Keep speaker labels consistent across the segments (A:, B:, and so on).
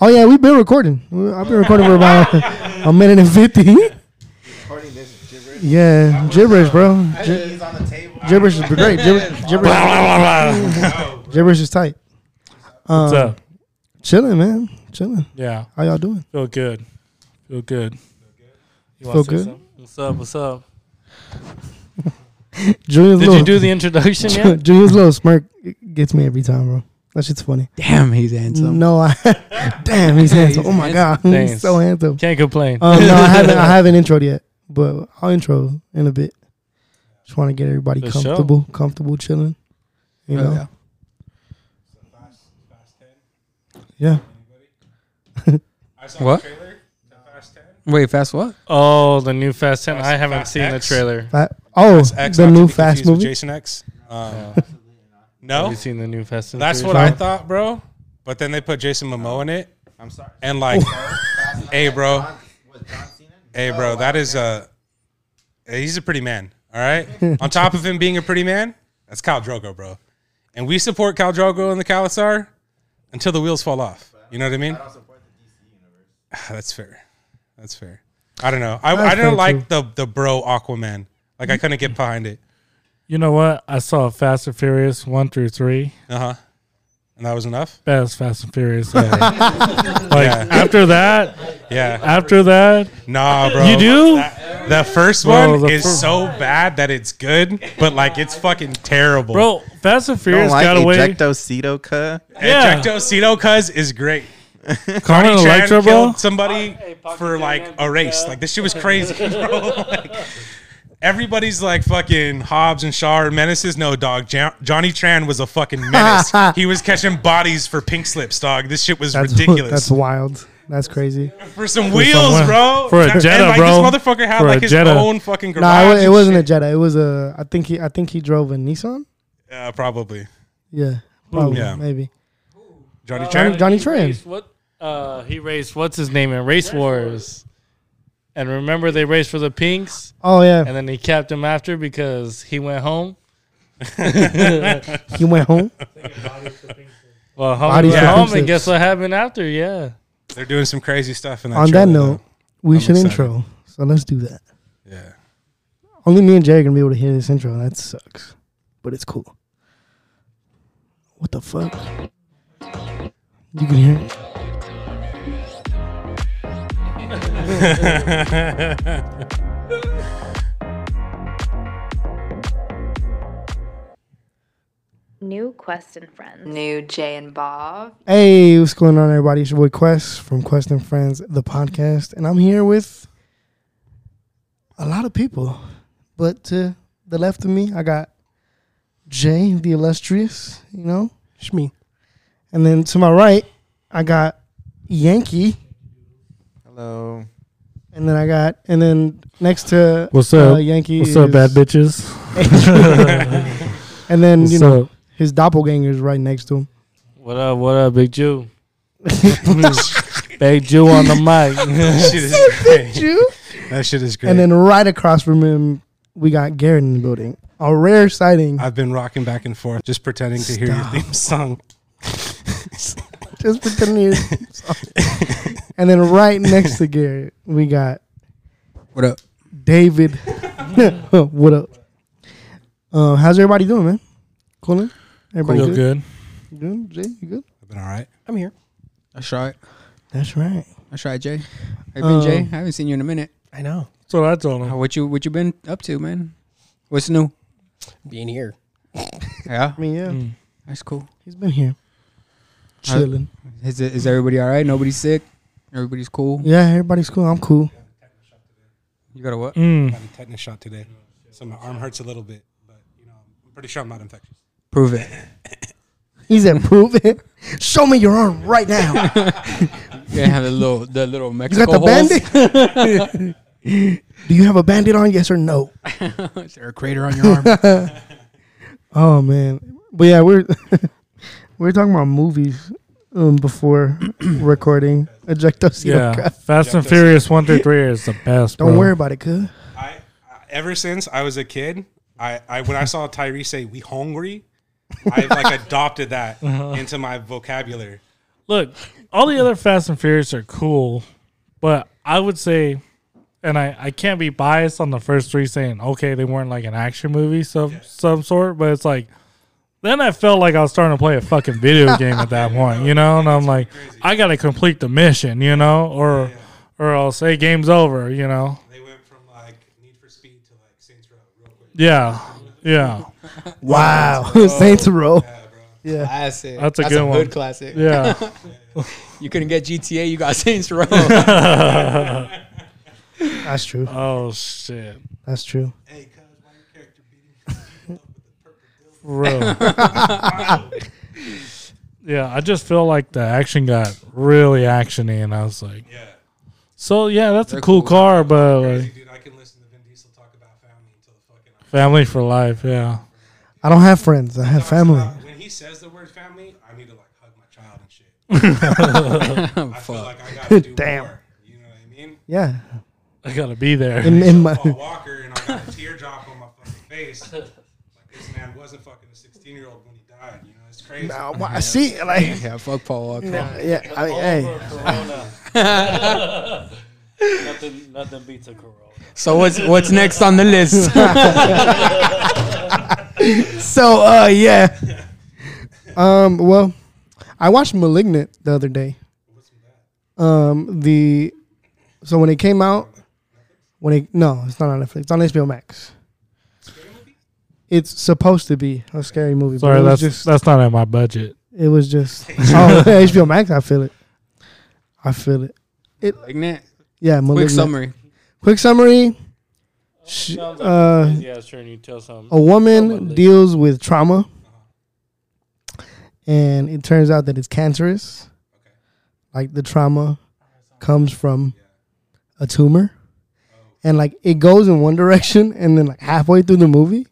A: Oh yeah, we've been recording. We- I've been recording for about a minute and fifty.
B: Recording this is gibberish.
A: Yeah, gibberish, bro. Gi-
B: I think it's on the table.
A: gibberish is great. Gib- gibberish,
B: Oh,
A: gibberish is tight.
C: What's
A: Um,
C: up?
A: chilling, man. Chilling.
C: Yeah,
A: How y'all doing?
C: feel good. Feel good. You
A: Feel
C: wanna say
A: good?
C: something? What's up? What's up?
A: Julian's
C: Did
A: little,
C: you do the introduction
A: Ju-
C: yet?
A: Julian's little smirk gets me every time, bro. That shit's funny.
D: Damn, he's handsome.
A: No, I damn, he's handsome. Oh my god, he's
C: Thanks.
A: so handsome.
C: Can't complain.
A: Um, no, I haven't. I haven't introed yet, but I'll intro in a bit. Just want to get everybody
C: For sure.
A: comfortable, comfortable chilling. You know,
D: Yeah.
A: yeah.
D: What? Wait, fast what?
C: oh, the new Fast Ten.
E: Fast-
C: I haven't
E: Fast
C: seen the
E: X?
C: trailer.
A: Fa- oh,
E: Fast X,
A: the
E: not to
A: new
E: be
A: Fast
E: confused with
A: movie.
E: Jason X. Um,
C: Have
E: no,
C: you seen the new Fast and
E: that's
C: Furious?
E: what I thought, bro. But then they put Jason Momoa in it,
B: I'm sorry.
E: and like,
B: Fast-
E: hey, bro,
B: Was John Cena?
E: hey, bro, that is a he's a pretty man. All right. On top of him being a pretty man, that's Kyle Drogo, bro. And we support Kyle Drogo and the Kalasar until the wheels fall off. You know what I mean? That's fair. That's fair. I don't know. I,
A: That's
E: I
A: fair,
E: didn't like the the bro Aquaman. Like I couldn't get behind it.
C: You know what? I saw Fast and Furious one through three.
E: Uh huh. And that was enough.
C: Best Fast and Furious. ever. like
E: Yeah.
C: after that,
E: Yeah.
C: after that,
E: Nah, bro.
C: you do.
E: The first
C: Bro,
E: one
C: the
E: is
C: fir-
E: so bad that it's good, but like it's fucking terrible.
C: Bro, Fast and
B: Don't
C: Furious
B: like
C: got away.
B: Ejectocito, cuh.
C: yeah.
E: Ejecto Cito Cuz is great.
C: Carmen
E: Chan
C: Electra, bro.
E: killed somebody
C: Pocket
E: for
C: Gun
E: like
C: Man,
E: a race. Like this shit was crazy, bro. Like, everybody's like fucking Hobbs and Shaw are menaces. No, dog. Jo- Johnny Tran was a fucking menace. he was catching bodies for pink slips, dog. This shit was
A: That's
E: ridiculous.
A: That's wild. That's crazy.
E: for some wheels,
C: some-
E: bro.
C: for a
E: And,
C: Jetta,
E: like,
C: bro.
E: This motherfucker had
C: For a
E: like his
C: Jetta.
E: own fucking
A: No, nah,
E: garage.
A: it, wa- it
E: and
A: wasn't
E: shit.
A: a Jetta. It was a. I think he. I think he drove a Nissan.
E: Uh, probably.
A: Yeah, probably,
E: Hmm, Yeah.
A: maybe.
E: Johnny
A: Johnny,
E: Tran.
A: Johnny
C: he
A: Tran.
C: Raced, what, uh, he raced, what's his name, in Race Wars. And remember, they raced for the Pinks,
A: Oh yeah,
C: and then he capped him after because he went home.
A: he went home.
C: Well, home,
A: Bodies
C: went
A: for
C: home
A: Pinks.
C: and guess what happened after? Yeah.
E: They're doing some crazy stuff in that
A: On
E: trailer,
A: that note, we
E: I'm
A: should
E: excited.
A: intro. So let's do that.
E: though. yeah.
A: Only me and Jerry are gonna be able to hear this intro. That sucks, but it's cool. What the fuck? You can hear it.
F: New Quest and Friends. New Jay and Bob.
A: Hey, what's going on, everybody? It's your boy Quest from Quest and Friends, the podcast, and I'm here with a lot of people. But to the left of me, I got Jay, the illustrious. You know, it's me. And then to my right, I got Yankee,
B: Hello.
A: and then I got, and then next to
C: What's
A: uh,
C: up?
A: Yankee.
C: What's up,
A: is-
C: bad bitches?
A: and then
C: What's
A: you know
C: up?
A: his doppelganger is right next to him.
C: What up? What up, Big Jew? Big Jew on the mic.
E: That shit is great. That shit is great.
A: And then right across from him, we got Garrett in the building. A rare sighting.
E: I've been rocking back and forth, just pretending to hear your
A: Stop.
E: theme song.
A: just pretending. he- and then right next to Garrett, we got
D: What up?
A: David. what up? Um, how's everybody doing, man? Coolin? Everybody
C: Feel
A: good?
C: good.
A: You Good? Jay, you good?
E: I've been all right.
D: I'm here. That's right.
A: That's right.
D: That's right, Jay. How you been, Jay? I
A: Um,
D: haven't seen you in a minute.
G: I know.
C: That's what I told
D: How-
C: him.
D: What you what you been up to, man? What's new?
G: Being here.
D: Yeah,
A: I mean, yeah,
C: Mm.
D: that's cool.
A: he's been here chilling.
D: Is it, is everybody all right? Nobody's sick. Everybody's cool.
A: yeah, everybody's cool. I'm cool.
D: You got a what?
C: Mm.
E: Got a tetanus shot today, so my arm hurts a little bit, but you know, I'm pretty sure I'm not infectious.
D: Prove it.
A: He's at proof it. Show me your arm right now.
D: You have the little the little
A: You
D: Mexico
A: got the bandit? Do you have a bandit on? Yes or no?
D: Is there a crater on your arm?
A: Oh man, but yeah, we're we're talking about movies um, before recording. Ejecto
C: Yeah.
A: Cito.
C: Fast and Furious 1 through 3 is the best.
A: Don't
C: bro.
A: worry about it, cuz.
E: I, I ever since I was a kid, I, I when I saw
A: Uh-huh.
E: Tyree say "we hungry," I like adopted that into my vocabulary.
C: Look, all the other Fast and Furious are cool, but I would say, and I, I can't be biased on the first three saying, okay, they weren't like an action movie of some sort, but it's like, then I felt like I was starting to play a fucking video game at that point, you know? And I'm like, I got to complete the mission, you know? Or, or else, hey, game's over, you know?
E: They went from like Need for Speed to like Saints Row real quick.
C: Yeah. Yeah.
A: Wow, Saints Row. Yeah,
D: Classic.
C: That's a good one.
D: hood classic.
C: Yeah.
D: You couldn't get GTA, you got Saints Row.
A: that's true.
C: Oh, shit.
A: That's true.
E: Hey, cuz, why your character beating
C: Bro. yeah, I just feel like the action got really actiony, and I was like,
E: Yeah.
C: so yeah, that's a cool, car, but
E: Crazy,
C: like,
E: dude. I can listen to Vin Diesel talk about family until the fucking.
C: family for life. Yeah,
A: I don't have friends. I have family.
E: When he says the word family, I need to like hug my child and shit. I feel
D: Fuck.
E: like I gotta do
A: Damn.
E: more. You know what I mean?
A: Yeah,
C: I gotta be there.
A: in, in my
E: Paul Walker and I got a teardrop on my fucking face. Like this man wasn't fucking a 16 year old when he died. You know, it's crazy.
A: Nah, why- see, like,
D: Yeah, fuck Paul Walker.
A: yeah, I mean, hey,
C: nothing, nothing beats a Corolla.
D: So what's what's next on the list?
A: so uh, yeah. Um, well, I watched *Malignant* the other day. Um, the so when it came out, when it no, it's not on Netflix. It's on HBO Max. It's supposed to be a scary movie. but
C: Sorry,
A: it
C: that's
A: was just
C: that's not in my budget.
A: it was just oh HBO Max. I feel it. I feel it.
D: Malignant.
A: Yeah,
D: Quick
A: *Malignant*.
D: summary.
A: Quick summary. Sh- uh,
C: yeah, sure. And you tell some.
A: a woman
C: Probably.
A: deals with trauma and it turns out that it's cancerous like the trauma comes from a tumor and like it goes in one direction and then like halfway through the movie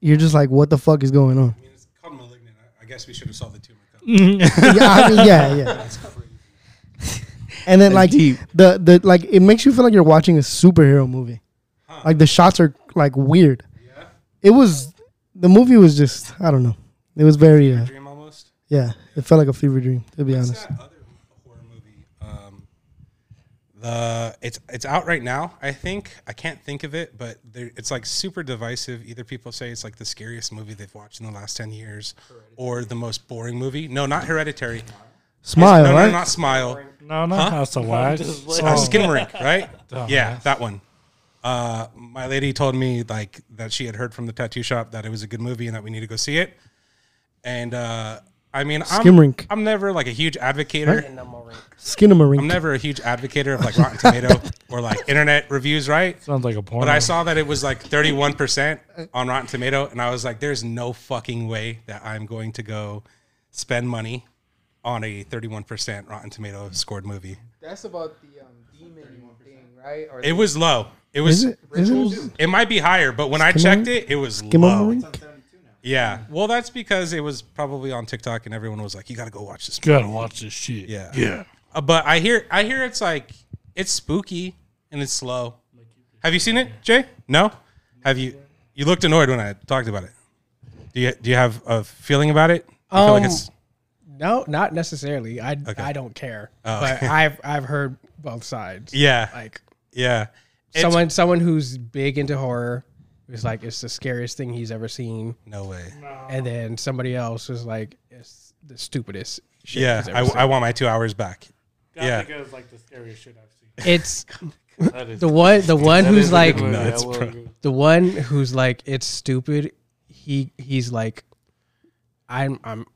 A: you're just like what the fuck is going on
E: I mean, it's called malignant. I, I guess we should have solved the tumor. code.
A: yeah, I mean, yeah yeah and then like
D: deep.
A: the the like it makes you feel like you're watching a superhero movie like the shots are like weird it was the movie was just i don't know it was very uh,
E: Dream almost.
A: Yeah, it felt like a fever dream. To be
E: What's
A: honest,
E: that other horror movie? Um, the it's it's out right now. I think I can't think of it, but there- it's like super divisive. Either people say it's like the scariest movie they've watched in the last ten years, or the most boring movie. No, not Hereditary.
A: smile,
E: no, no,
A: right? Oh.
E: not Smile.
C: No, not House of Wax. Oh,
E: Uh, Skinamarink, right? yeah, that one. Uh, my lady told me like that she had heard from the tattoo shop that it was a good movie and that we need to go see it. And uh, I mean, I'm,
A: Skimrink.
E: I'm never like a huge advocator.
A: Skinamarink.
E: I'm never a huge advocator of like Rotten Tomato or like internet reviews, right?
C: Sounds like a porn.
E: But I saw that it was like 31% on Rotten Tomato, and I was like, there's no fucking way that I'm going to go spend money on a 31% Rotten Tomato scored movie.
D: That's about the um, demon thing, right? Or
E: It was low. It
A: Is
E: was
A: it? Is it?
E: It might be higher, but when I checked it, it was low.
A: Skinamarink.
E: Yeah. Well, that's because it was probably on TikTok and everyone was like, "You got to go watch this." movie."
C: gotta watch this shit.
E: Yeah. Yeah. Uh, but I hear, I hear it's like it's spooky and it's slow. Have you seen it, Jay? No. Have you? You looked annoyed when I talked about it. Do you Do you have a feeling about it? I feel like
G: Um,
E: it's
G: No, not necessarily. I I don't care. But I've I've heard both sides.
E: Oh. yeah,
G: Like
E: yeah. It's-
G: someone someone who's big into horror is like it's the scariest thing he's ever seen,
E: No way.
G: and then somebody else is like it's the stupidest. Shit
E: Yeah.
G: he's ever
E: I,
G: seen.
E: I want my two hours back. Yeah.
C: Gotta's like the scariest shit I've
G: it's
C: seen. That is
G: the one the one who's like
E: Nuts, bro.
G: the one who's like it's stupid. He he's like I'm I'm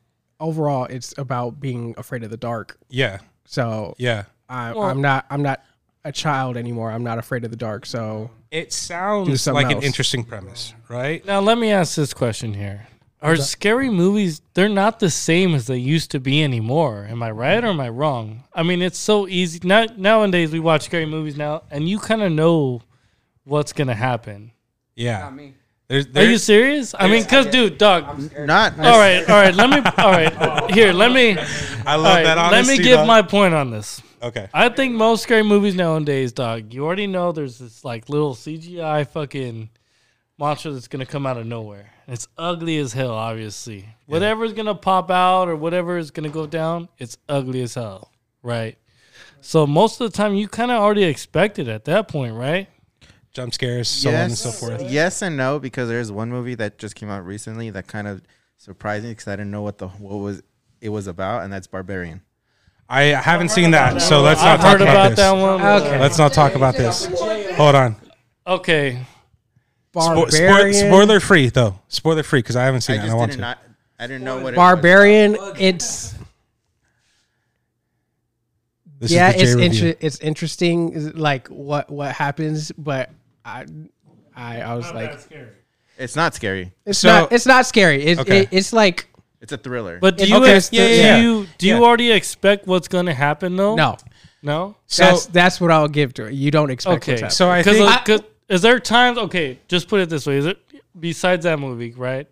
G: overall it's about being afraid of the dark.
E: Yeah.
G: So
E: Yeah.
G: I, I'm not I'm not a child anymore. I'm not afraid of the dark. So
E: It
G: Do
E: sounds
G: something
E: like an
G: else.
E: interesting premise, right?
C: Now let me ask this question here: Are scary movies? They're not the same as they used to be anymore. Am I right or am I wrong? I mean, it's so easy now. Nowadays, we watch scary movies now, and you kind of know what's gonna happen.
E: Yeah.
D: me.
E: There's,
C: Are you
E: there's,
C: serious? I mean, cause dude, dog.
B: Not.
C: All right, all right. Let me. All right, here. Let me.
E: I
C: All
E: love
C: right,
E: that.
C: let
E: Honesty,
C: me give
E: dog.
C: my point on this.
E: Okay.
C: I think most scary movies nowadays, dog, you already know there's this like little CGI fucking
H: mantra that's gonna come out of nowhere. It's ugly as hell, obviously. Whatever's gonna pop out or whatever is gonna go down, it's ugly as hell, right? So most of the time, you kind of already expect it at that point, right?
E: Jump scares, so on and so forth.
B: Yes and no, because there's one movie that just came out recently that kind of surprised me because I didn't know what the what was it was about, and that's Barbarian.
E: I haven't seen that, so let's
H: I've
E: not talk
H: heard
E: about
H: about,
E: this.
H: that one.
G: Okay.
E: Let's not talk about this. Hold on.
H: Okay.
E: Spo- spo-
G: Barbarian.
E: spoiler free though. Spoiler free because I haven't
B: I
E: seen it. and I
B: just
E: want
B: did
E: to.
B: not. I didn't know what it
G: Barbarian. It's
E: This is
G: yeah,
E: the J
G: it's
E: review.
G: inter- it's interesting. is- Like what what happens, but I I, I was like,
B: was. It's not scary.
G: it's
E: So-
G: not it's not scary. It's
E: Okay.
G: it, it's like
B: It's a thriller.
H: But do
G: It-
H: you
G: okay,
H: ex-
E: yeah,
H: do
E: yeah, yeah.
H: you do
E: Yeah.
H: you already expect what's gonna happen though?
G: no.
H: no.
E: So
G: that's that's what I'll give to it. You don't expect what's
H: Okay,
G: happening.
E: so I
H: Because
E: think
H: is there times? Okay, just put it this way: is it besides that movie, right?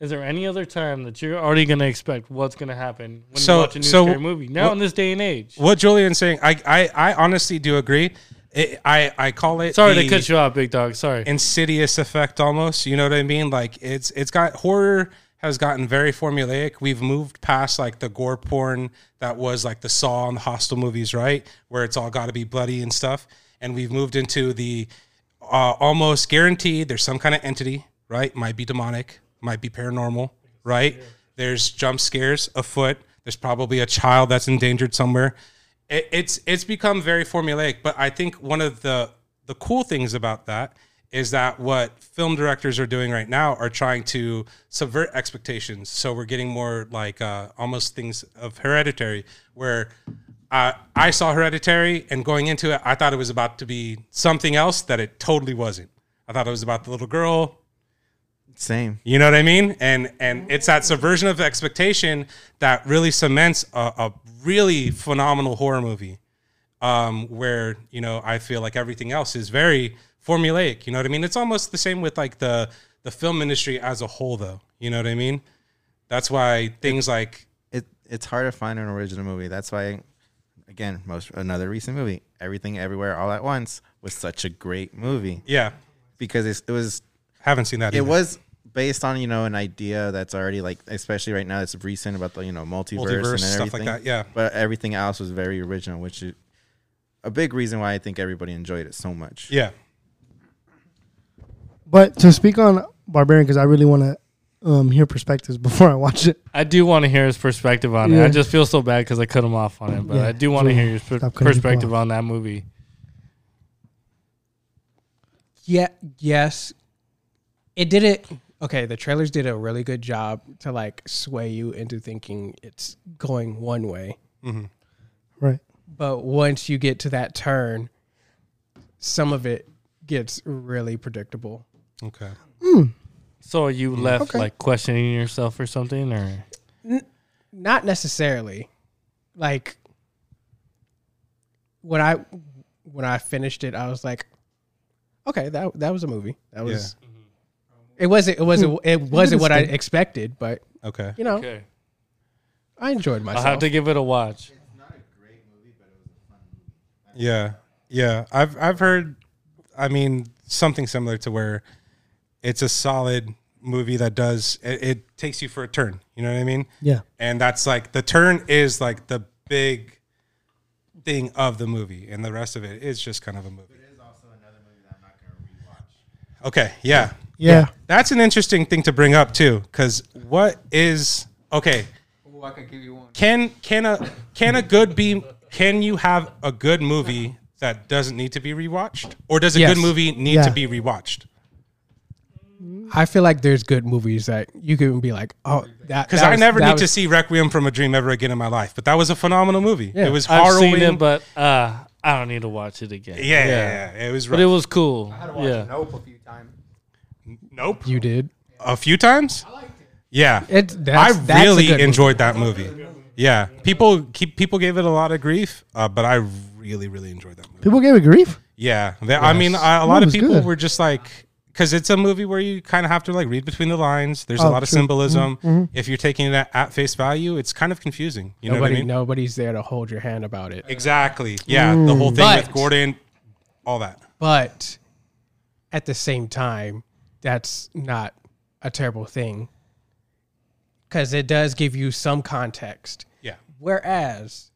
H: Is there any other time that you're already gonna expect what's gonna happen when
E: So-
H: you watch a new
E: so
H: scary movie? Now
E: wh-
H: in this day and age,
E: what Julian's saying. I I, I honestly do agree. It, I I call it.
H: sorry
E: the
H: to cut you off, big dog. Sorry.
E: Insidious effect almost. You know what I mean? Like it's it's got horror has gotten very formulaic. We've moved past like the gore porn that was like the Saw and the Hostel movies, right? Where it's all got to be bloody and stuff. And we've moved into the uh, almost guaranteed there's some kind of entity, right? Might be demonic, might be paranormal, right? There's jump scares afoot. There's probably a child that's endangered somewhere. It, it's it's become very formulaic, but I think one of the the cool things about that is that what film directors are doing right now are trying to subvert expectations. So we're getting more like uh, almost things of hereditary, where uh, I saw Hereditary and going into it, I thought it was about to be something else that it totally wasn't. I thought it was about the little girl
B: Same.
E: you know what I mean? And and it's that subversion of expectation that really cements a, a really phenomenal horror movie, um, where you know I feel like everything else is very formulaic. You know what I mean? It's almost the same with like the the film industry as a whole, though. You know what I mean? That's why things like
B: it it's hard to find an original movie. That's why, again, most another recent movie, Everything Everywhere All at Once, was such a great movie
E: yeah,
B: because it's, it was
E: haven't seen that.
B: it
E: either.
B: was based on you know an idea that's already like especially right now it's recent about the you know multiverse,
E: Multiverse,
B: and
E: stuff like
B: everything.
E: that, yeah.
B: but everything else was very original, which is a big reason why I think everybody enjoyed it so much.
E: yeah.
A: But to speak on Barbarian, because I really want to um, hear perspectives before I watch it.
H: I do want to hear his perspective on it.
A: Yeah.
H: I just feel so bad because I cut him off on it, but
A: Yeah,
H: I do want to
A: Julian,
H: hear your per-
A: stop cutting people
H: perspective
A: off.
H: on that movie.
G: yeah yes it did it okay the trailers did a really good job to like sway you into thinking it's going one way
A: Right.
G: but once you get to that turn some of it gets really predictable
E: Okay.
H: So you left like questioning yourself or something, or
G: not necessarily like when i when i finished it i was like okay that that was a movie that was it wasn't it wasn't it wasn't what i expected but
E: Okay.
G: you know
H: okay,
G: i enjoyed
H: I'll
G: myself
H: have to give it a watch.
E: Yeah. Yeah. I've I've heard I mean something similar to where it's a solid movie that does it, it takes you for a turn. You know what I mean?
A: Yeah.
E: And that's like the turn is like the big thing of the movie and the rest of it is just kind of a movie. Okay, yeah.
A: Yeah.
E: That's an interesting thing to bring up too cuz what is okay,
D: Ooh, I could give you one.
E: can can a can a good be can you have a good movie that doesn't need to be rewatched or does a
G: Yes.
E: good movie need
A: Yeah.
E: to be rewatched
G: I feel like there's good movies that you can be like, oh, that
E: because
G: that
E: i
G: was-
E: never
G: that
E: need
G: was-
E: to see requiem from a dream ever again in my life but that was a phenomenal movie it was
H: I've
E: harrowing
H: seen it, but uh, I don't need to watch it again.
E: yeah, yeah, yeah, it was
H: But
E: rough.
H: it was cool. yeah.
D: Nope, a few times.
E: nope
G: You did.
E: a few times yeah
G: It's that's,
E: i
G: that's a
E: really
G: good
E: enjoyed that movie yeah people keep people gave it a lot of grief uh, but i really really enjoyed that movie
A: People gave it grief.
E: Yeah, they, I mean, I, a lot
A: That
E: of
A: was
E: people
A: good.
E: were just like, because it's a movie where you kind of have to like read between the lines. There's a
A: Oh,
E: lot of
A: true. Mm-hmm.
E: symbolism. If you're taking that at face value, it's kind of confusing. You know
G: Nobody,
E: what I mean?
G: nobody's there to hold your hand about it.
E: Exactly. Yeah, the
A: Mm.
E: whole thing
G: But-
E: with Gordon, all that.
G: But at the same time, that's not a terrible thing because it does give you some context.
E: Yeah.
G: Whereas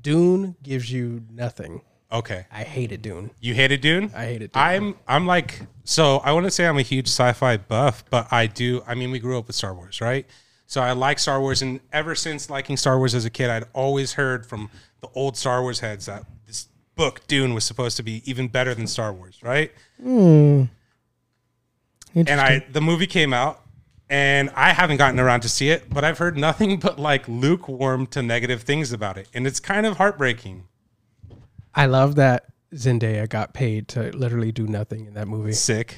G: Dune gives you nothing.
E: Okay.
G: I hated Dune.
E: You hated Dune?
G: I hated Dune.
E: I'm I'm like so I wouldn't say I'm a huge sci-fi buff, but I do I mean we grew up with Star Wars, right? So I like Star Wars and ever since liking Star Wars as a kid, I'd always heard from the old Star Wars heads that this book Dune was supposed to be even better than Star Wars, right?
G: Hmm.
E: And I the movie came out and I haven't gotten around to see it, but I've heard nothing but like lukewarm to negative things about it. And it's kind of heartbreaking.
G: I love that Zendaya got paid to literally do nothing in that movie.
E: Sick.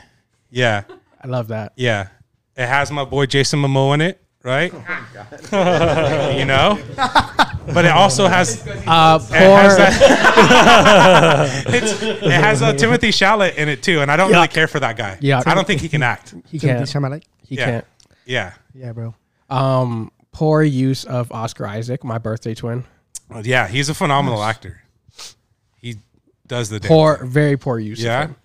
E: Yeah.
G: I love that.
E: Yeah. It has my boy Jason Momoa in it, right? you know? But it also has it
G: Uh,
E: has
G: poor,
E: that it's, it has uh, Timothy Chalamet in it too, and I don't really care for that guy.
G: Yeah.
E: I don't think he can act.
G: he
A: Timothy
G: can't.
A: Chalamet.
G: He
E: Yeah.
G: can't.
E: Yeah.
A: Yeah, bro.
G: Um, poor use of Oscar Isaac, my birthday twin.
E: Yeah, he's a phenomenal actor. He does the damn
G: Poor, very poor use. of
E: Yeah.
G: him.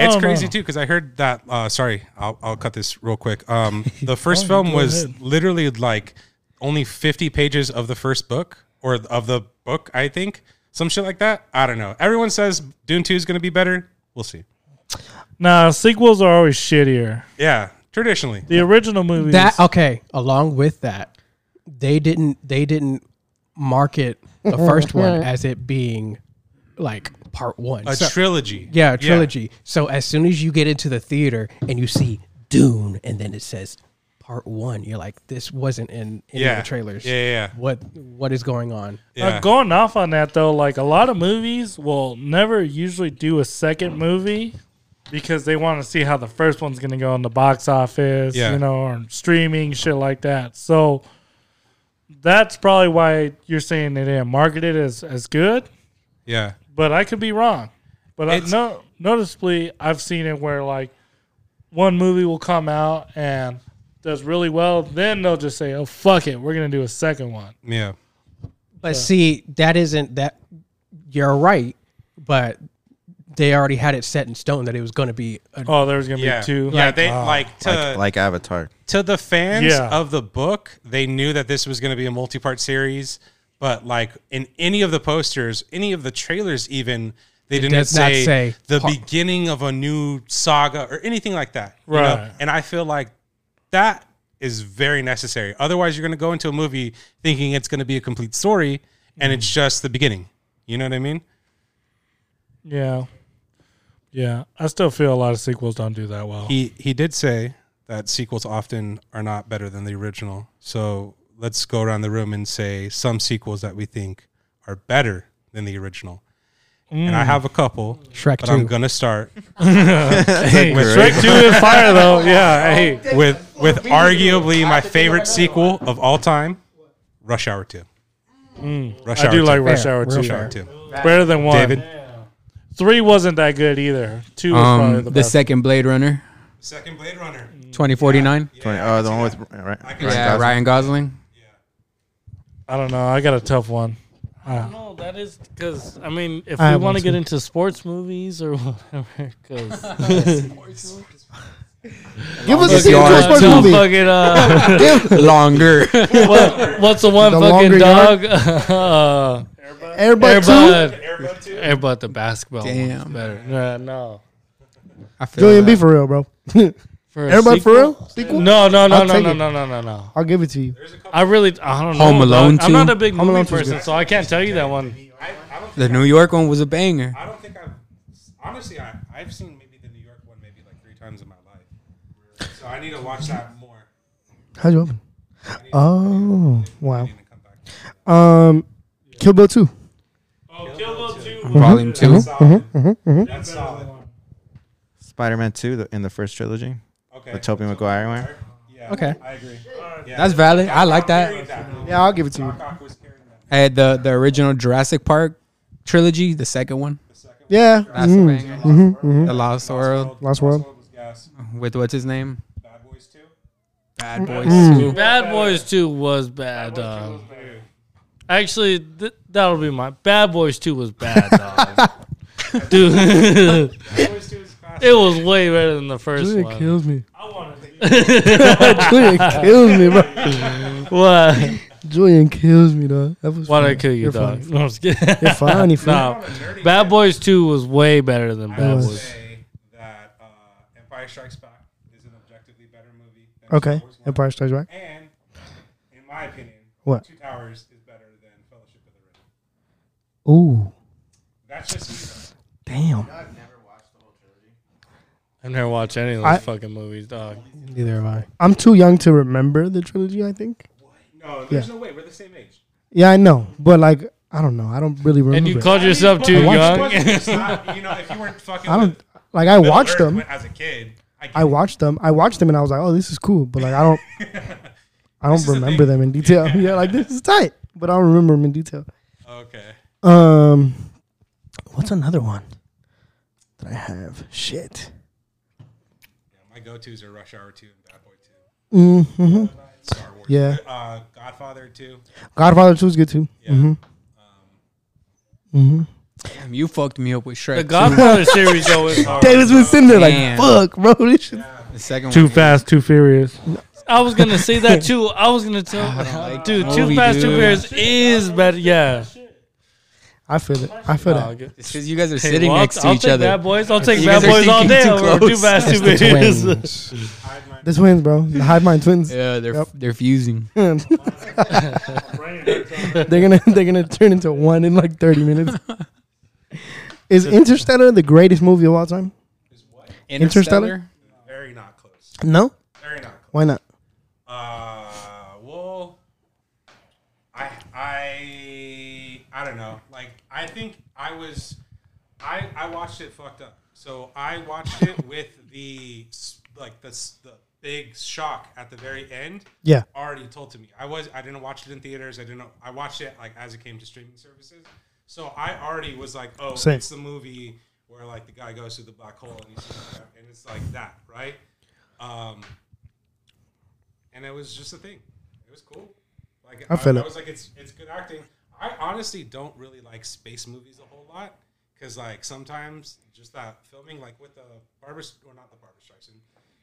E: It's
C: Oh,
E: crazy
C: no.
E: too because I heard that. Uh, sorry, I'll, I'll cut this real quick. Um, the first film
C: Oh, go
E: was
C: ahead.
E: literally like only 50 pages of the first book or of the book, I think. Some shit like that. I don't know. Everyone says Dune 2 is going to be better. We'll see.
C: Nah, sequels are always shittier.
E: Yeah, traditionally.
C: The original movies.
G: That okay. Along with that, they didn't they didn't market the first one as it being like part one.
E: A
G: So-
E: trilogy.
G: yeah, a trilogy. So as soon as you get into the theater and you see Dune, and then it says part one, you're like, this wasn't in any
E: Yeah.
G: of the trailers.
E: Yeah, yeah, yeah.
G: What what is going on?
E: Yeah.
C: Uh, going off on that though, like a lot of movies will never usually do a second movie because they want to see how the first one's going to go in the box office,
E: Yeah.
C: you know, or streaming shit like that. So that's probably why you're saying they didn't market it as as good.
E: yeah.
C: But I could be wrong. But I,
E: It's-
C: no, noticeably, I've seen it where like one movie will come out and does really well, then they'll just say, "Oh fuck it, we're going to do a second one."
E: Yeah.
G: But see, that isn't that. You're right, but they already had it set in stone that it was going to be a
C: Oh, there's going to
E: Yeah.
C: be two.
E: Yeah. They like to.
B: Like, like Avatar.
E: to the fans
C: Yeah.
E: of the book, they knew that this was going to be a multi-part series, but like in any of the posters, any of the trailers, even they didn't
G: does not
E: say,
G: say
E: the
G: part-
E: beginning of a new saga or anything like that. you know?
C: Right.
E: And I feel like that is very necessary. Otherwise, you're going to go into a movie thinking it's going to be a complete story, and
C: Mm.
E: it's just the beginning. You know what I mean?
C: Yeah. Yeah. I still feel a lot of sequels don't do that well.
E: He he did say that sequels often are not better than the original. So let's go around the room and say some sequels that we think are better than the original. And
C: Mm.
E: I have a couple,
G: Shrek
E: but I'm
G: 2.
E: gonna start
C: hey,
E: With-
C: Shrek 2 is fire, though. Yeah. Hey.
E: with with arguably my favorite sequel of all time, Rush Hour Two. Rush
C: Mm. I do like
G: Fair,
C: Rush Hour
G: real
C: 2.
E: Rush Hour
G: fair.
E: Two.
C: Better than 1.
E: David,
C: 3 wasn't that good either. 2 was probably
D: Um,
C: the
D: the,
C: best.
D: second Blade Runner,
E: second Blade Runner.
D: 2049.
B: 20, oh, the one with Ri- Ri- Ryan
D: Yeah,
B: Gosling.
D: Ryan Gosling.
C: I don't know. I got a tough one.
H: No, that is because I mean, if
A: I
H: we
A: have one
H: want to get
A: too.
H: into sports movies or whatever, because
A: Give us
D: Look,
A: a
D: you are
A: sequel
D: too
A: to movie.
H: fucking uh,
D: Longer.
H: what, what's the one
A: The longer
H: fucking dog? uh,
A: Airbud 2.
C: Mm.
H: Airbud, Airbud, the basketball. Damn,
D: Damn.
H: better. Nah, no,
D: I feel
A: Julian
D: that.
A: B for real, bro.
H: for a
A: Airbud for
H: sequel?
A: real? Sequel?
H: No, no, no,
A: I'll
H: no,
A: take
H: no,
A: it.
H: no, no, no, no.
A: I'll give it to you.
H: I really, I don't know.
D: Home
H: bro.
D: Alone
H: I'm not
D: too?
H: a big
A: Home
H: movie
A: Alone two's
H: person,
A: good.
H: so I can't tell you that one.
E: I, I don't
D: The New York one was a banger.
E: I don't think I've honestly I, I've seen maybe the New York one maybe like three times in my life. So I need to watch that more.
A: How'd you open? Oh, wow.
E: I need to come back.
A: Um, Kill Bill 2.
D: Volume two.
E: Mm-hmm. That's solid.
B: Spider-Man 2 the, in the first trilogy.
E: Okay.
B: The Tobey Maguire one.
E: Yeah,
D: Okay.
E: I agree.
D: That's valid. I like that.
A: Yeah, I'll give it to you.
D: I had the the original Jurassic Park trilogy, the second one.
A: Yeah.
D: That's
A: mhm.
D: a banger. The Lost uh, World
A: Last World.
D: with what's his name? Bad Boys Two.
H: Bad Boys Two was bad. uh, dog. Actually, th- that'll be my Bad Boys Two was bad. dog. Dude, It was way better than the first
A: Julia
H: one.
A: kills me. Julian kills me, bro.
H: What?
A: Julian kills me, dog. That was
H: Why did I
A: funny.
H: kill you,
A: You're
H: dog?
A: funny.
H: No, I'm just kidding.
A: You're funny, fool.
H: No, Bad Boys Two was way better than
A: I
H: Bad
A: was-
H: Boys.
E: say that uh, Empire Strikes Back is an objectively better movie. Than
A: Okay.
E: Star Wars one.
A: Empire Strikes Back.
E: And in my opinion,
A: What?
E: Two Towers is better than Fellowship of the Ring.
A: Ooh,
E: That's just me.
A: damn.
H: I've never watched any of those
A: I-
H: fucking movies, dog.
G: Neither have I.
A: I'm too young to remember the trilogy. I think.
E: No, there's no way. We're the same age.
A: Yeah, I know, but like, I don't know. I don't really remember.
H: And you
A: it.
H: called yourself too
A: I watched
H: young.
E: It's not, you know, if you weren't fucking.
A: I don't
E: with
A: like. I
E: Middle
A: watched
E: Earth
A: them.
E: when- as a kid. get
A: I
E: it.
A: watched them. I watched them, and I was like, "Oh, this is cool," but like, I don't. I
E: This
A: don't
E: is the
A: remember
E: thing.
A: them in detail. yeah, like this is tight, but I don't remember them in detail.
E: Okay.
A: Um, what's another one that I have? Shit.
E: Yeah, my go tos are Rush Hour 2 and Bad Boy 2.
A: Mm-hmm.
E: Star Wars.
A: Yeah.
E: Uh, Godfather 2.
A: Godfather Two is good too.
E: Yeah.
A: Mm-hmm. Mm-hmm.
D: Damn, you fucked me up with Shrek.
H: The
D: too.
H: Godfather series though is hard.
A: Davis was sitting there like,
D: Damn.
A: "Fuck, bro, this shit."
D: The second
C: Too
D: one.
C: fast, too furious.
H: I was gonna say that too. I was gonna tell,
D: like
H: dude.
D: that
H: Two
D: movie,
H: Fast, Two
D: dude.
H: Furious is better. Yeah.
A: I feel it. I feel
H: Nah,
A: that.
H: good.
D: It's 'cause you guys are
H: Hey,
D: sitting
H: well, I'll-
D: next to
H: I'll
D: each
H: take
D: other.
H: Bad boys, I'll take
D: You
H: bad
D: guys are
H: boys all
D: thinking
H: day.
D: too
H: over Two
D: close.
H: Fast, Two
G: It's the
H: Furious.
G: twins.
A: The twins, bro. The Hive Mind twins.
D: Yeah, they're
A: Yep.
D: they're fusing.
H: Hmm.
A: They're gonna they're gonna turn into one in like thirty minutes. Is Interstellar the greatest movie of all time? Interstellar?
E: Very not close.
A: No.
E: Very not close.
A: Why not?
E: Uh, well, I, I, I don't know. Like, I think I was, I, I watched it fucked up. So I watched it with the, s- like, the, s- the big shock at the very end.
A: Yeah.
E: already told to me. I was I didn't watch it in theaters. I didn't. I watched it like as it came to streaming services. So I already was like, oh,
A: Same.
E: it's the movie where like the guy goes through the black hole and, he's just, and it's like that, right? Um, and it was just a thing. It was cool. Like
A: I feel it.
E: was like, it's it's good acting. I honestly don't really like space movies a whole lot because like sometimes just that filming, like with the Barbara or not the Barbara Streisand,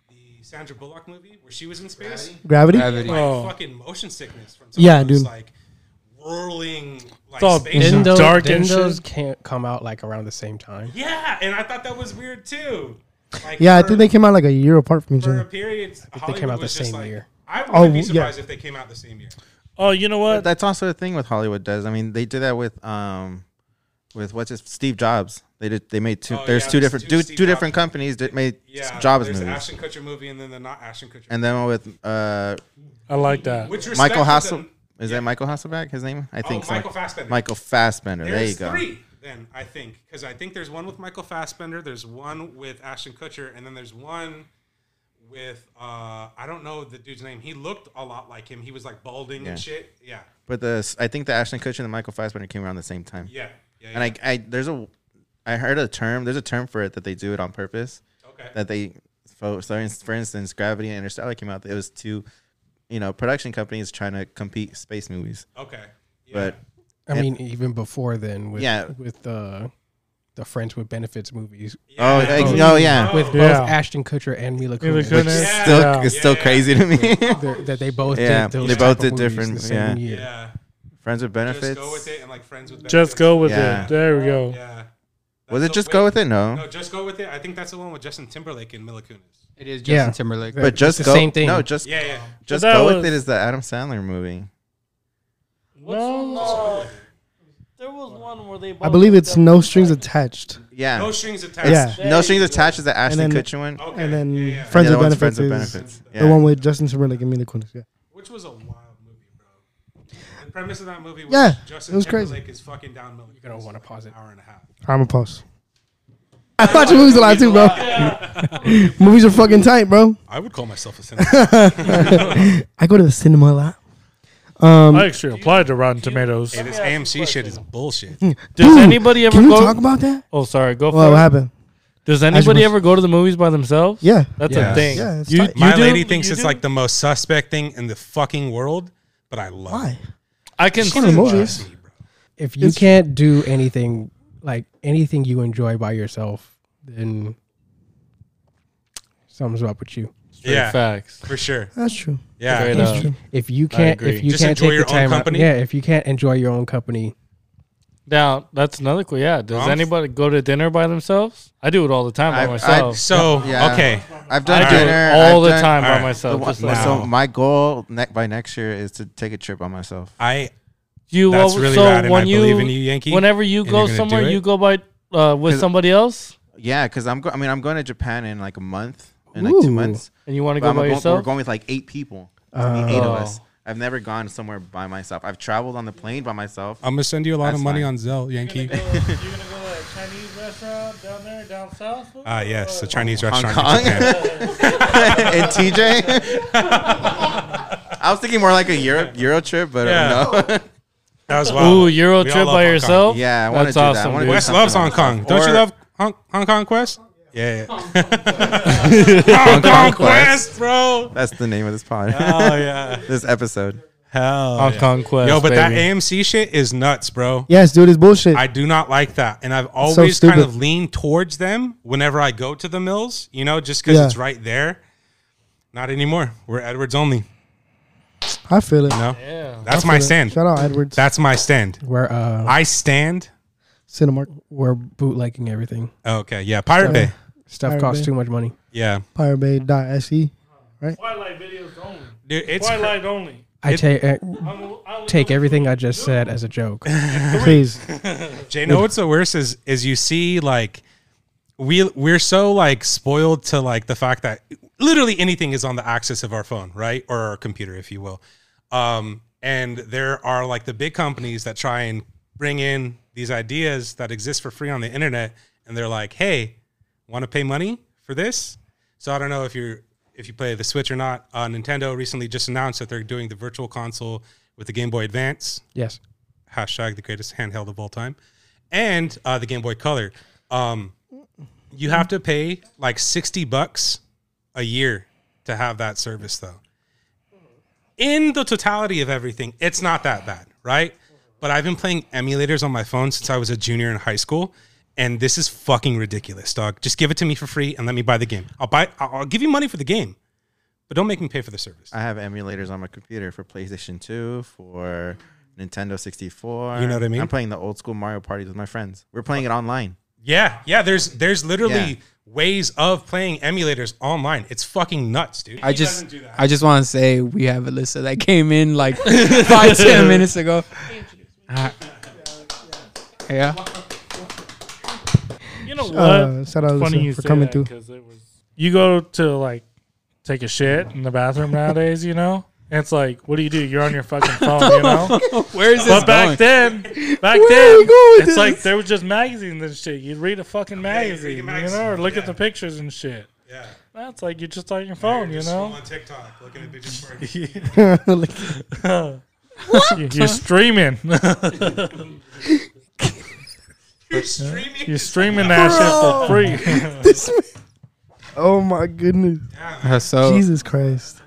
E: the Sandra Bullock movie where she was in space
A: Gravity.
D: Gravity.
E: like
C: Oh.
E: fucking motion sickness from
A: Yeah,
E: yeah, dude.
A: dude.
E: like whirling like
C: all
E: space.
C: Mhm.
G: Didn't those,
C: Dark
G: Dark
C: and
G: didn't
C: shit.
G: those can't come out like around the same time?
E: Yeah, and I thought that was weird too. Like
A: Yeah, I
E: for-
A: think they came out like a year apart from each
E: for a
A: other.
E: period.
G: they came
E: Hollywood
G: out the
E: was just
G: same
E: like-
G: year.
E: I wouldn't
A: Oh,
E: be
A: yeah.
E: surprised if they came out the same year.
C: Oh, you know
B: But
C: what?
B: that's also a thing with Hollywood does. I mean, they did that with um, with what's his Steve Jobs. They did. They made two.
E: Oh,
B: there's
E: yeah,
B: two
E: there's
B: different
E: two
B: two,
E: Steve
B: two different
E: Jobs.
B: companies that made
E: Yeah,
B: Jobs
E: there's
B: movies,
E: the Ashton Kutcher movie and then the not Ashton Kutcher.
B: and then with uh,
C: I like that.
E: which respect
B: Michael
E: to
B: Hassel.
E: them-
B: Is that Michael Hasselbeck? His name? I
E: Oh,
B: think so.
E: Michael Fassbender.
B: Michael Fassbender.
E: There's
B: there you go.
E: three then I think because I think there's one with Michael Fassbender, there's one with Ashton Kutcher, and then there's one with uh I don't know the dude's name. He looked a lot like him. He was like balding and
B: Yeah.
E: shit. Yeah,
B: But the I think the Ashton Kutcher and the Michael Fassbender came around the same time.
E: yeah, yeah.
B: And I, I there's a I heard a term. There's a term for it that they do it on purpose.
E: yeah. okay.
B: that they for, so in- for instance gravity and interstellar came out it was two you know production companies trying to compete space movies
E: Okay. Yeah.
B: but
G: I mean, even before then, with
B: Yeah.
G: with uh, the Friends with Benefits movies
B: oh,
E: Yeah.
B: like, no yeah
G: with both
C: Yeah.
G: Ashton Kutcher and Mila
C: Mila
G: Kunis,
C: Kunis.
B: it's
E: Yeah.
B: still
C: Yeah.
B: it's still
E: Yeah.
B: crazy to me
G: they're- that they both
B: Yeah,
G: did. Those
B: they
G: type
B: both
G: of
B: did
G: movies
B: different-
G: The same
B: yeah.
G: year.
E: yeah.
B: friends with
E: Just
B: benefits
E: go with it and like friends with benefits.
C: Just go with
B: Yeah.
C: it. There we go.
E: Yeah.
B: was
E: That's
B: it
E: the-
B: just
E: wait,
B: go with it no,
E: No, just go with it. I think that's the one with Justin Timberlake and Mila Kunis.
D: It is Justin
G: Yeah.
D: Timberlake.
B: but just
G: the
B: go
G: same thing.
B: no just
E: Yeah, yeah.
B: just
C: But that
B: go with
C: was-
B: it is the Adam Sandler movie
H: No,
G: Oh.
H: uh, there was one where they.
A: I
H: both
A: believe
H: looked
A: it's
H: up-
A: no strings attached,
B: yeah
E: No
B: no,
E: strings attached.
A: Yeah.
H: There
B: strings
H: you
B: attached is the Ashton
A: then-
B: Kutcher one
E: Okay.
A: and then
E: yeah, yeah.
A: Friends,
B: Yeah,
A: with
B: that one's
A: benefits
B: Friends with
A: is
B: Benefits.
A: the
B: Yeah.
A: one with Justin Timberlake and Mila Kunis. Yeah.
E: Which was a wild movie, bro. The premise of that movie was
A: Yeah,
E: Justin
A: it was crazy.
E: Timberlake is fucking down Mila. You're
G: gonna wanna pause it.
E: Hour and a half.
A: I'm a pause. I watch movies a lot too, bro. movies are fucking tight, bro.
E: I would call myself a cinema.
A: I go to the cinema a lot.
C: I actually applied to Rotten Tomatoes.
E: this AMC shit is bullshit.
H: Does
A: Dude,
H: anybody ever
A: Can we
H: go?
A: talk about that?
H: oh, sorry.
A: Well,
H: Go for
A: what
H: it.
A: happened?
H: Does anybody
A: was-
H: ever go to the movies by themselves?
A: Yeah.
H: That's
E: Yeah.
H: a thing.
A: Yeah, it's
H: You-
A: tight.
H: you
E: My
H: do-
E: lady thinks
H: you
E: it's
H: do?
E: like the most suspect thing in the fucking world, but I love
A: Why?
H: I can
A: She's in the
H: see-
A: movies.
E: it, bro.
G: If you
A: It's-
G: can't do anything like anything you enjoy by yourself, then something's up with you.
H: Straight
E: Yeah.
H: facts.
E: for sure.
A: That's true.
E: Yeah.
H: Straight
A: That's
H: up.
A: true.
G: If you can't,
H: agree.
G: if you
E: Just
G: can't
E: enjoy
G: take
E: your
G: the
E: own
G: time, out-
E: company?
G: yeah, if you can't enjoy your own company,
H: Now that's another cool. Yeah. Does
E: I'm-
H: anybody go to dinner by themselves? I do it all the time by
B: I- I-
H: myself.
E: So
B: Yeah.
E: okay,
B: I've done
H: I do it
B: dinner
H: all
B: I've
H: the
B: done-
H: time by
E: Alright.
H: myself.
B: The
H: just
B: one-
H: now.
B: So my goal ne- by next year is to take a trip by myself.
E: I
H: you
E: that's
H: always-
E: really
H: so
E: bad, and
H: when
E: I
H: you,
E: believe in you, Yankee.
H: Whenever you
E: and
H: go
E: you're gonna do
H: somewhere,
E: it.
H: you go by uh, with
B: 'Cause-
H: somebody else,
B: Yeah, because I'm. Go- I mean, I'm going to Japan in like a month, in like two
G: Ooh.
B: months.
H: and you want to
B: But
H: go
B: I'm
H: by
B: go- we're
H: yourself.
B: going with like eight people. It's gonna be eight of
H: Oh.
B: us. I've never gone somewhere by myself. I've traveled on the plane by myself.
E: I'm gonna send you a lot
B: That's
E: of money
B: fine.
E: on Zelle, Yankee.
H: to a Chinese restaurant down there, down south.
E: Ah, yes, a Chinese
B: Hong
E: restaurant. in Japan.
B: Kong and TJ. I was thinking more like a Euro Euro trip, but uh,
E: Yeah.
B: no.
E: That was wild.
H: Ooh, Euro
E: We
H: trip
E: all love
H: by
E: Hong Kong.
H: yourself.
B: Yeah, I wanna
H: That's
B: do that. I
H: awesome,
B: wanna
H: dude.
B: do
E: West
B: something
E: loves
B: by
E: Hong Kong.
B: myself.
E: Don't you
B: Or-
E: love Hong, Hong Kong Quest? Yeah. Hong Kong
B: Kong
E: Quest, bro.
B: That's the name of this pod.
E: Oh yeah.
B: this episode.
E: Hell.
H: Hong
E: yeah.
H: Kong Quest.
E: Yo, but that
H: baby.
E: AMC shit is nuts, bro.
A: Yes, dude, it's bullshit.
E: I do not like that, and I've
A: so
E: always kind
A: stupid.
E: of leaned towards them whenever I go to the mills. You know, just because
A: Yeah.
E: it's right there. Not anymore. We're Edwards only.
A: I feel it.
E: No,
H: Yeah.
E: that's
A: I
E: my
A: feel it.
E: stand.
A: Shout out Edwards.
E: That's my stand.
G: we're uh,
E: I stand. Oh,
A: Cinemark.
G: we're bootlegging everything.
E: Okay, yeah, Pirate Bay.
G: Stuff
A: Pirate
G: costs
A: Bay.
G: too much money.
E: Yeah,
A: Pirebay.se.
H: Twilight videos only.
E: dude, it's
H: Twilight only.
G: I
E: It-
G: take uh, take everything I just said as a joke.
A: Please.
E: Jay, know what's the worst is is you see like we we're so like spoiled to like the fact that literally anything is on the axis of our phone, right, or our computer, if you will. Um, and there are like the big companies that try and bring in these ideas that exist for free on the internet, and they're like, "Hey, want to pay money for this?" So I don't know if you're if you play the Switch or not. Uh, Nintendo recently just announced that they're doing the Virtual Console with the Game Boy Advance
G: Yes,
E: hashtag the greatest handheld of all time, and uh, the Game Boy Color. Um, you have to pay like sixty bucks a year to have that service, though. In the totality of everything, it's not that bad, right? But I've been playing emulators on my phone since I was a junior in high school, and this is fucking ridiculous, dog. Just give it to me for free and let me buy the game. I'll buy. I'll I'll give you money for the game, but don't make me pay for the service.
B: I have emulators on my computer for PlayStation 2, for Nintendo 64.
E: You know what I mean?
B: I'm playing the old school Mario parties with my friends. We're playing it online.
E: Yeah, yeah. There's there's literally
B: Yeah.
E: ways of playing emulators online. It's fucking nuts, dude.
D: I just, I just want to say we have Alyssa that came in like five, ten minutes ago. Uh, yeah,
H: You know what?
A: Uh, shout out
H: It's funny you
A: Alyssa for coming through.
H: because it was you go to like take a shit in the bathroom nowadays. You know, And it's like what do you do? You're on your fucking phone. You know,
D: where is this
H: but
D: going?
H: back then, back
A: are
H: then,
A: you going with
H: it's like
A: this?
H: there was just magazines and shit. You'd read a fucking magazine, you
E: magazine,
H: know, or look
E: yeah.
H: at the pictures and shit.
E: yeah.
H: That's like you're just on your phone, you know.
E: on TikTok looking at bitches
H: You- You're streaming.
E: You're streaming.
H: You're streaming that shit for free.
A: Oh my goodness.
D: Uh, so
A: Jesus Christ.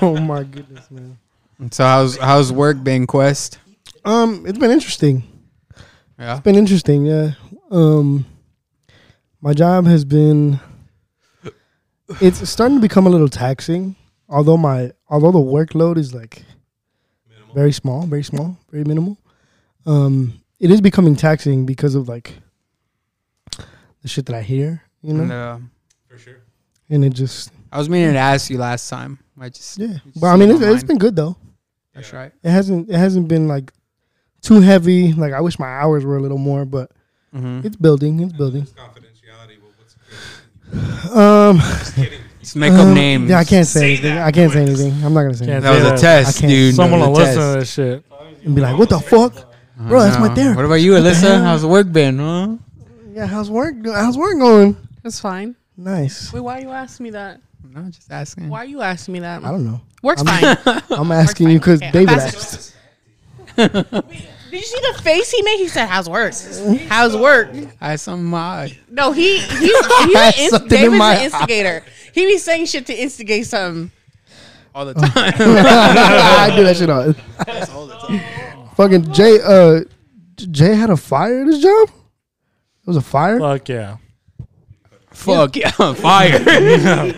A: oh my goodness, man.
D: So how's how's work been, Quest?
A: Um, it's been interesting.
D: Yeah.
A: It's been interesting, yeah. Um my job has been it's starting to become a little taxing. Although my although the workload is like very small, very small, very minimal. Um it is becoming taxing because of like the shit that I hear, you know?
D: And, uh,
E: For sure.
D: Mm-hmm.
A: And it just
D: I was meaning to ask you last time. I just
A: yeah.
D: just
A: But I
D: see
A: mean
D: it
A: it's, it's
D: online.
A: been good though.
D: that's right.
A: it hasn't it hasn't been like too heavy. Like I wish my hours were a little more, but
D: Mm-hmm.
A: it's building, it's building.
E: Confidentiality. Well, what's
A: Um,
E: just kidding.
D: Let's make up
A: um,
D: names.
A: Yeah, I can't say,
E: Say
A: anything.
E: that.
A: I can't say anything. I'm not gonna say
H: Can't
A: anything.
D: That was
H: Yeah.
D: a test,
A: I can't.
D: dude.
H: Someone
D: That
H: will
D: was a
H: listen
D: test.
H: to this shit.
A: And be like, what the fuck?
D: I
A: Bro, that's my
D: know.
A: therapy.
D: Oh, What about you, Alyssa? How's work been? Huh?
A: Yeah, how's work? How's work going?
I: It's fine.
A: Nice.
I: Wait, why you asking me that?
D: No, just asking.
I: Why are you asking me that?
A: I don't know.
I: Works
A: I'm-
I: fine.
A: I'm asking you because
I: Okay, I'm
A: David
I: asking-
A: asked.
I: Did you see the face he made? He said, "How's work? How's work?"
D: I had something in my eye.
I: No, he he's, he's an inst-
A: Something in
I: David's
A: my
I: an instigator. He be saying shit to instigate something.
D: all the time.
A: I do that shit all. Fucking Jay. Uh, J- Jay had a fire at his job. It was a fire.
H: Fuck yeah.
D: Fuck yeah, fire.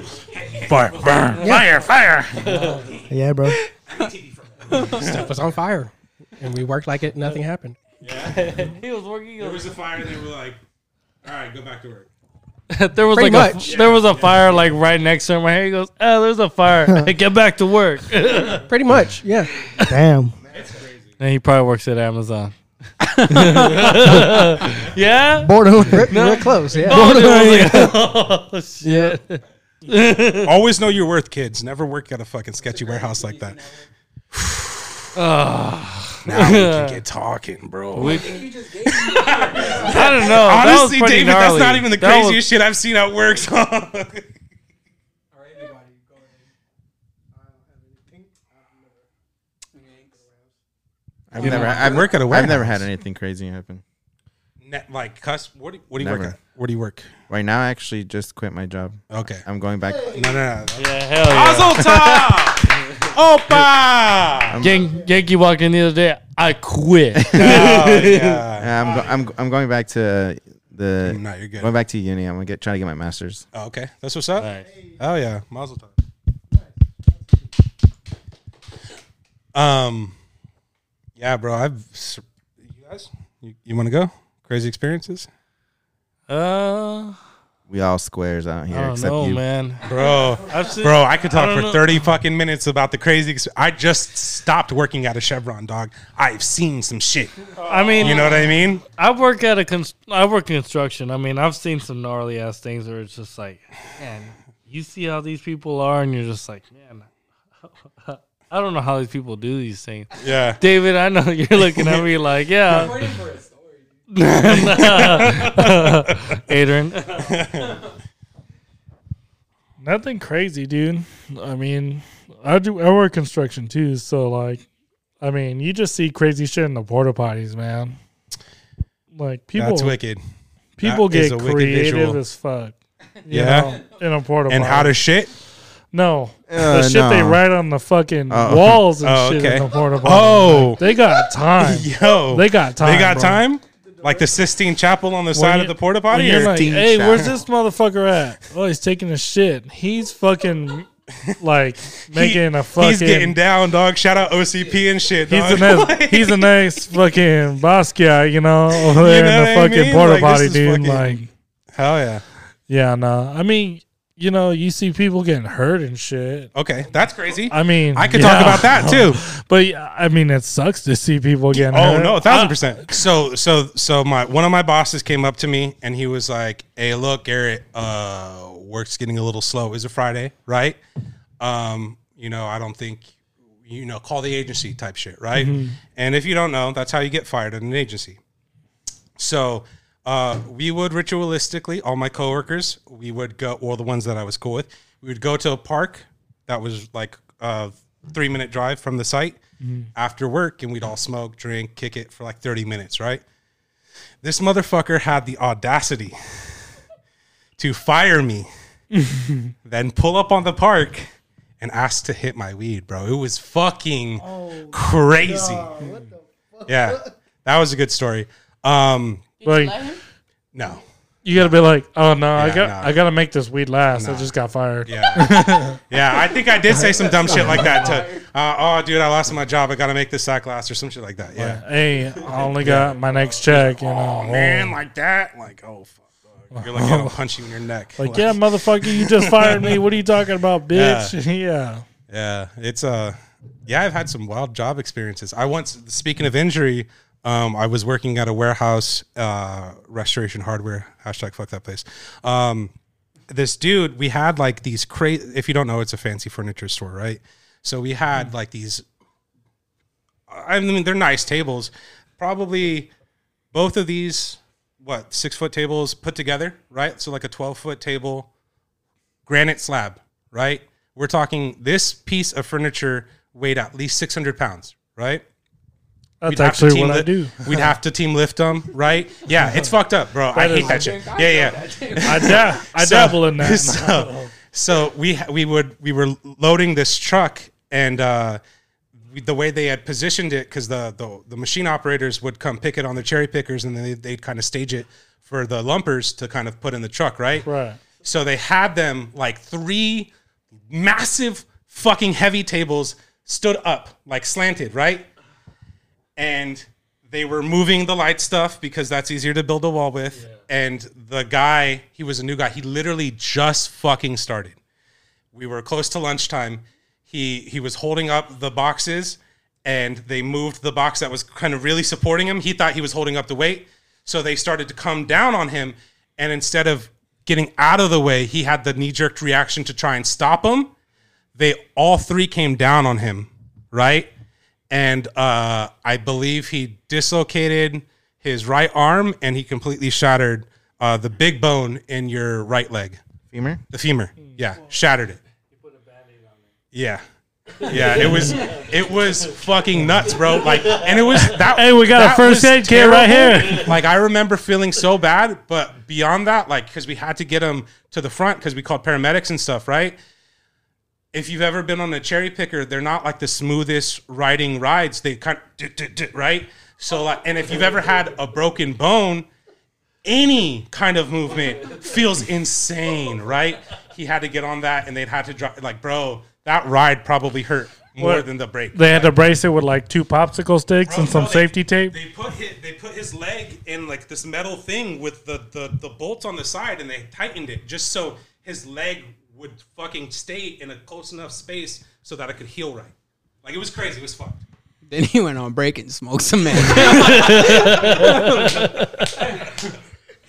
E: Fire, burn.
C: Fire, fire.
A: Yeah, bro.
G: Stuff was on fire, and we worked like it. Nothing happened.
H: He was working.
E: There was a fire, and they were like, "All right, go back to work."
H: there was
G: Pretty
H: like
G: much.
H: A, there was a fire like right next to him. Right here, he goes, "Oh, there's a fire. Get back to work." and
G: Pretty much, yeah.
A: Damn.
H: he probably works at Amazon. yeah.
A: Borderline.
G: Real close, yeah.
H: Oh, dude, I was like, oh, shit.
E: Always know your worth, kids. Never work at a fucking sketchy warehouse like that. now we can get talking, bro.
H: I don't know. Oh, That was
E: Honestly,
H: pretty
E: David, that's
H: gnarly.
E: not even the
H: That was-
E: craziest shit I've seen at work. so-
B: I've never, I've,
E: work at a
B: I've never
E: warehouse.
B: had anything crazy happen.
E: Ne- like, cuss. What do, what do you work
B: Never.
E: at? Where do you work?
B: Right now, I actually just quit my job.
E: Okay.
B: I'm going back.
E: No, no, no.
H: Yeah, hell yeah.
E: Opa!
H: Yan- Yankee walked in the other day. I quit.
E: Oh, yeah.
B: I'm, go- I'm, I'm going back to the.
E: No, you're good.
B: Going back to uni. I'm gonna get try to get my master's.
E: Oh, okay. That's what's up.
H: Nice.
E: Oh yeah, Mazel Tov. Um, yeah, bro. I've s- you guys. You, you want to go? Crazy experiences,
H: Uh,
B: We all squares out here
H: I don't
B: except
H: know,
B: you.
H: Oh, man.
E: bro.
H: I've seen,
E: Bro, I could talk
H: don't
E: for
H: know.
E: thirty fucking minutes about the crazy. Exp- I just stopped working at a Chevron, dog. I've seen some shit.
H: I mean,
E: You know what I mean?
H: I work at a cons- I work construction. I mean, I've seen some gnarly ass things where it's just like, man, you see how these people are, and you're just like, man, I don't know how these people do these things.
E: Yeah.
H: David, I know you're looking at me like, yeah. Adrian,
C: Nothing crazy, dude. I mean, I do I work construction too, so like, I mean, you just see crazy shit in the porta potties, man. Like people,
E: That's wicked.
C: people
E: that is
C: get
E: a wicked
C: creative
E: visual.
C: as fuck. you
E: Yeah.
C: know, in a porta potty.
E: And how to shit?
C: no
B: Uh,
C: the shit they
B: no.
C: write on the fucking
B: Oh.
C: walls and
E: Oh,
C: shit
E: okay.
C: in the porta potty.
E: Oh,
C: they got time.
E: yo.
C: They got time.
E: They got
C: bro.
E: time? Like the Sistine Chapel on the side
C: you-
E: of the porta
C: When
E: potty?
C: you're
E: or-
C: like,
B: Dean
C: hey,
B: Shaw.
C: where's this motherfucker at? Oh, he's taking a shit. He's fucking like making a fucking.
E: He's getting down, dog. Shout out OCP and shit.
C: He's
E: dog.
C: a nice, he's a nice fucking Basquiat, you know, over there
E: know
C: in
E: what I
C: the fucking
E: mean?
C: porta
E: Like, this
C: potty,
E: is
C: dude.
E: fucking-
C: Like,
E: Hell yeah.
C: yeah, no. I mean, you know, you see people getting hurt and shit.
E: Okay, that's crazy.
C: I mean,
E: I could
C: yeah.
E: talk about that too.
C: But yeah, I mean, it sucks to see people getting
E: Oh
C: hurt.
E: no, a thousand percent. So so so my one of my bosses came up to me and he was like, "Hey, look, Garrett, uh, work's getting a little slow. Is a Friday, right? Um, you know, I don't think." You know, call the agency type shit, right? And if you don't know, that's how you get fired at an agency. So uh, we would ritualistically, all my coworkers, we would go, or the ones that I was cool with, we would go to a park that was like a three minute drive from the site after work, and we'd all smoke, drink, kick it for like 30 minutes, right? This motherfucker had the audacity to fire me, then pull up on the park and ask to hit my weed, bro. It was fucking crazy. Yeah, that was a good story. Um,
C: Like,
E: no.
C: you gotta be like, oh no, I
E: Yeah,
C: got,
E: no.
C: I gotta make this weed last. I
E: No.
C: just got fired.
E: Yeah. yeah. I think I did say some dumb shit like that to, uh, oh, dude, I lost my job. I got to make this sack last or some shit like that. Yeah.
C: Hey, I only got my next check. You know,
E: Oh, man, like that. Like, oh, fuck. dog. You're like, I'm punch you in your neck.
C: Like, yeah, motherfucker, you just fired me. What are you talking about, bitch? Yeah.
E: Yeah, it's uh yeah, I've had some wild job experiences. I once speaking of injury, um, I was working at a warehouse, uh, restoration hardware, hashtag fuck that place. Um, this dude, we had like these crazy if you don't know, it's a fancy furniture store, right? So we had like these I mean they're nice tables. Probably both of these what, six foot tables put together, right? So like a twelve foot table granite slab, right? We're talking this piece of furniture weighed at least 600 pounds, right?
C: That's
E: have to
C: actually
E: team
C: what I
E: lift-
C: do.
E: We'd have to team lift them, right? Yeah, it's fucked up, bro. I
C: That
E: hate
C: is-
E: that shit. Yeah, yeah.
C: I, da- I
E: So-
C: dabble in that.
E: So, so we ha- we would we were loading this truck, and uh, we- the way they had positioned it, because the, the the machine operators would come pick it on their cherry pickers, and then they, they'd kind of stage it for the lumpers to kind of put in the truck, right?
C: Right.
E: So they had them like three massive fucking heavy tables stood up, like slanted, right? And they were moving the light stuff because that's easier to build a wall with. And the guy, he was a new guy. He literally just fucking started. We were close to lunchtime. He he was holding up the boxes and they moved the box that was kind of really supporting him. He thought he was holding up the weight. So they started to come down on him. And instead of getting out of the way, he had the knee-jerk reaction to try and stop him. They all three came down on him, right? And uh, I believe he dislocated his right arm and he completely shattered uh, the big bone in your right leg.
B: Femur?
E: The femur. Yeah, shattered it. Yeah. Yeah, it was it was fucking nuts, bro. Like and it was that
C: Hey, we got a
E: that
C: first
E: was
C: aid kit right
E: terrible.
C: here.
E: Like I remember feeling so bad, but beyond that, like cuz we had to get him to the front cuz we called paramedics and stuff, right? If you've ever been on a cherry picker, they're not like the smoothest riding rides. They kind of duh, duh, duh, right? So like and if you've ever had a broken bone, any kind of movement feels insane, right? He had to get on that, and they'd had to drive. Like, bro, that ride probably hurt more
C: What?
E: than the brake.
C: They had to brace it with like two popsicle sticks
E: Bro,
C: and some
E: no, they-
C: safety tape.
E: They put his, they put his leg in like this metal thing with the, the the bolts on the side, and they tightened it just so his leg would fucking stay in a close enough space so that it could heal right. Like it was crazy. It was fucked.
D: Then he went on break and smoked some man.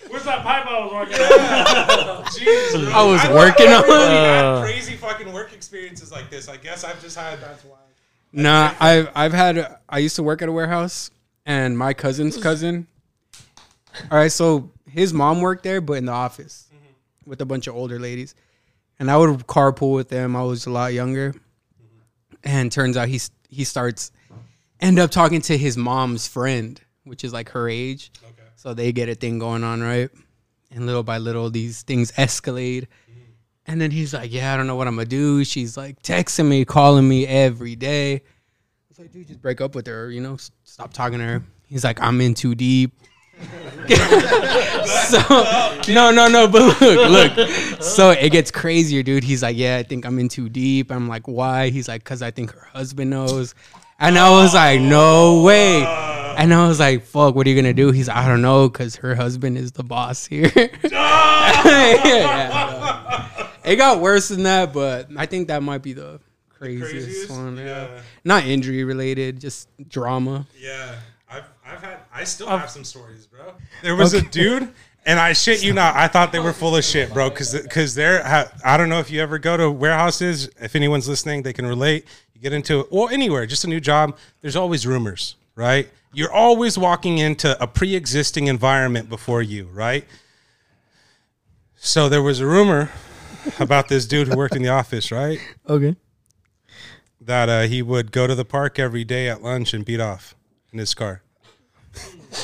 C: Where's that pipe I was working on?
E: Jeez, bro.
D: I was
E: I've
D: working
E: never
D: on it.
E: really had crazy fucking work experiences like this. I guess I've just had. That's why.
D: Nah, I've I've had I used to work at a warehouse and my cousin's cousin. All right, so his mom worked there, but in the office with a bunch of older ladies. And I would carpool with them. I was a lot younger. And turns out he's he starts end up talking to his mom's friend, which is like her age. So they get a thing going on, right? And little by little these things escalate. And then he's like, Yeah, I don't know what I'm gonna do. She's like texting me, calling me every day. I was like, dude, just break up with her, you know, s- stop talking to her. He's like, I'm in too deep. so no, no, no, but look, look. So it gets crazier, dude. He's like, Yeah, I think I'm in too deep. I'm like, why? He's like, cause I think her husband knows. And I was like, no way. And I was like, fuck, what are you gonna do? He's like, I don't know, cause her husband is the boss here. Yeah, yeah, no. It got worse than that, but I think that might be the craziest,
E: craziest?
D: one. Yeah.
E: Yeah.
D: Not injury related, just drama.
E: Yeah, I've, I've had, I still have some stories, bro. There was a dude, and I shit you not, I thought they were full of shit, bro, because because they're, ha- I don't know if you ever go to warehouses. If anyone's listening, they can relate. You get into it, or anywhere, just a new job. There's always rumors, right? You're always walking into a pre-existing environment before you, right? So there was a rumor about this dude who worked in the office, right?
A: Okay.
E: That uh, he would go to the park every day at lunch and beat off in his car.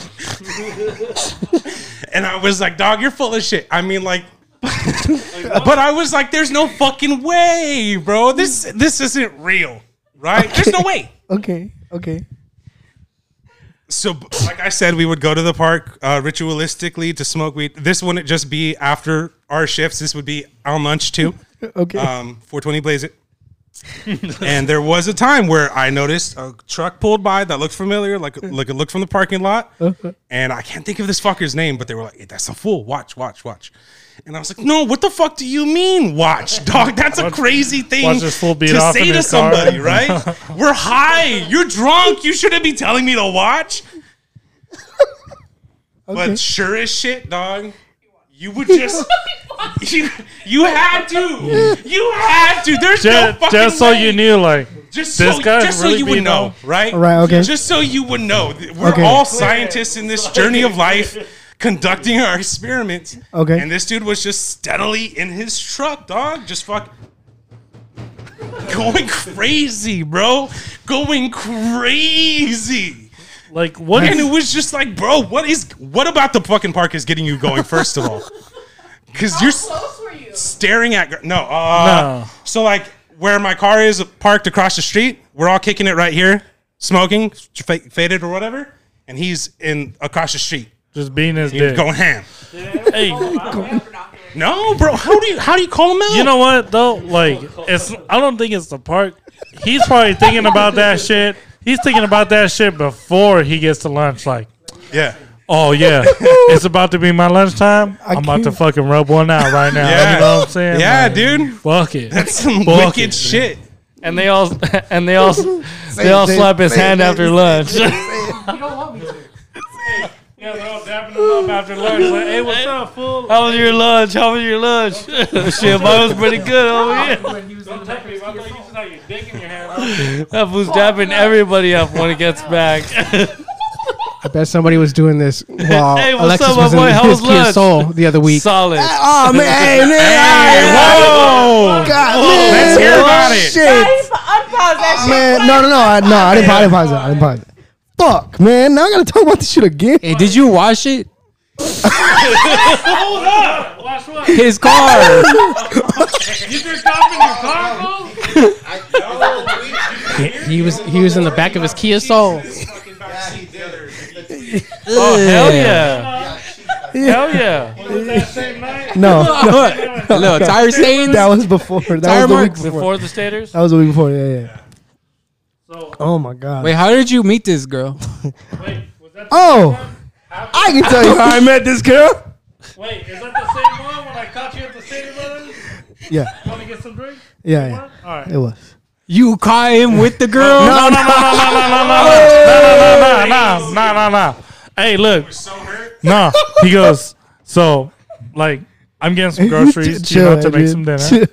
E: and I was like, dog, you're full of shit. I mean, like, but I was like, there's no fucking way, bro. This this isn't real, right? There's no way.
A: Okay. Okay.
E: So, b- like I said, we would go to the park uh, ritualistically to smoke weed. This wouldn't just be after our shifts. This would be on lunch too.
A: Okay.
E: Um, 420 Blaze It. and there was a time where I noticed a truck pulled by that looked familiar, like like it looked from the parking lot. And I can't think of this fucker's name, but they were like, hey, "That's a fool. Watch, watch, watch." And I was like, "No, what the fuck do you mean, watch, dog? That's a crazy thing
C: watch this fool beat
E: to
C: off
E: say
C: in
E: to
C: his car."
E: somebody, right? We're high. You're drunk. You shouldn't be telling me to watch."
A: Okay.
E: But sure as shit, dog, you would just you, you had to. You had to. There's no
C: Just,
E: fucking
C: just so
E: way.
C: you knew, like,
E: Just
C: this
E: so,
C: guy's
E: just so
C: really
E: you would
C: beating
E: know,
C: up.
E: right?
A: Right, okay.
E: Just so you would know. We're
A: Okay.
E: all scientists in this journey of life conducting our experiments.
A: Okay.
E: And this dude was just steadily in his truck, dog. Just fuck going crazy, bro. Going crazy.
C: like what?
E: And
C: Is,
E: it was just like, bro, what is what about the fucking park is getting you going? First of all, because you're s-
I: close were you?
E: staring at gr- no, uh,
C: No.
E: So like, where my car is parked across the street, We're all kicking it right here, smoking, fa- faded or whatever, and he's in across the street.
C: Just being his
E: He's
C: dick.
E: going ham.
C: hey,
E: No, bro. How do you how do you call him out?
C: You know what though? Like it's I don't think it's the park. He's probably thinking about that shit. He's thinking about that shit before he gets to lunch. Like,
E: Yeah.
C: oh yeah, it's about to be my lunchtime.
A: I
C: I'm about to
A: can't-
C: fucking rub one out right now.
E: Yeah.
C: You know what I'm saying?
E: Yeah,
C: Like,
E: dude.
C: Fuck it.
E: That's some
C: Fuck
E: wicked
C: it.
E: shit.
H: And they all and they all they all
A: say it,
H: slap his
A: say it,
H: hand
A: say it,
H: after lunch.
C: Yeah, they're all dapping him up after lunch. Like, hey, what's up, fool?
H: How was your lunch? How was your lunch? Shit, mine was pretty good over here.
C: Don't touch me. I thought you just had your dick in your hand.
H: That fool's dapping everybody up when he gets back.
G: I bet somebody was doing this while
H: Hey, what's
G: Alexis
H: up, my
G: was
H: boy?
G: in
H: How was
G: his Kia
H: lunch?
G: Soul the other week.
H: Solid.
A: Oh man, hey, man,
E: Whoa.
A: God, man. Oh,
E: Let's hear about it.
A: Shit. Oh, Man, no, no, no, I, no, I didn't, I didn't pause it. I didn't pause it. Fuck, man. Now I gotta talk about this shit again.
G: Hey, did you watch it? His car. he was he was in the back of his Kia Soul.
H: Oh hell yeah. Hell yeah.
A: No, no,
G: Look, tire stains.
A: that was before. That
G: Tire
A: was the week
G: marks.
A: before.
H: Before the staters?
A: That was the week before. Yeah, yeah. Oh my god.
G: Wait, how did you meet this girl?
A: Oh, I can tell you how I met this girl.
C: Wait, is that the same one when I caught you at the city, brother?
A: Yeah,
C: Want to get some drink?
A: yeah, yeah.
C: All right.
A: It was.
G: You caught him with the girl?
C: No, no, no, no, no, no, no, no, no, no, no, no, no, no, no. Hey, look. No, he goes. So, like, I'm getting some groceries. You
A: Chill,
C: know, to make
A: dude.
C: some dinner.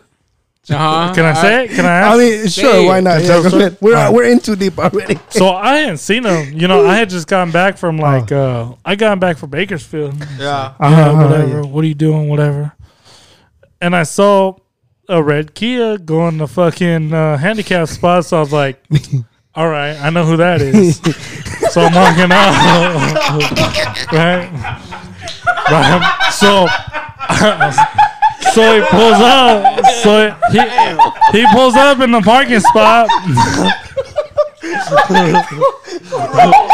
A: Chill.
G: Uh-huh.
C: Can I say it? Can I ask?
A: I mean, sure, why not?
C: Hey,
A: Yeah, go
C: sure.
A: ahead. We're
C: Alright.
A: we're in too deep already.
C: so I hadn't seen him. You know, I had just gotten back
A: Oh.
C: from like uh, I got back from Bakersfield.
D: Yeah.
C: yeah,
A: Uh-huh,
C: whatever. What are you doing? Whatever. And I saw a red Kia going to fucking uh, handicap spot, so I was like, "All right, I know who that is." so I'm walking out, right? right? So, so he pulls up. So he he pulls up in the parking spot.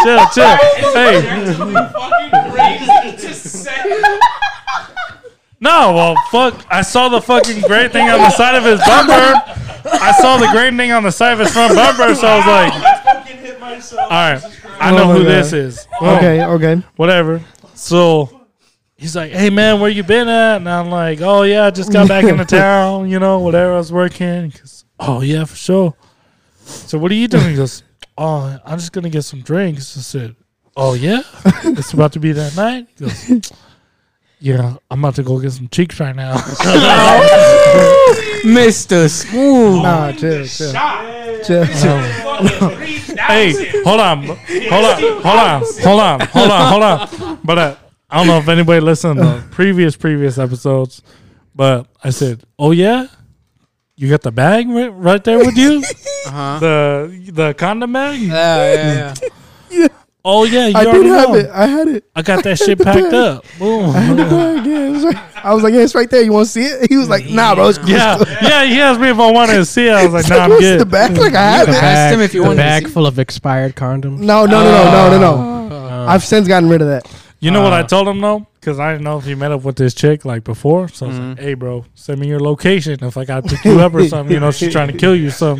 C: chill, chill. Hey, No, well, fuck. I saw the fucking gray thing on the side of his bumper. I saw the gray thing on the side of his front bumper, so I was like, all right, I know
A: Oh my
C: who
A: God.
C: this is. Boom.
A: Okay, okay.
C: Whatever. So he's like, hey, man, where you been at? And I'm like, oh, yeah, I just got back into town, you know, whatever. I was working. He goes, oh, yeah, for sure. So what are you doing? He goes, oh, I'm just going to get some drinks. I said, oh, yeah? It's about to be that night? He goes, yeah, I'm about to go get some cheeks right now.
G: Mr. Smooth.
C: Oh.
A: Nah, chill, chill, chill, chill.
C: hey, hold on, hold on, hold on, hold on, hold on, hold on. But uh, I don't know if anybody listened to the previous previous episodes, but I said, "Oh yeah, you got the bag right, right there with you,
D: Uh-huh.
C: the the condom
D: Oh,
C: bag.
G: Yeah, yeah, yeah.
C: Oh yeah, you
A: I did
C: already
A: have
C: know.
A: it. I had it.
C: I got that shit packed up. Boom.
A: I had the bag. Yeah, it was right. I was like, yeah, it's right there. You want to see it? He was like, nah, bro. It's cool.
C: Yeah, yeah. He asked me if I wanted to see. it. I was like, "Nah, I'm
A: What's the
C: good."
A: back? Like I had
G: The
A: it.
G: bag,
D: him if you
G: the
D: wanted to
G: bag
D: see.
G: full of expired condoms.
A: No, no, no, no, no, no, no.
C: Oh.
A: I've since gotten rid of that.
C: You know what I
G: Uh,
C: told him though, because I didn't know if he met up with this chick like before. So I
A: Mm-hmm.
C: was like, "Hey, bro, send me your location if I got to pick you up or something. You know, she's trying to kill you. So,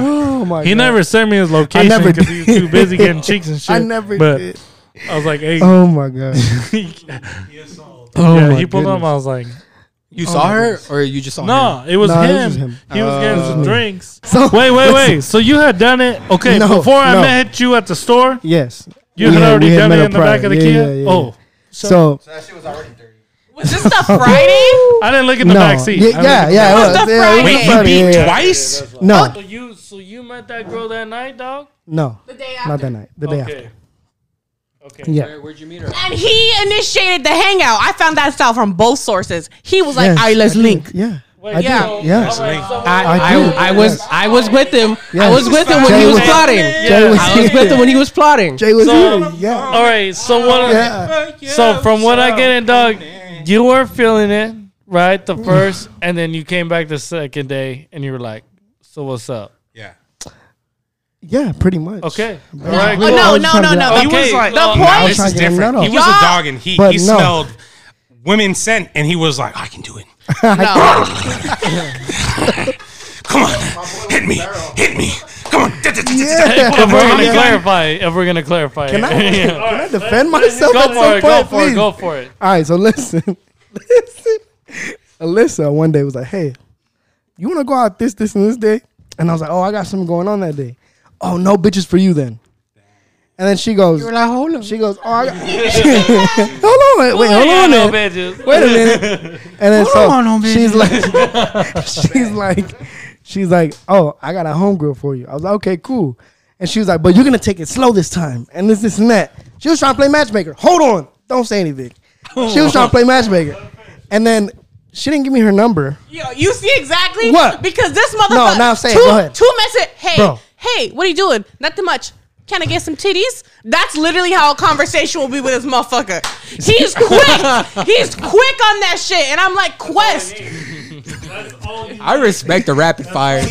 A: Oh my
C: he
A: god.
C: never sent me his location
A: never
C: because he was
A: did.
C: too busy getting cheeks and shit.
A: I never
C: But
A: did.
C: I was like, "Hey,
A: Oh my god.
G: Oh
C: yeah."
G: my
C: He pulled up.
G: goodness.
C: I was like,
D: You
G: Oh
D: saw her or you just saw
C: "No,
D: her?
C: it was
A: Nah, it was
C: him.
A: just him.
C: He was getting some
A: Uh,
C: drinks."
A: So
C: Wait, wait, wait. So you had done it? Okay,
A: No,
C: before I
A: no.
C: met you at the store,
A: Yes.
C: you
A: We
C: had
A: had-
C: already
A: we had
C: done
A: met
C: it
A: up
C: in the back
A: prior.
C: of the
A: Yeah,
C: Kia.
A: yeah, yeah, yeah.
C: Oh,
A: So
I: Was this the Friday?
C: I didn't look in
A: no.
C: the back seat.
A: Yeah, yeah, yeah.
I: It was the
A: yeah,
I: Friday.
A: it was
I: Wait, you Oh,
A: Friday, yeah, yeah.
E: Twice?
A: No,
H: So you so you met that girl that night, dog?
A: no,
I: The day
A: not that night. The day after.
H: Okay. Okay.
A: Yeah.
D: Where'd you meet her?
I: And he initiated the hangout. I found that out from both sources. He was like,
A: Yes,
I: all right, let's
A: I did.
I: link.
A: Yeah. I
H: Wait,
A: did.
I: yeah.
H: so-
A: Yes.
H: all right, so
G: I,
A: I
G: I,
A: did.
G: I was
A: Yes.
G: I was with him. I
A: Yes.
G: was with him when
A: Jay
G: he was
A: was-
G: plotting.
A: Jay was
G: I was with him
A: here.
G: when he was plotting.
A: Jay was
H: So-
A: here. Yeah.
H: All right, so what?
A: Yeah.
H: So from what I get in, dog, you were feeling it, right? The first, and then you came back the second day, and you were like, "So what's up?"
E: Yeah.
A: Yeah, pretty much.
H: Okay.
A: But-
H: All right.
I: Oh,
H: cool.
I: no,
A: was
I: no,
A: trying
I: no,
A: to-
I: no.
E: Oh,
I: The
E: he was
I: point.
E: like-
I: The
H: No,
E: Now,
A: I'm
E: this
I: point.
A: trying
E: is
A: to get him
E: different.
A: that
E: He
A: off.
E: was a
I: Y'all-
E: dog and he,
A: But
E: he
A: no.
E: smelled women's scent and he was like, I can do it.
I: No.
E: Come on, hit me, hit me. Come on.
A: Yeah.
H: If we're gonna
A: Yeah.
H: clarify, if we're gonna clarify,
A: Can I,
H: Yeah.
A: can I defend myself
H: go
A: at some
H: for it,
A: point,
H: go for
A: please?
H: it, go for it.
A: All right, so listen, listen. Alyssa one day was like, "Hey, you want to go out this, this, and this day?" And I was like, "Oh, I got something going on that day." Oh, no bitches for you then. And then she goes,
D: like, hold on.
A: she goes, "Oh, I got, hold on, wait, hold on,
H: no
A: there.
H: bitches.
A: wait a minute." And then so
D: on, no bitches.
A: she's like, she's like, she's like, "Oh, I got a homegirl for you." I was like, "Okay, cool." And she was like, "But you're gonna take it slow this time." And this, this, and that. She was trying to play matchmaker. Hold on, don't say anything. She was trying to play matchmaker, and then she didn't give me her number.
I: Yo, you see exactly
A: What?
I: Because this motherfucker.
A: No, now say it.
I: two,
A: Go ahead.
I: Two message. Hey,
A: Bro.
I: hey, what are you doing? Nothing much. Can I get some titties? That's literally how a conversation will be with this motherfucker. He's quick. He's quick on that shit, and I'm like, Quest.
D: I respect the rapid fire.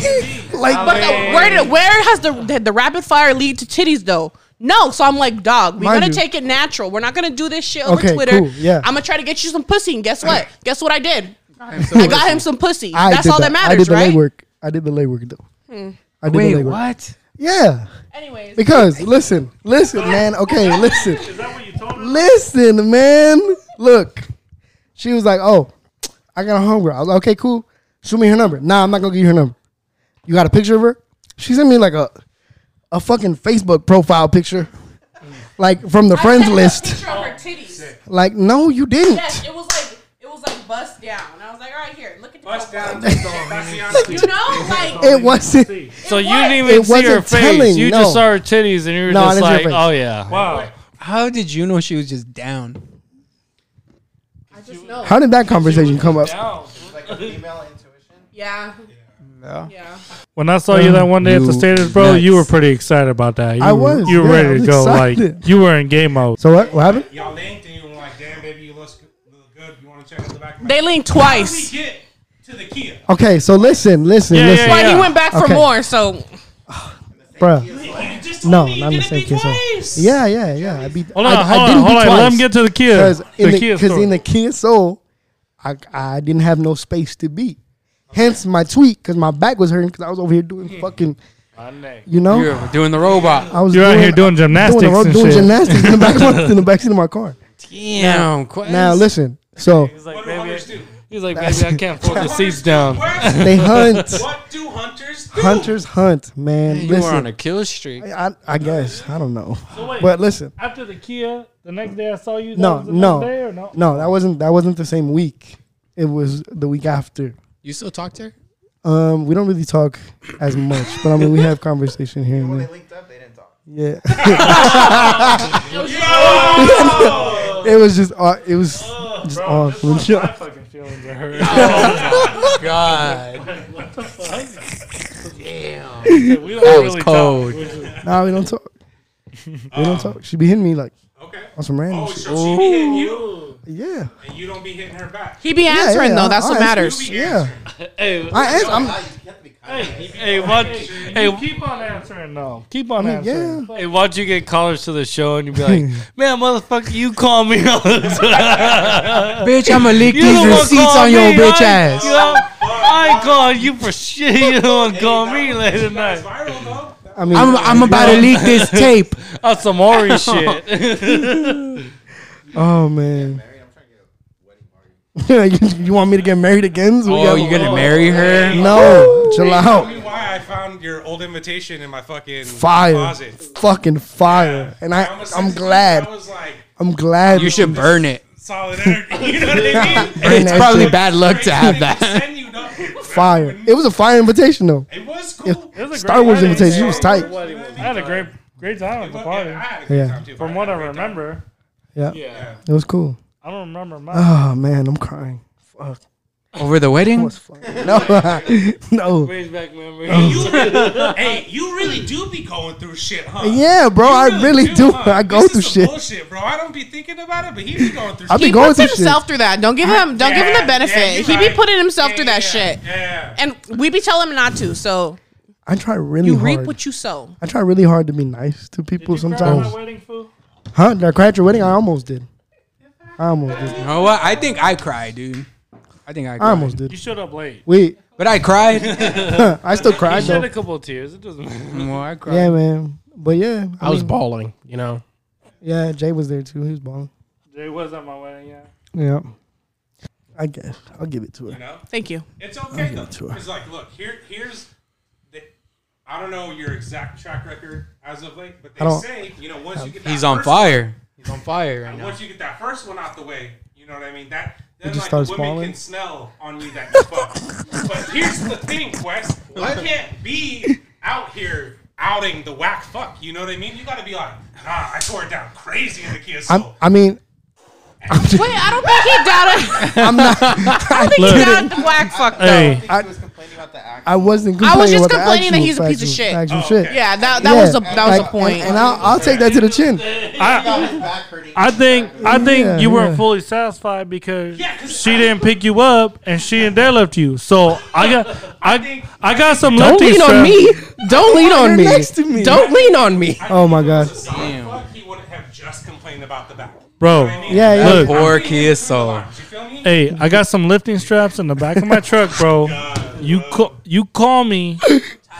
A: Like,
I: But the, where did, where has the, the the rapid fire lead to titties though? No, so I'm like, dog, we're
A: Mind
I: gonna
A: you.
I: take it natural. We're not gonna do this shit over
A: Okay,
I: Twitter.
A: cool, yeah.
I: I'm gonna try to get you some pussy, and guess what? guess what I did? I got him some pussy.
A: I
I: That's
A: did
I: all
A: the-
I: that matters,
A: I did the
I: right? Hmm.
A: legwork. I did the legwork though. I did the legwork.
D: what?
A: Yeah,
I: Anyways,
A: because listen, listen, man. Okay, listen.
C: that what you told him?
A: Listen, man. Look, she was like, "Oh, I got a homegirl." I was like, "Okay, cool. Shoot me her number." Nah, I'm not gonna give you her number. You got a picture of her? She sent me like a a fucking Facebook profile picture, like from the friends list.
I: Picture of her titties.
A: Like, no, you didn't.
I: Yes, it was like it was like bust down. And I was like, "Oh, all right, here, look at the bust
E: That's
I: You know, like
A: It wasn't.
H: So you
I: was-
H: didn't
A: it
H: even see her
A: wasn't
H: face.
A: telling,
H: you
A: no.
H: just saw her titties, and you were
A: No, I
H: just
A: didn't see her
H: like,
A: face.
H: "Oh yeah."
C: Wow.
D: How did you know she was just down?
I: I just know.
A: How did that conversation come up?
B: Like a female intuition.
I: Yeah,
D: No.
I: yeah.
C: When I saw you that one day at
A: You
C: the Staters, bro, you
A: nuts.
C: were pretty excited about that. You
A: I
C: were-
A: was,
C: You were
A: yeah, I
C: ready
A: was
C: to go.
A: excited.
C: Like you were in game mode.
A: So what? What happened?
E: Y'all linked and you were like, damn, baby, you look look good. You want to check out the back?
I: They linked
E: How did
I: twice.
E: we get to the Kia?
A: Okay, so listen, listen,
C: Yeah, yeah,
A: listen,
I: But
C: yeah.
I: he went back for
A: Okay.
I: more, so
A: bruh.
E: You just told
A: No,
E: me
A: not
E: you
A: the
E: did it
A: same
E: be
A: kiss. huh?
E: twice.
A: Yeah, yeah, yeah. I beat.
C: Hold on,
A: I, I
C: hold on,
A: didn't
C: hold
A: beat
C: on.
A: twice.
C: Let him get to the kid.
A: Because in
C: the,
A: the,
C: kid
A: because in the Kia Soul, I I didn't have no space to beat. Hence my tweet because my back was hurting because I was over here
C: Hmm.
A: doing fucking, you know,
D: You're doing the robot.
A: I was
C: You're out here doing
A: I was
C: gymnastics
A: doing, the road-
C: and
A: doing
C: shit.
A: gymnastics in the back of- in the backseat of my car.
D: Damn, Quest.
A: Now listen, so
H: He's like,
E: What do hunters do?
H: baby, he's like, baby, I can't fold the seats down.
E: What-
A: they hunt,
E: What do hunters do?
A: hunters hunt, man.
D: you were on
A: listen,
D: a kill streak.
A: I, I guess I don't know,
C: wait.
A: but listen,
C: After the Kia, the next day I saw you.
A: no, no, no, that wasn't that wasn't the same week. It was the week after.
D: You still talk to her?
A: Um, we don't really talk as much, but I mean, we have conversation here and there.
B: linked up, they didn't talk.
A: Yeah. it was just aw- it was just awful.
C: My fucking feelings are hurt. Oh,
D: God.
C: we don't
D: That was
C: really
D: cold.
C: talk. We just-
A: Nah, we don't talk. We don't talk. She be hitting me like
E: Okay.
A: on some random
E: Oh,
A: shit.
E: so she be hitting you,
A: Yeah.
E: and you don't be hitting her back.
I: he be
A: Yeah,
I: answering
A: yeah,
I: though. That's
A: I-
I: what
A: I-
I: matters.
A: Yeah.
H: Hey,
A: I asked, I'm
H: hey, hey, what? Hey,
C: You keep on answering though. Keep on
A: mean,
C: answering.
H: Hey, why don't you get callers to the show and you be like, man, motherfucker, you call me all the time.
D: bitch, I'ma lick
H: You the one call me, I- You
D: ass.
H: know, I ain't calling you for shit. You don't want to call me late at
E: That's
H: night.
E: viral though. That-
A: I mean
D: about to leak this tape.
H: On some Ori shit.
A: Oh man. you, you want me to get married again? So we
D: Oh,
A: got-
D: you gonna marry her?
A: No, chill
E: Tell me
A: out.
E: why I found your old invitation in my fucking
A: Fire.
E: closet.
A: Fucking fire. And I
E: almost
A: I'm
E: sent it to you.
A: glad.
E: I was like,
A: I'm glad.
D: You should burn it.
E: solid energy. You know what I mean?
A: Burn
D: It's
A: that
D: probably
A: shit.
D: bad luck to have
E: Crazy
D: that.
E: send you, though.
A: fire. It was a fire invitation though.
E: It was cool.
C: It was a
A: Star
C: great
A: Wars
C: wedding.
A: invitation. It was tight.
E: You know what I
C: I
E: mean?
C: had a great, great time at the
E: But,
C: party.
E: yeah, I had a good
A: Yeah.
E: time too.
C: From what I remember,
A: Yeah.
H: Yeah.
A: It was cool.
C: I don't remember much.
A: Oh man, I'm crying. Fuck.
D: Over the wedding?
A: was fun. No, no.
H: Brings back memories.
E: You really, hey, you really do be going through shit, huh?
A: Yeah, bro,
E: You
A: I really do.
E: huh?
A: I go
E: This is
A: through
E: some
A: shit.
E: Bullshit, bro. I don't be thinking about it, but he be going through.
A: I be
I: He
E: shit.
A: going
I: puts
A: through shit.
I: himself through that. Don't give him. Don't give him
E: Yeah,
I: the
E: yeah,
I: benefit.
E: you
I: he
E: right.
I: be putting himself
E: Yeah,
I: through that
E: yeah,
I: shit,
E: Yeah.
I: and we be telling him not to. So
A: I try really
I: You
A: hard.
I: reap what you sow.
A: I try really hard to be nice to people sometimes.
H: wedding fool?
A: Huh? Did I cry at your wedding? I almost did. I almost did.
D: You know what? I think I cried, dude. I think I cried.
A: I almost
H: You
A: did.
H: showed up late.
A: Wait,
D: But I cried.
A: I still
H: I
A: cried
H: shed
A: though.
H: a couple of tears. It doesn't matter.
D: well, I cried.
A: Yeah, man. But yeah,
G: I was
A: mean,
G: bawling, you know.
A: Yeah, Jay was there too. He was balling.
H: It was at my wedding, yeah.
A: Yeah. I guess I'll give it to her.
I: Thank you.
E: It's okay though.
A: to her.
E: It's like, look, here, here's the. I don't know your exact track record as of late, but
A: I
E: they
A: don't-
E: say you know once you get that
D: He's on
E: first
D: fire. He's on fire
E: one-
D: right
E: and
D: now.
E: once you get that first one out the way, you know what I mean. That then
A: just
E: like the women
A: starts smiling.
E: can smell on you that you fuck. but here's the thing, Quest. You can't be out here outing the whack fuck. You know what I mean? You got to be like, nah, I tore it down crazy in the Kia
A: I'm,
E: Soul.
A: I mean,
I: Wait, I don't think he doubted. I'm not. I don't think he doubted the whack fuck though.
H: Hey,
B: I think he was complaining about the act.
A: I wasn't.
I: I
A: Complaining
I: was just
A: about the
I: complaining that
A: actual
I: he's a piece of
A: factual-
I: shit.
A: Actual
E: Oh,
A: shit.
E: okay.
I: Yeah, that that was a
A: Yeah,
I: that was
A: like,
I: a point.
A: And, and I'll, I'll take that to the chin.
B: got
H: I,
B: his back hurting.
C: I think I think
A: Yeah,
C: you weren't
A: yeah.
C: fully satisfied because
E: Yeah, 'cause
C: she
E: I-
C: didn't pick you up and she and they left you. So I got I
E: think-
C: I got some
G: Don't
C: lefties.
G: lean on
C: fam.
G: me. Don't lean on
A: You're
G: me.
A: next to me.
G: Don't lean on me.
E: I
A: Oh
E: think
A: my
E: if it was
A: God.
E: a solid Fuck, he wouldn't have just complained about the back.
C: bro.
A: Yeah, yeah.
C: Look,
D: Poor Kia Soul.
E: You feel me?
C: Hey, I got some lifting straps in the back of my truck, bro. You call you call me.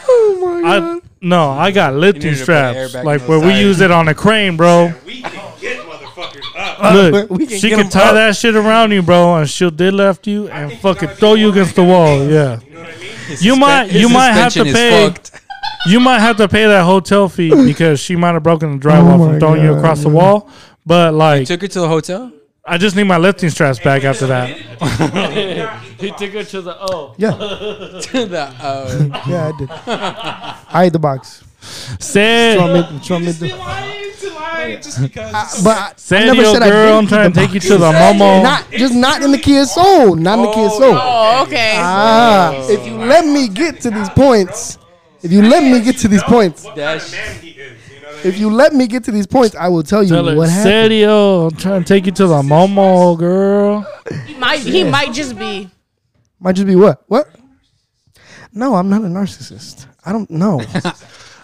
A: Oh
C: I no, I got
D: You need to
C: lifting
D: put an
C: straps
D: airbag
C: like
D: in
C: where
D: those
C: we
D: tires.
C: use it on a crane, bro.
E: We can get motherfuckers up.
C: Look,
A: Uh, we can
C: she
A: get
C: can
A: 'em
C: tie
A: up.
C: that shit around you, bro, and she'll did left you and
E: think you
C: fucking
E: gotta be
C: throw you
E: more
C: against the wall. Yeah,
E: You know what I mean?
C: you might you might have to pay
D: Fucked.
C: you might have to pay that hotel fee because she might have broken the drywall
A: Oh my
C: from throwing you
A: God,
C: across the
A: yeah.
C: wall. But like,
D: Took her to the hotel.
C: I just need my lifting straps back after that.
H: he took her to the O.
A: Yeah,
D: the, uh,
A: yeah, I did. I ate the box.
C: Said,
A: Trump, Trump,
E: lying to lie just because.
A: but I, I
C: said
A: never
C: yo,
A: said
C: girl,
A: I
C: I'm
A: did
C: trying to take you to the momo.
A: Not just not in the kid's soul. Not in the kid's soul.
I: Oh, okay.
A: Ah, if you let me get to these points, if you let me get to these points,
E: what
D: That's-
E: kind of man he is, you know what I mean?
A: if you let me get to these points, I will tell you
C: Tell her,
A: what happened.
C: Serio, I'm trying to take you to the Momo, girl.
I: He might he might just be.
A: Might just be what? What? No, I'm not a narcissist. I don't know.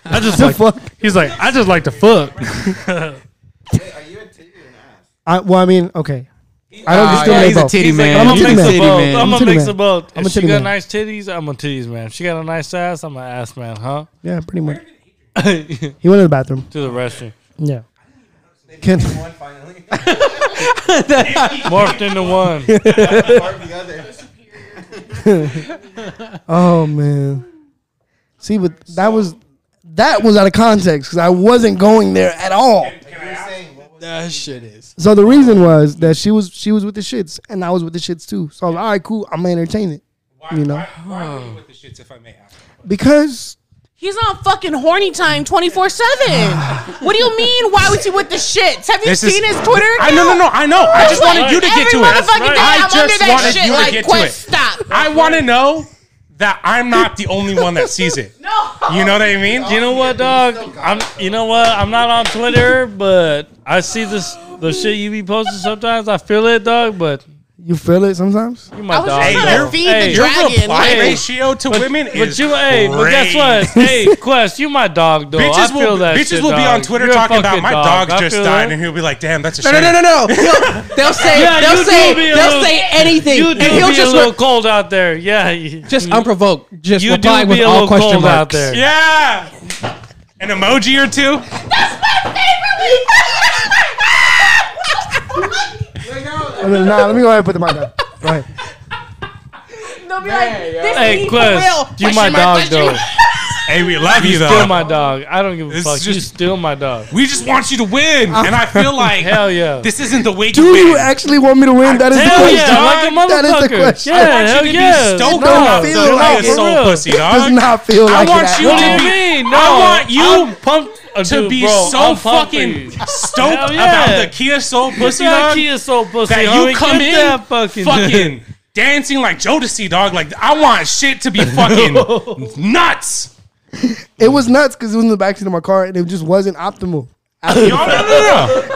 C: I just like,
A: fuck?
C: he's like, I just like to fuck.
B: Are you a titty or an ass?
A: I, well, I mean, okay. I don't
D: Ah, yeah,
A: discriminate
D: he's a
A: both.
D: titty man.
A: I'm a
D: He's
A: titty man.
H: I'm
A: I'm a
H: a
A: titty
H: mix
A: man.
H: of both.
A: I'm
H: If
A: a
H: she
A: titty
H: got
A: man.
H: nice titties, I'm a titties man. If she got a nice ass, I'm an ass man, huh?
A: Yeah, pretty much.
H: to
A: He went to the bathroom.
H: the restroom.
A: Yeah. Can
B: One finally,
H: Morphed into one.
B: or the other.
A: oh man. See, but that was that was out of context because I wasn't going there at all.
E: Can I ask?
D: That shit is.
A: So the reason was that she was she was with the shits and I was with the shits too. So I'm like, all right, cool. I'm gonna entertain it
E: Why,
A: You know.
E: why, why
D: Oh.
E: were you with the shits if I may ask?
A: because
I: He's on fucking horny time 24 7. What do you mean? Why was he with the shits? Have you
E: This is-
I: seen his Twitter?
E: I no no no I know I just wanted you to get to
I: Every
E: it.
I: motherfucking day,
E: I
I: I'm under
E: just
I: that
E: wanted
I: shit.
E: you to
I: like,
E: get to
I: Quest,
E: it.
I: stop.
E: I want to know that I'm not the only one that sees it.
I: No.
E: You know what I mean?
H: You know what, dog? I'm. You know what? I'm not on Twitter, but I see this the shit you be posting sometimes. I feel it, dog. But
A: you feel it sometimes.
H: you my
I: I was
H: dog.
I: just trying
H: though.
I: to feed
H: Hey,
I: the
E: Your
I: dragon.
E: reply
I: like-
E: ratio to women
H: But
E: is
H: you, hey, but guess
E: crazy.
H: what? Hey, Quest, you my dog, though. I
E: Bitches
H: feel
E: will,
H: that
E: bitches
H: shit,
E: will be
H: dog.
E: on Twitter
H: You're a
E: talking about
H: fucking
E: my
H: dog,
E: dog,
H: I
E: just
H: feel
E: died,
H: that.
E: and he'll be like, "Damn, that's a
D: No,
E: shame."
D: no, no, no, no. They'll, they'll say,
H: Yeah, you
D: they'll
H: do
D: say,
H: be a
D: they'll
H: little-
D: say anything,
H: You do
D: and
H: be
D: he'll
H: a
D: just
H: little
D: re-
H: cold out there. Yeah. you-
G: Just unprovoked. Just
H: you
G: reply
H: do
G: with
H: be a
G: all
H: little
G: question
H: cold
G: marks.
H: out there.
E: Yeah, an emoji or two.
A: Nah, let me go ahead and put the mic down. Go ahead.
I: They'll be like, this
H: Hey,
I: is for real.
H: Quest, you my
I: Question mark,
H: dog,
I: question
H: though.
I: mark.
E: Hey, we love you
H: Still
E: though.
H: my dog. I don't give a
E: This
H: fuck.
E: is
H: You
E: just-
H: still my dog.
E: We just want you to win, and I feel like
H: Hell yeah.
E: this isn't the way to
A: Do
E: win.
A: you actually want me to win? That is the
H: Hell
A: question.
H: yeah, like a
A: dog. That is the
H: motherfucker.
A: question.
H: Yeah,
A: I
E: I
H: hell
E: want you to
H: yeah.
E: be stoked
A: No,
E: on
A: I
E: the
A: feel like
E: like
A: it.
E: soul pussy,
A: Does
E: dog.
A: not feel
E: I
A: like
E: want
A: it
E: you
A: at
E: to
A: all.
E: be-
H: mean? No,
E: I want you
H: I'm pumped uh,
E: To
H: dude,
E: be
H: bro,
E: so
H: I'm pumped
E: fucking
H: for you.
E: stoked
H: Hell yeah.
E: about the Kia Soul pussy,
H: That
E: dog.
H: kid is so pussy.
E: that
H: homie.
E: you come
H: Get
E: in
H: that
E: fucking,
H: fucking,
E: dancing like Jodeci, dog. Like I want shit to be fucking nuts.
A: It was nuts because it was in the backseat of my car and it just wasn't optimal.
E: No, no, no, no.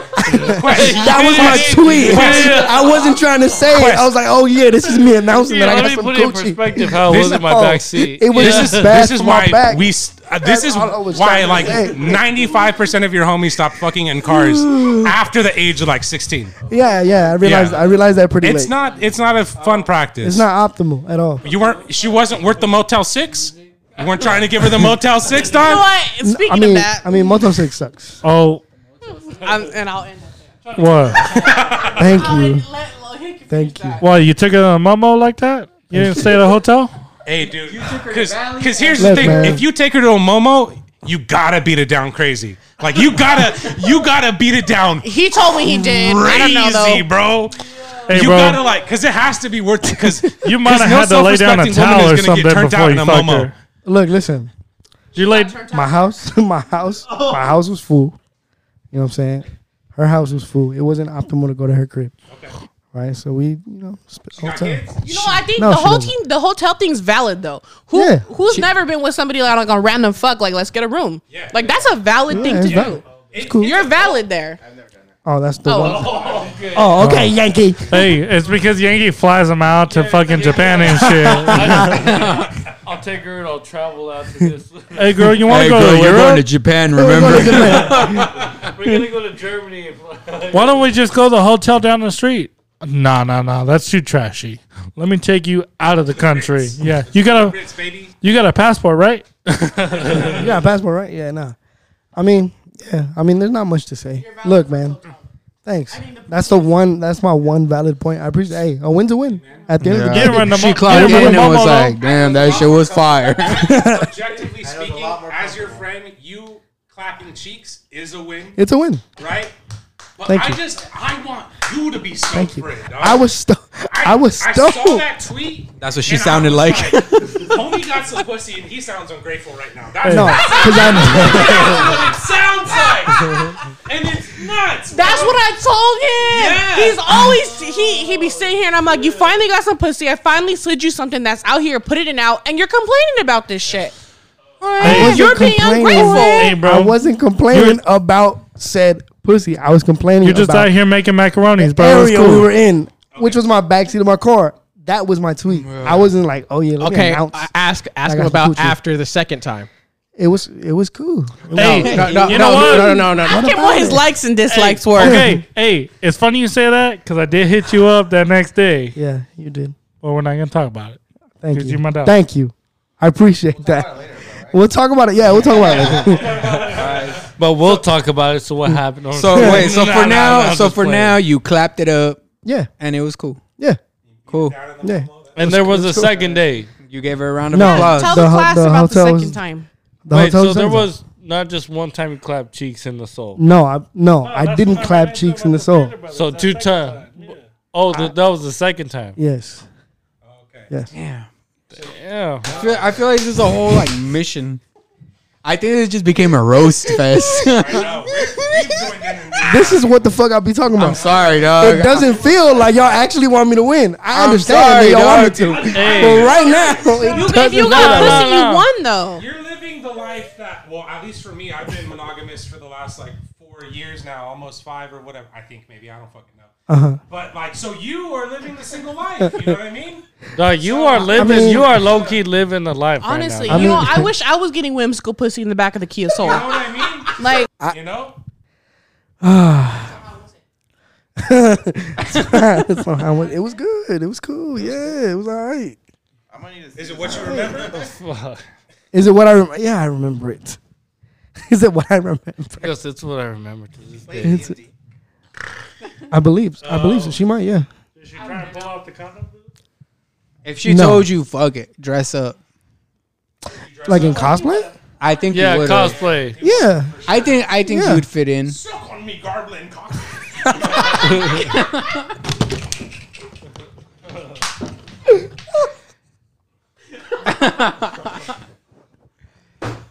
E: Quest,
A: That was my tweet. I wasn't trying to say it. I was like, oh yeah, this is me announcing
H: Yeah,
A: that I
H: let
A: got
H: me
A: some
H: put it in
A: Gucci.
H: perspective how it was in my
A: No,
H: back seat.
A: It was
H: Yeah.
A: just bad
E: this is
A: for my
E: why
A: back.
E: we. s- Uh, this
A: That's
E: is
A: all I was
E: why
A: trying to say.
E: like ninety five percent of your homies stop fucking in cars after the age of like sixteen.
A: Yeah, yeah. I realized.
E: Yeah.
A: I realized that pretty
E: It's
A: late.
E: not. It's not a fun practice.
A: It's not optimal at all.
E: You weren't. She wasn't worth the Motel Six. You weren't trying to give her the Motel Six,
I: You know
E: dog.
I: what? Speaking
A: I mean,
I: of that,
A: I mean, Moto Six sucks.
C: Oh,
I: I'm, and I'll end. it.
C: what?
A: Thank
I: I'll
A: you.
I: let- let- let him finish
A: Thank you.
I: that.
C: Why you took it on a mumbo like that? You didn't stay at a hotel?
E: Hey, dude. Because here's the
A: Look,
E: thing:
A: man.
E: if you take her to a Momo, you gotta beat it down crazy. Like you gotta, you gotta beat it down
I: He told me he did. I don't know
E: crazy,
I: though.
E: bro.
C: Hey,
E: you
C: bro,
E: gotta like, because it has to be worth. Because
C: you might have had to lay down a towel or something before you fucked her.
A: Look, listen.
C: You laid.
A: My house, my house, my house was full. You know what I'm saying? Her house was full. It wasn't optimal to go to her crib. Right, so we, you know, spent all time.
I: You know, I think
A: No,
I: the
A: she
I: whole
A: doesn't.
I: team, the hotel thing's valid though. Who
A: Yeah.
I: who's never been with somebody like, like on random fuck? Like, let's get a room. Like that's a valid thing
A: Yeah,
I: to
A: it's
I: do.
A: valid. It's cool.
I: You're valid there.
A: Oh, that's the
I: Oh,
A: one. Oh, okay, Yankee.
C: Hey, it's because Yankee flies them out to fucking Japan and shit.
H: I'll take her and I'll travel after this.
C: hey, girl, you want
J: Hey,
C: to go
J: girl,
C: to
J: we're going to
C: Europe?
J: Japan, remember?
H: We're gonna go to Germany. and-
C: Why don't we just go to the hotel down the street? Nah, nah, nah. That's too trashy. Let me take you out of the country. Yeah, you got a
E: baby.
C: you got a passport, right?
A: You got a passport, right? Yeah, nah. I mean, yeah. I mean, there's not much to say. Look, man. Thanks. That's the one. That's my one valid point. I appreciate. Hey, a win's a win. At the end of the
J: Yeah.
A: day,
C: You run the
J: She
C: mo-
J: clocked
C: you
J: in
C: run the
J: and
C: Momo,
J: was
C: though.
J: like, damn, that shit was fire.
E: Objectively speaking, as your friend, you clapping cheeks is a win,
A: it's a win.
E: right? But
A: Thank
E: I
A: you.
E: just, I want you to be so
A: Thank you.
E: for it, dog.
A: I was stu- I was
E: I saw
A: stoned.
E: that tweet.
J: That's what she
E: and I
J: sounded
E: was
J: like.
E: Homie got some pussy and he sounds ungrateful right now. That's
A: No,
E: that's
A: because I'm.
E: what it sounds like, and it's nuts.
I: That's
E: bro.
I: what I told him.
E: Yeah.
I: He's always he he be sitting here and I'm like, you finally got some pussy. I finally slid you something that's out here, put it in out, and you're complaining about this shit.
A: wasn't
I: You're being
A: complaining.
C: Hey,
I: ungrateful.
C: bro.
A: I wasn't complaining
C: You're-
A: about said pussy. I was complaining
C: You're just
A: about
C: out here making macaronis,
A: the
C: bro. It's
A: area
C: cool.
A: we were in, which was my backseat of my car. That was my tweet. I wasn't like, oh yeah, let me
G: Okay,
A: announce.
G: I- ask
A: I
G: ask him
A: got some
G: about
A: Gucci.
G: after the second time.
A: it was it was cool.
C: hey,
G: No, no,
C: you
G: no,
C: know what?
G: no, no, no, no, no.
I: Ask him
A: about
I: what his
A: it?
I: likes and dislikes were.
C: Okay, hey, it's funny you say that because I did hit you up that next day,
A: Yeah, you did.
C: but we're not gonna talk about it.
A: Thank
C: Did
A: you.
C: you mind out?
A: Thank you. I appreciate that. We'll talk about it. Yeah, we'll talk about it. later.
H: But we'll talk about it. So what happened?
J: So wait, so
H: Nah,
J: for
H: nah, nah,
J: now,
H: I'm
J: so
H: just
J: for
H: playing.
J: now, you clapped it up
A: yeah,
J: and it was cool.
A: yeah,
J: Cool.
A: yeah.
H: and there was a second day.
J: You gave her a round of
A: No.
J: applause.
I: Tell
A: The
I: the,
A: ho-
I: class
A: the
I: about the
A: hotel
I: second
A: was-
I: time.
A: The
H: Wait, so
A: hotel's
H: there
A: done.
H: was not just one time you clapped cheeks in the soul.
A: no, I no, I didn't clap cheeks in the soul.
H: So two times. Oh, th- that was the second time.
A: Yes,
H: Yeah.
J: I feel, I feel like this is a whole like mission. I think it just became a roast fest.
A: this is what the fuck I be talking
J: I'm
A: about.
J: sorry, dog.
A: It doesn't feel like y'all actually want me to win. I
J: I'm
A: understand
J: sorry,
A: that y'all want me
J: dog.
A: to,
H: Hey.
A: but right now it
I: You, if
A: doesn't
I: you
A: feel
I: got
A: that way.
I: pussy,
H: no, no.
I: you won though.
E: You're living the life that, well, at least for me, I've been monogamous for the last like four years now, almost five or whatever. I think maybe I don't fucking know. But like, so you are living the single life. You know what I mean?
H: Dog, you are living.
A: mean-
H: you are low key living the life. right now.
I: Honestly, you know, I wish I was getting whimsical pussy in the back of the Kia Soul.
E: You know what I
I: Like,
E: mean? You know?
A: So I went- it was good. It was cool. Yeah, it was all right.
B: I'm gonna need to
E: Is it what you remember?
A: Is it what I remember? Yeah, I remember it. Is it what I remember?
H: yes, that's what I remember to this day.
A: It's, I believe. I believe so. She might. Yeah.
J: if she
A: No.
J: told you, fuck it, dress up.
A: Like in cosplay.
J: I think
H: Yeah,
J: you would.
H: cosplay.
A: Yeah.
J: I think I think
A: Yeah.
J: you'd fit in.
E: Suck on me, Garblin.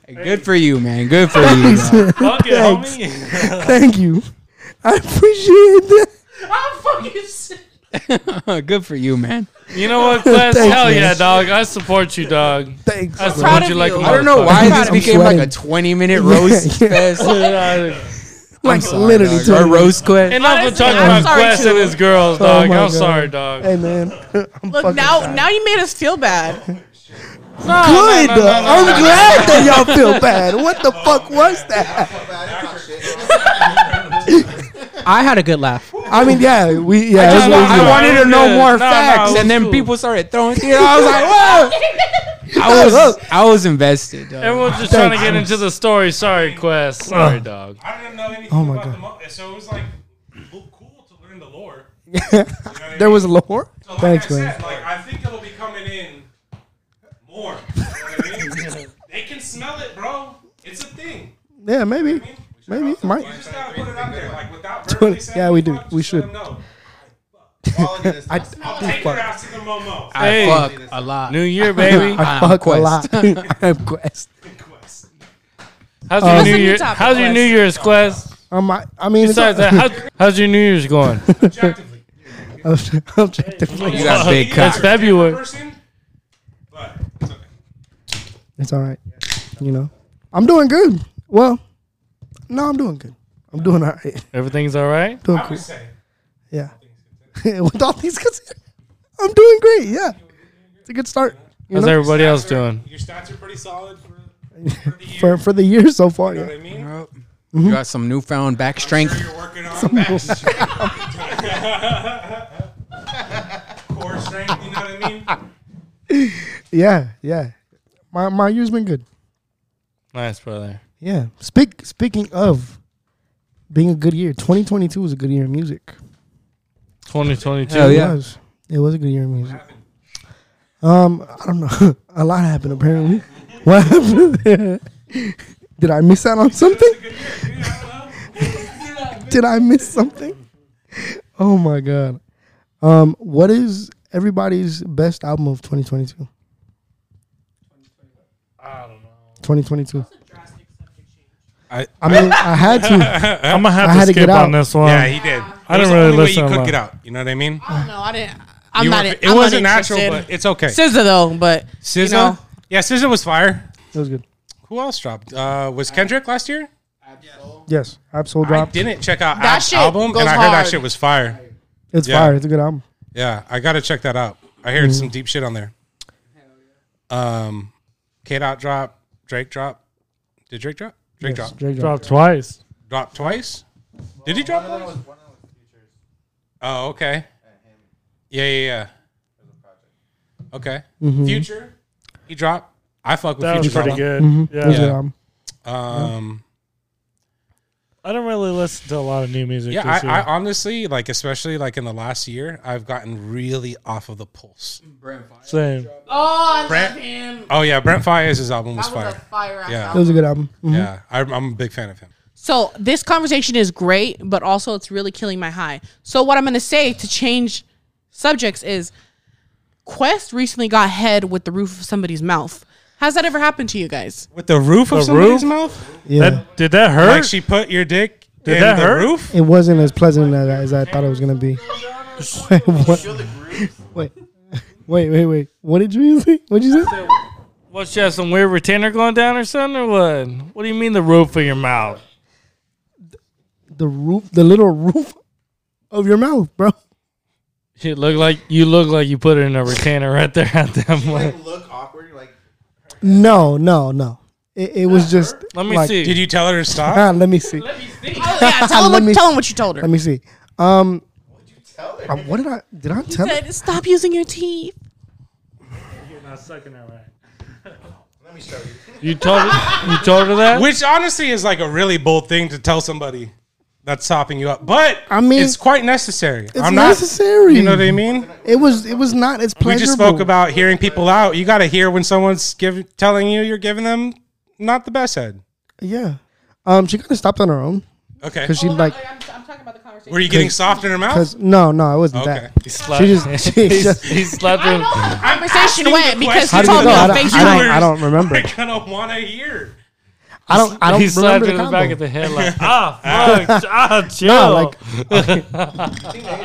J: Good for you, man. Good for you. dog.
H: Fuck it, homie.
A: Thank you. I appreciate that.
J: Good for you, man.
H: You know what, Quest?
A: Thanks,
H: Hell
A: man.
H: yeah, dog. I support you, dog.
A: Thanks.
H: I
A: man.
H: support you like a
J: I don't know
H: motherfucker.
J: why this
A: I'm
J: became like a 20
A: sweating.
J: minute roast fest.
H: Yeah,
A: Like literally,
J: Our
A: totally.
J: roast quit.
H: Enough of
I: Honestly,
H: talking
I: I'm
H: about
I: sorry,
H: Quest and
I: too.
H: his girls,
A: Oh
H: dog.
A: my
H: I'm
A: God.
H: sorry, dog.
A: Hey man, I'm
I: Look
A: fucking
I: now,
A: tired.
I: now you made us feel bad.
A: good. I'm glad that y'all feel bad. What the fuck was that?
G: I had a good laugh.
A: I mean, yeah, we yeah. it was
J: I
A: good.
J: wanted to know more
H: Nah, nah,
J: facts,
H: it was
J: and then
H: cool.
J: people started throwing. Things. I was like, "Whoa!" I was, I was invested. dog.
H: Everyone's just trying to get into the story. Sorry, Quest. Sorry, dog.
E: I didn't know anything
A: Oh my
E: about
A: God.
E: the mo- so it was like cool cool to learn the lore.
A: there was lore.
E: So like
A: Thanks,
E: I
A: man.
E: said, like I think it'll be coming in more. You know what I mean? they can smell it, bro. It's a thing.
A: Yeah, maybe,
E: I mean,
A: maybe it might.
E: You just gotta put it out there, like without verbally saying
A: Yeah, we
E: fuck,
A: do.
E: just
A: We
E: let
A: should.
E: 'em know.
B: Quality this
A: I,
B: time.
E: I'll
A: do
E: take
A: fuck.
E: your ass to the momo.
J: I
H: Hey.
J: fuck a lot.
H: New year, baby.
A: I fuck a lot. I'm Quest.
E: Quest.
H: How's your
A: Um,
H: new
I: What's the new
H: year?
I: topic,
H: How's your
I: Wes?
H: New Year's, Quest?
A: I'm, I, I mean, it's
H: Besides that, how, how's your New Year's going?
E: Objectively.
A: objectively,
J: You got a big
H: That's
J: cock.
H: February.
E: Person, but it's okay.
A: it's all right. You know, I'm doing good. Well, no, I'm doing good. I'm doing all right.
H: Everything's all right.
A: Doing
E: I
A: cool.
E: would say
A: Yeah. With all these considered, I'm doing great. Yeah, it's a good start. You
H: How's
A: know?
H: everybody else
E: stats are-
H: doing?
E: Your stats are pretty solid for, for the year.
A: for for the year so far.
E: you know what
A: Yeah.
E: I mean?
J: You got some newfound back
E: I'm
J: strength.
E: Sure you're working on back. Core strength, you know what I mean?
A: yeah, yeah. My my year's been good.
H: Nice, brother.
A: Yeah. Speak speaking of being a good year, 2022 was a good year in music.
H: 2022.
J: Hell yeah.
A: It was. It was a good year in music. Um, I don't know. a lot happened apparently. What happened? Did I miss out on something? Did I miss something? Oh my god. Um, what is everybody's best album of 2022?
H: I don't know.
A: 2022.
E: I-
A: I mean, I had to.
C: I'm gonna have
A: I
C: to
A: had to
C: skip
A: get out.
C: on this one.
E: yeah, he did.
C: I
E: It was
C: didn't really
E: the only way
C: listen
E: You
C: a
E: could
C: lot.
E: get out. You know what I mean?
I: I don't know. I didn't. I'm
E: You
I: not.
E: were-
I: in-
E: it
I: I'm
E: wasn't
I: not
E: natural,
I: interested.
E: but it's okay.
I: SZA though, but
E: SZA,
I: you know,
E: yeah, SZA was fire.
A: It was good.
E: Who else dropped? Uh, was Kendrick last year?
A: Yes, Absol
E: I
A: dropped.
E: didn't check out
I: That
E: Ab's
I: shit
E: album,
I: goes
E: and I heard that
I: hard.
E: shit was fire.
A: It's
E: Yeah.
A: fire. It's a good album.
E: Yeah, I gotta check that out. I heard some deep shit on there. Um, K Dot drop, Drake drop. Did Drake drop? Drake
A: Yes,
E: drop.
A: Drake dropped.
C: Dropped twice.
E: Dropped twice. Did he drop twice? Oh, okay. Yeah, yeah, yeah. Okay. Future. He dropped. I fuck with
C: Mm-hmm. That was
E: Future.
C: pretty
E: Pretty
C: good.
A: It was a
C: Yeah.
A: good album.
E: Um.
C: I don't really listen to a lot of new music.
E: Yeah,
C: this
E: I, I
C: year.
E: honestly like, especially like in the last year, I've gotten really off of the pulse.
C: same.
I: oh, I
E: Brent-
I: love him.
E: Oh yeah, Brent Fires' album was
I: That was a
E: fire.
I: fire ass
E: Yeah.
A: It
I: album.
A: was a good album. Mhm.
E: Yeah,
C: Mm-hmm.
E: I, I'm a big fan of him.
I: So this conversation is great, but also it's really killing my high. So what I'm gonna say to change subjects is, Quest recently got head with the roof of somebody's mouth. Has that ever happened to you guys?
E: With the roof of
C: The roof?
E: somebody's mouth?
A: Yeah.
C: That, did that hurt?
E: Like she put your dick
C: Did
E: in
C: that
E: the
C: hurt?
E: roof?
A: it wasn't as pleasant as, as I thought it was gonna be. wait, what? wait, wait, wait, wait. What did you say? What did you say?
H: What? You have some weird retainer going down or something, or what? What do you mean the roof of your mouth?
A: The roof, the little roof of your mouth, bro.
H: You look like you look like you put it in a retainer right there at that moment.
B: look awkward. Like
A: No, no, no. It, it was just.
H: Let me
A: like-
H: see.
E: Did you tell her to stop?
A: Ah, let me see.
I: Oh yeah, tell him
A: Let
I: what
A: me-
I: tell him what you told her.
A: Let me see. Um, uh, what did I? Did I tell? her?
I: Said, Stop using your teeth.
C: You're not sucking that right.
B: let me show you.
H: You told her, you told her that?
E: Which honestly is like a really bold thing to tell somebody that's topping you up. But
A: I mean-
E: it's quite necessary.
A: It's
E: I'm not
A: necessary.
E: You know what I mean?
A: It was. It was not as
E: We
A: pleasurable.
E: just spoke about hearing people out. You got to hear when someone's give, telling you you're giving them not the best head.
A: Yeah. Um, she kind of stopped on her own
E: Okay.
A: because she like.
I: Oh, I'm, talking about the conversation.
E: Were you getting soft in her mouth?
A: Cause no, no, it wasn't
E: Okay.
A: that. She just. She just
H: he slapped
I: I
H: her.
I: know how the
E: I'm asking
I: conversation went
E: the
I: because
E: question.
I: he
A: How did it
I: told
A: go?
I: me on
A: I don't- I don't-
I: Facebook.
A: I don't remember.
E: I don't want to hear.
A: I don't. I don't
H: he slapped
A: remember
H: her
A: the
H: in the back
A: combo.
H: of the head like, ah, fuck, ah, chill.
A: No, like
B: I think maybe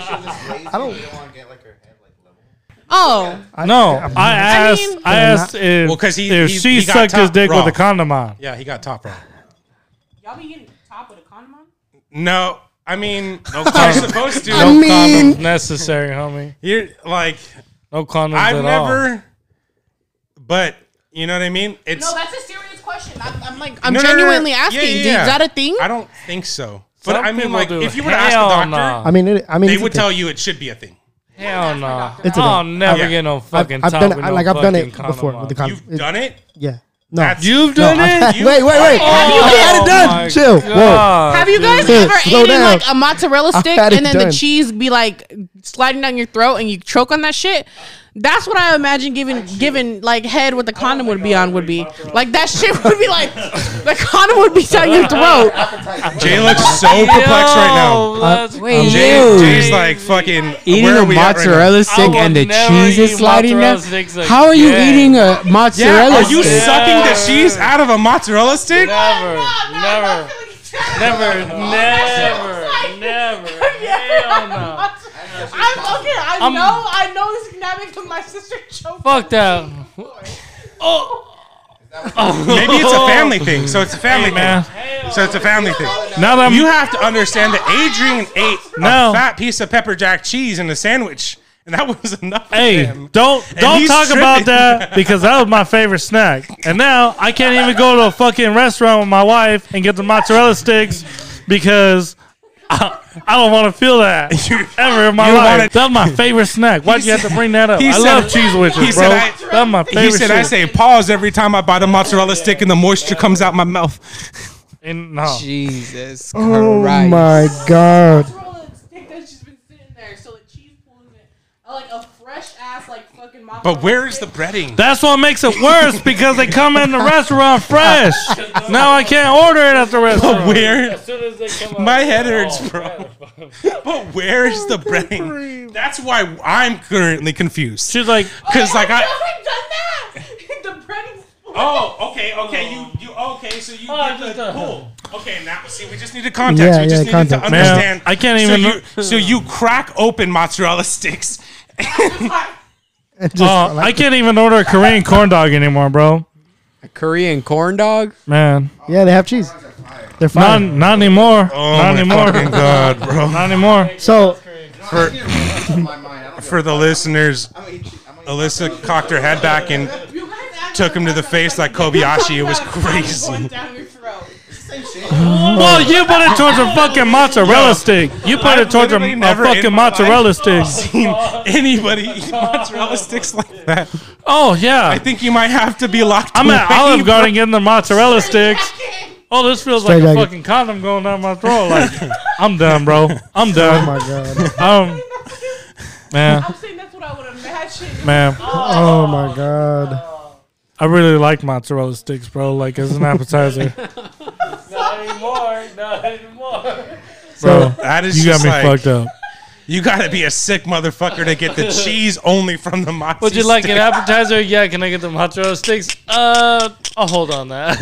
B: she was just lazy. I don't, want to get like her head like level.
I: Oh,
C: No, I asked. I,
I: mean-
C: asked if,
E: Well, 'cause he-
C: if
E: he-
C: she
E: he got
C: sucked his
E: top
C: dick
E: raw.
C: with a condom on.
E: Yeah, he got top wrong.
I: y'all be getting top with a condom on?
E: No, I mean, you're supposed to.
A: I mean,
H: necessary, homie.
E: You're like,
H: No condoms at
E: I've
H: all.
E: never, but you know what I mean? It's
I: No, that's a serious question. I'm, I'm like, I'm
E: No, no, no, no.
I: genuinely
E: Yeah,
I: asking.
E: yeah,
I: dude,
E: yeah.
I: Is that a thing?
E: I don't think so. But
H: Some
E: I mean,
H: people
E: like,
H: do.
E: if you were to ask the
H: Hell
E: doctor,
H: nah.
A: I mean, it, I mean,
E: they
A: it's a
E: would
A: thing.
E: tell you it should be a thing.
H: Hell Oh, no.
A: It's a
H: I'll
A: thing.
H: never
E: Yeah.
H: get no fucking
A: I've
H: top
A: done it.
H: with
A: I,
H: no
A: like I've done
H: fucking
A: it
H: condom
A: before
H: on.
A: with the condom.
E: You've
H: Um,
E: done it.
A: Yeah. No.
E: That's-
H: You've
A: no,
H: done
A: I've had-
H: it?
A: wait, wait, wait.
I: Wait, have
E: Oh.
I: you
A: I've had it
H: done-
A: done.
H: my
A: Chill.
H: God,
I: Have you guys
A: dude.
I: ever
A: Slow
I: eaten
A: down.
I: like a mozzarella
A: I've
I: stick
A: had
I: and
A: it
I: then the
A: done.
I: cheese be like sliding down your throat and you choke on that shit? That's what I imagine giving giving like head with the condom would be on would be like that shit would be like the condom would be down your throat.
E: Jay looks so perplexed right now.
H: Let's
J: Wait,
E: Jay,
J: Dude.
E: Jay's like fucking
J: Eating
E: where
J: a
E: are we at right now?
J: mozzarella stick
H: will
J: and the
H: never
J: cheese is
H: eat
J: sliding
H: mozzarella
J: down.
H: sticks
J: How are you
H: again.
J: eating a mozzarella
E: Yeah, are you
J: stick?
E: sucking the cheese out of a mozzarella stick?
H: Never, never, never, never, never. Hell no.
I: I'm okay. I
H: I'm-
I: know. I know this can happen because my sister choked.
H: Fuck that.
E: Maybe it's a family thing. So it's a family
H: man.
E: thing. So it's a family thing.
H: Now that I'm,
E: You have to understand that Adrian ate
H: No.
E: a fat piece of pepper jack cheese in a sandwich, and that was enough. for
H: hey,
E: him.
H: don't don't
E: he's
H: talk about
E: tripping.
H: that because that was my favorite snack, and now I can't even go to a fucking restaurant with my wife and get the mozzarella sticks because. I, I don't want to feel that ever in my
E: you
H: life.
E: wanted-
H: That's my favorite snack. Why'd you have to bring that up?
E: he
H: I
E: said-
H: love cheese
E: he
H: wedges,
E: said
H: bro.
E: I-
H: That's my favorite.
E: He said,
H: shit.
E: "I say pause every time I bite a mozzarella stick, and the moisture comes out my mouth."
H: And- no.
J: Jesus
A: Oh
J: Christ.
A: my god.
E: But where is the breading?
H: That's what makes it worse because they come in the restaurant fresh. Now I can't order it at the restaurant.
E: Where?
H: soon as they come
E: My head hurts, Oh, bro. But where is the breading? That's why I'm currently confused.
H: She's like,
E: Because like I.
I: the breading.
E: Oh, okay, okay. You, you, okay. So you
H: Oh, I
E: get
H: just
E: the
H: done.
E: cool. Okay, now see, we just need a context.
A: Yeah,
E: we
A: yeah,
E: just need
A: context.
E: to
A: Man,
E: understand.
H: I can't
E: so
H: even-
E: You, so you crack open mozzarella sticks.
A: It just,
H: uh, I can't even order a Korean corn dog anymore, bro.
J: A Korean corn dog?
H: Man,
A: yeah, they have cheese. They're
H: not
A: fine.
H: not anymore. not anymore.
E: Oh god, bro!
H: Not anymore.
A: So
E: For, for the listeners, Alyssa cocked her head back and took him to the face like Kobayashi. It was crazy.
H: Well, you put it towards a fucking mozzarella stick. You put it towards a,
E: literally
H: a
E: never in
H: fucking
E: my
H: mozzarella
E: life
C: Oh,
H: stick.
E: Seen anybody eat mozzarella sticks like that?
H: Oh yeah,
E: I think you might have to be locked.
H: I'm at
E: away,
H: Olive
E: bro.
H: Garden getting the mozzarella sticks. Oh, this feels like
A: Straight
H: a
A: jacket.
H: fucking condom going down my throat. Like, I'm done, bro. I'm
A: Oh
H: done.
A: my god.
H: Um, man,
I: I'm saying that's what I would imagine.
H: man,
A: Oh my god.
H: I really like mozzarella sticks, bro. Like as an appetizer,
A: So
E: That is
H: you got
E: just
H: me
E: like,
H: fucked up.
E: You gotta be a sick motherfucker to get the cheese only from the mozzarella.
H: Would you like an appetizer? Yeah, can I get the mozzarella sticks? Uh, I'll hold on that.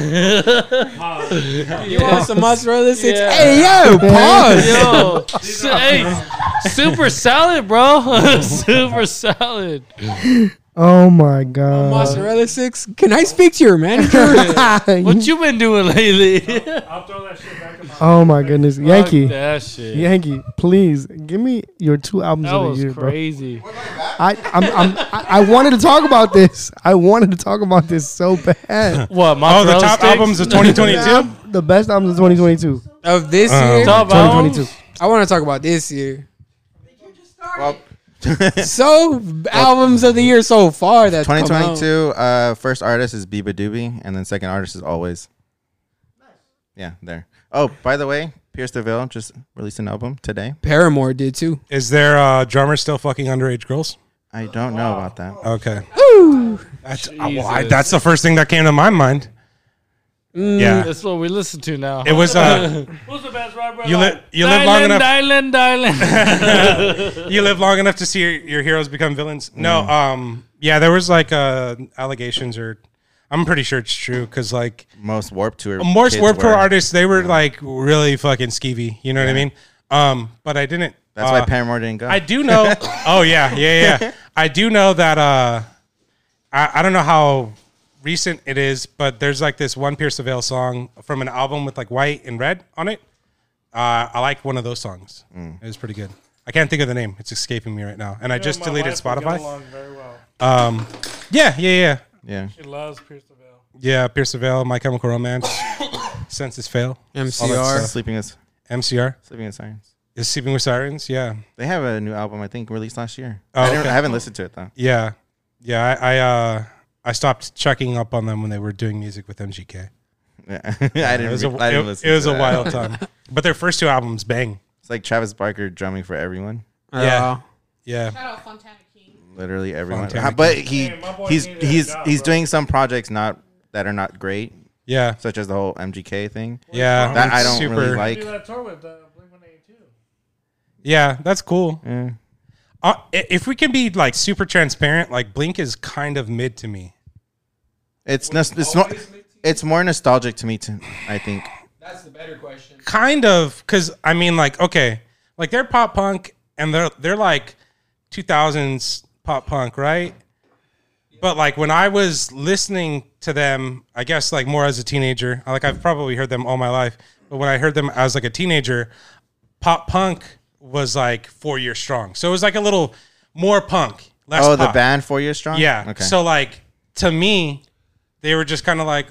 J: You want some mozzarella sticks?
H: Yeah.
J: Hey, yo, pause.
H: Yo, s- hey, super salad, bro. super salad.
A: oh my god.
J: mozzarella sticks? Can I speak to your manager?
H: What you been doing lately?
A: oh my goodness. Yankee.
H: That shit.
A: Yankee, please give me your two albums
H: That
A: of
H: was
A: the year, bro.
H: crazy.
A: I I'm, I'm, I I wanted to talk about this. I wanted to talk about this so bad.
H: What?
E: Oh,
H: Mozzarella
E: the top
H: sticks?
E: albums of 2022.
A: The best albums of 2022.
J: of this year?
H: Top albums?
A: 2022.
J: I want to talk about this year. so albums of the year so far that's 2022.
B: 2022. Uh, first artist is Biba Doobie, and then second artist is Always. Yeah, there. Oh, by the way, Pierce DeVille just released an album today.
J: Paramore did too.
E: Is there uh, drummer still fucking underage girls?
B: I don't know about that.
E: Okay. That's, uh, well, I, that's the first thing that came to my mind.
H: Mm.
E: Yeah.
H: That's what we listen to now.
E: It was uh,
H: Who's the best rapper?
E: you live you live long enough
H: Dylan, Dylan.
E: you live long enough to see your, your heroes become villains. No,
B: Mm.
E: um, yeah, there was like uh allegations or I'm pretty sure it's true because like
B: Most Warped Tour.
E: Morse
B: kids
E: Warped Tour
B: were.
E: artists they were like really fucking skeevy. You know what I mean? Um, but I didn't.
B: That's
E: uh,
B: why Paramore didn't go.
E: I do know. oh yeah, yeah, yeah. I do know that. Uh, I I don't know how recent it is, but there's like this one Pierce Avail song from an album with like white and red on it Uh, I like one of those songs. It was pretty good. I can't think of the name. It's escaping me right now. And I just deleted Spotify. Um, yeah, yeah, yeah.
B: Yeah.
C: She loves Pierce the Veil.
E: Yeah, Pierce the Veil, My Chemical Romance, Senses Fail, all that
D: MCR.
E: stuff.
B: Sleeping is
E: MCR,
B: Sleeping is Sirens.
E: is Sleeping with Sirens. Yeah,
B: They have a new album, I think, released last year.
E: Oh,
B: I, didn't-
E: okay.
B: I haven't listened to it though.
E: yeah, yeah. I I, uh, I stopped checking up on them when they were doing music with MGK.
B: Yeah. I
E: It
B: didn't.
E: was
B: re-
E: a,
B: I didn't
E: it-
B: listen.
E: it was
B: to
E: a
B: that.
E: wild time. But their first two albums bang.
B: It's like Travis Barker drumming for everyone,
D: Oh.
E: Yeah. Yeah,
I: Shout out Fontana King.
B: literally everyone.
E: Fontana
B: But he
C: Hey, my boy
B: he's
C: needed a
B: he's
C: job,
B: he's
C: bro.
B: doing some projects not that are not great,
E: yeah,
B: such as the whole MGK thing.
E: yeah.
B: That I
E: It's
B: don't really like.
C: Do that tour with uh, Blink 182.
E: Yeah, that's cool.
B: Yeah.
E: Uh, i- if we can be like super transparent, like Blink is kind of mid to me.
B: It's nos- it's more it's more nostalgic to me. To I think
J: That's the better question.
E: kind of because I mean, like, okay, like they're pop punk and they're they're like two thousands pop punk, right? But like when I was listening to them, I guess like more as a teenager, like I've probably heard them all my life. But when I heard them as like a teenager, pop punk was like four years strong, so it was like a little more punk, less.
B: oh the
E: pop.
B: band Four Years Strong.
E: Yeah.
B: Okay.
E: So like to me, they were just kind of like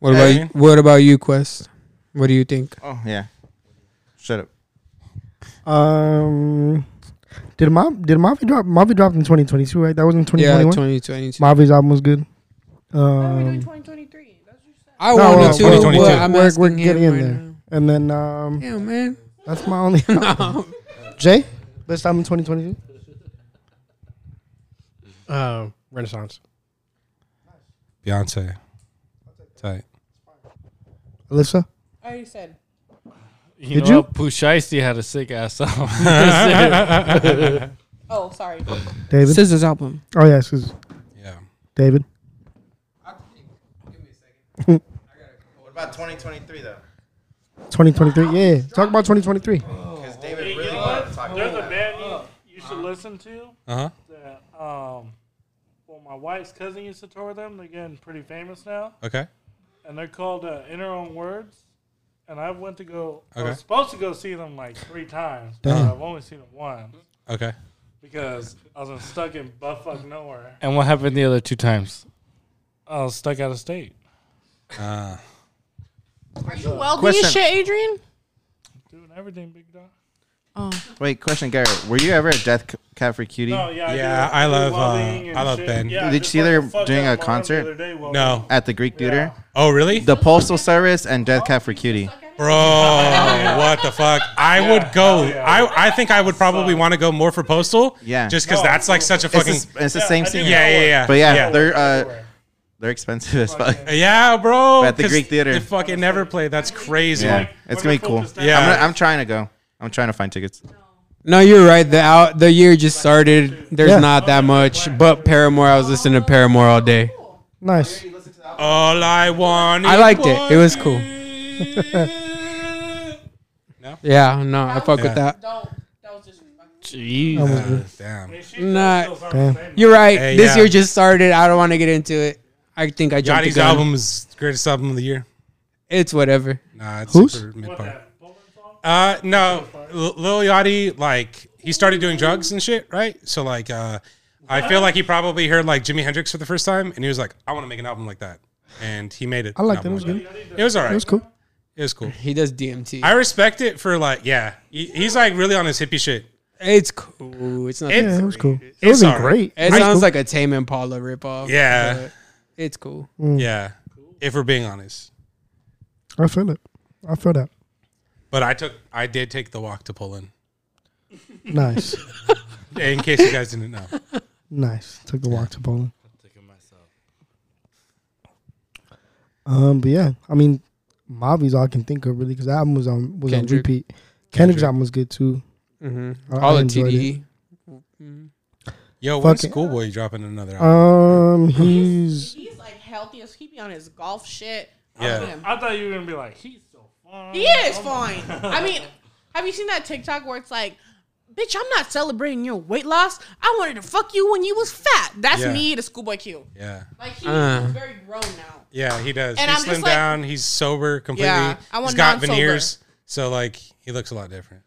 D: What
E: Hey.
D: about you, what about you, Quest? What do you think?
B: oh yeah. Shut up.
A: Um, did Mavi did Mavi drop? Mavi dropped in 2022, right? That was in 2021.
D: twenty twenty two.
A: Mavi's album was good.
I: Why are
A: Um,
I: we doing 2023? That's what you said.
D: I
A: no, no,
D: wanted to.
A: we're-
D: but
E: we're-
D: I'm
A: we're
D: asking him
A: getting in
D: right
A: there.
D: now.
A: and then um,
D: Yeah, man.
A: that's my only. Jay, best album in 2022.
G: Um, Renaissance.
E: Beyonce. Tight.
A: Alyssa,
I: I already said.
H: You
A: Did
H: know
A: you?
H: what? Pooh Shiesty had a sick ass album. That's it.
I: Oh, sorry.
A: David.
I: Scissor's album.
A: oh yeah, excuse
E: Yeah.
A: David.
B: What about 2023 though?
A: 2023. Yeah, talk about 2023.
B: Because David
C: Oh, You know what? There's a band you, you should listen to.
E: Uh huh.
C: That, um, well, my wife's cousin used to tour with them. They're getting pretty famous now.
E: Okay.
C: and they're called uh, In Our Own Words. And I went to go. I
E: Okay.
C: was supposed to go see them like three times,
A: Damn.
C: but I've only seen them once
E: Okay.
C: because I was stuck in buttfuck nowhere.
H: and what happened the other two times?
C: I was stuck out of state.
E: Uh,
I: Are you welding
B: Question.
I: your shit, Adrian?
C: Doing everything, big dog.
I: Oh,
B: Wait, question, Gary. Were you ever a Death Cat for Cutie?
C: No, yeah,
E: Yeah,
C: do-
E: I
C: do
E: love,
C: welding
E: uh,
C: and
E: I love
C: shit.
E: Ben.
C: Yeah,
B: Did you
C: just
B: see
C: like
B: they're
C: I fucked up
B: doing a
C: my mom the
B: concert?
C: other day welding.
E: no.
B: At the Greek Theater,
E: Oh, really?
B: the Postal Service, and Death Cat for Cutie.
E: Bro, what the fuck? I
C: Yeah,
E: would go.
C: hell yeah.
E: I, I think I would probably want to go more for Postal.
B: Yeah.
E: Just because
C: No,
E: that's like such a
B: It's, the
E: fucking.
B: s- it's the
C: Yeah,
B: same
C: I
B: scene.
C: did
E: Yeah, yeah, yeah.
B: But yeah,
E: yeah.
B: they're uh,
C: Everywhere.
B: they're expensive as fuck.
E: Yeah, bro.
B: At the
E: 'cause
B: Greek Theater.
E: They fucking never play. That's crazy.
B: Yeah,
C: like,
B: it's gonna be
C: wonderful
B: cool.
C: pistachios.
E: Yeah.
B: I'm, gonna, I'm trying to go. I'm trying to find tickets.
D: No, you're right. The out, the year just started. There's
A: Yeah.
D: not that much, but Paramore. I was listening to Paramore all day.
A: Nice.
E: All I want.
D: I
E: is
D: liked it. It was
E: one
D: cool.
E: you.
D: Yeah, no, I fuck with
E: Yeah.
D: that.
I: don't. That was just.
H: Jeez.
E: Uh, Damn.
C: And she
D: Nah.
C: still sounds
A: Damn.
C: the same.
D: You're right.
E: Hey,
D: this
E: yeah.
D: year just started. I don't want to get into it. I think I jumped the
E: Yachty's
D: gun.
E: album is the greatest album of the year.
D: It's whatever.
E: Nah, it's
A: Who's?
E: super mid
C: What
E: part.
C: that Poland song?
E: Uh, no, L- Lil Yachty, like he started doing drugs and shit, right? So like, uh, I feel like he probably heard like Jimi Hendrix for the first time, and he was like, "I want to make an album like that," and he made it.
A: I liked it.
E: an
A: It was
E: album
A: good.
E: like that. It was alright.
A: It was cool.
E: It was cool.
D: He does DMT.
E: I respect it for like, yeah, he, he's like really on his hippie shit.
D: it's cool. It's not.
E: It-
D: that
A: Yeah, it
D: great.
A: was cool. It
E: It's
A: wasn't great.
E: alright.
D: It
A: was
D: sounds
A: cool.
D: like a Tame Impala ripoff.
E: Yeah,
D: but It's cool.
A: Mm.
E: yeah. If we're being honest,
A: I feel it. I feel that.
E: but I took, I did take the walk to Poland.
A: Nice.
E: In case you guys didn't know,
A: Nice. Took the walk to Poland. Um, but yeah, I mean, Mavi's all I can think of really because the album was on was
D: Kendrick.
A: on repeat. Kendrick's
E: Kendrick.
A: album was good too.
D: hmm
A: I- I
D: All the
A: enjoyed
D: TDE.
E: yo, when's
A: Fuck it.
E: Schoolboy dropping another album?
A: Um, he's
I: He's like healthy as he be on his golf shit.
E: Yeah.
I: Look at him.
C: I thought you were gonna be like, he's so fun.
I: He is fine. I mean, have you seen that TikTok where it's like, Bitch, I'm not celebrating your weight loss. I wanted to fuck you when you was fat. That's
E: Yeah.
I: me to Schoolboy Q.
E: Yeah.
I: Like he
J: Uh.
I: was very grown now.
E: Yeah, he does.
I: And
E: he
I: I'm just
E: slimmed
I: like-
E: down. He's sober completely.
I: Yeah, I
E: he's
I: want
E: got
I: non-sober.
E: veneers. So, like, he looks a lot different.